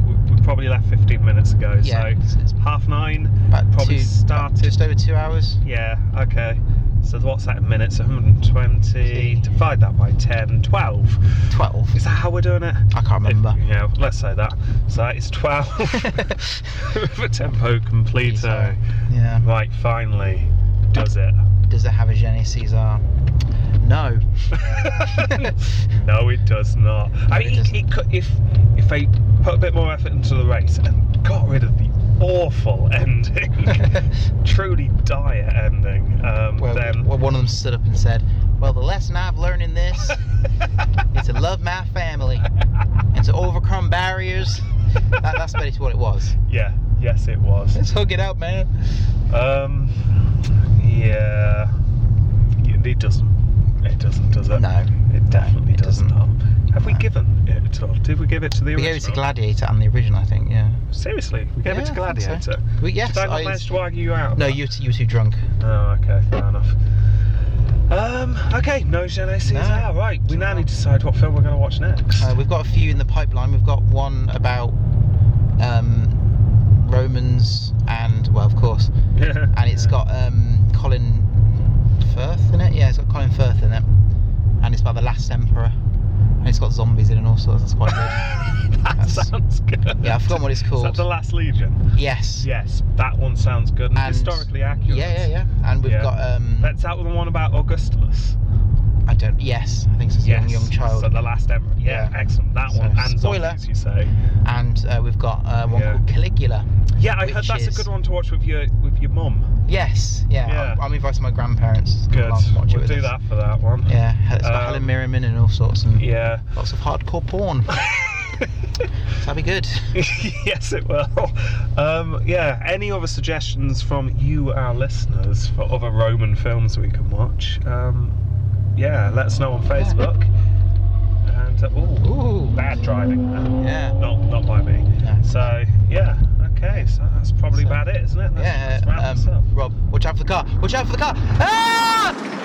Speaker 3: We, we probably left 15 minutes ago.
Speaker 2: Yeah.
Speaker 3: So
Speaker 2: it's- it's
Speaker 3: half nine.
Speaker 2: about
Speaker 3: Probably
Speaker 2: two,
Speaker 3: started.
Speaker 2: just over two hours.
Speaker 3: Yeah, okay. So what's that in minutes? 120 divide that by 10, 12.
Speaker 2: 12.
Speaker 3: Is that how we're doing it?
Speaker 2: I can't remember.
Speaker 3: Yeah, let's say that. So that is 12 for tempo completo.
Speaker 2: yeah.
Speaker 3: Right, finally does it.
Speaker 2: Does it have a Jenny Caesar? No.
Speaker 3: No, it does not. I
Speaker 2: it
Speaker 3: mean, it,
Speaker 2: doesn't.
Speaker 3: it could, if if they put a bit more effort into the race and got rid of the awful ending, truly dire ending, um,
Speaker 2: Well,
Speaker 3: then
Speaker 2: well, one of them stood up and said, Well, the lesson I've learned in this is to love my family and to overcome barriers. That, that's basically what it was.
Speaker 3: yeah, yes, it was.
Speaker 2: Let's hug it out, man.
Speaker 3: Um, yeah, Y- it doesn't. It doesn't, does it?
Speaker 2: No.
Speaker 3: it definitely
Speaker 2: it
Speaker 3: does
Speaker 2: doesn't.
Speaker 3: not Have we given it at all? Did we give it to the
Speaker 2: We
Speaker 3: original?
Speaker 2: gave it to Gladiator and the original, I think, yeah.
Speaker 3: Seriously, we gave it to
Speaker 2: Yeah, I think so.
Speaker 3: Gladiator.
Speaker 2: We, yes,
Speaker 3: Did I not
Speaker 2: I-
Speaker 3: manage to argue you out?
Speaker 2: no, you, were t- you were too drunk.
Speaker 3: Oh, okay, fair enough. Um, okay, no Genet Caesar.
Speaker 2: No.
Speaker 3: Right, we now need to decide what film we're going to watch next.
Speaker 2: Uh, we've got a few in the pipeline. We've got one about um, Romans and, well, of course, and it's got um, Colin Firth in it. Yeah, it's got Colin Firth in it, and it's about the last emperor, and it's got zombies in it and all sorts. That's quite good.
Speaker 3: that
Speaker 2: that's-
Speaker 3: sounds good.
Speaker 2: yeah, I've forgotten what it's
Speaker 3: Is that
Speaker 2: called.
Speaker 3: The Last Legion?
Speaker 2: yes.
Speaker 3: Yes, that one sounds good and,
Speaker 2: And-
Speaker 3: historically accurate.
Speaker 2: Yeah, yeah, yeah. And we've
Speaker 3: Yeah.
Speaker 2: got um,
Speaker 3: That's that the one about Augustulus.
Speaker 2: I don't. Yes, I think it's a young, young child.
Speaker 3: So the last emperor. Yeah,
Speaker 2: Yeah.
Speaker 3: excellent. That
Speaker 2: So,
Speaker 3: one and
Speaker 2: spoiler.
Speaker 3: zombies, you say.
Speaker 2: And uh, we've got uh, one
Speaker 3: Yeah.
Speaker 2: called Caligula.
Speaker 3: Yeah, I heard
Speaker 2: Which
Speaker 3: that's
Speaker 2: is-
Speaker 3: a good one to watch with your with your mum.
Speaker 2: Yes. Yeah.
Speaker 3: Yeah.
Speaker 2: I'm, I'm inviting my grandparents to come
Speaker 3: Good.
Speaker 2: along and watch
Speaker 3: We'll
Speaker 2: it with
Speaker 3: do
Speaker 2: us.
Speaker 3: that for that one.
Speaker 2: Yeah, it's got
Speaker 3: Um,
Speaker 2: Helen Mirren and all sorts, and
Speaker 3: Yeah.
Speaker 2: lots of hardcore porn. So That'd be good.
Speaker 3: yes, it will. Um, yeah, any other suggestions from you, our listeners, for other Roman films we can watch? Um, yeah, let us know on Facebook. And uh, ooh,
Speaker 2: Ooh,
Speaker 3: bad driving. uh,
Speaker 2: yeah.
Speaker 3: Not not by me.
Speaker 2: No.
Speaker 3: So yeah, okay. So that's probably
Speaker 2: So-
Speaker 3: about it, isn't it? Let's,
Speaker 2: Yeah,
Speaker 3: let's wrap this
Speaker 2: um,
Speaker 3: up.
Speaker 2: Rob, watch out for the car. Watch out for the car. Ah!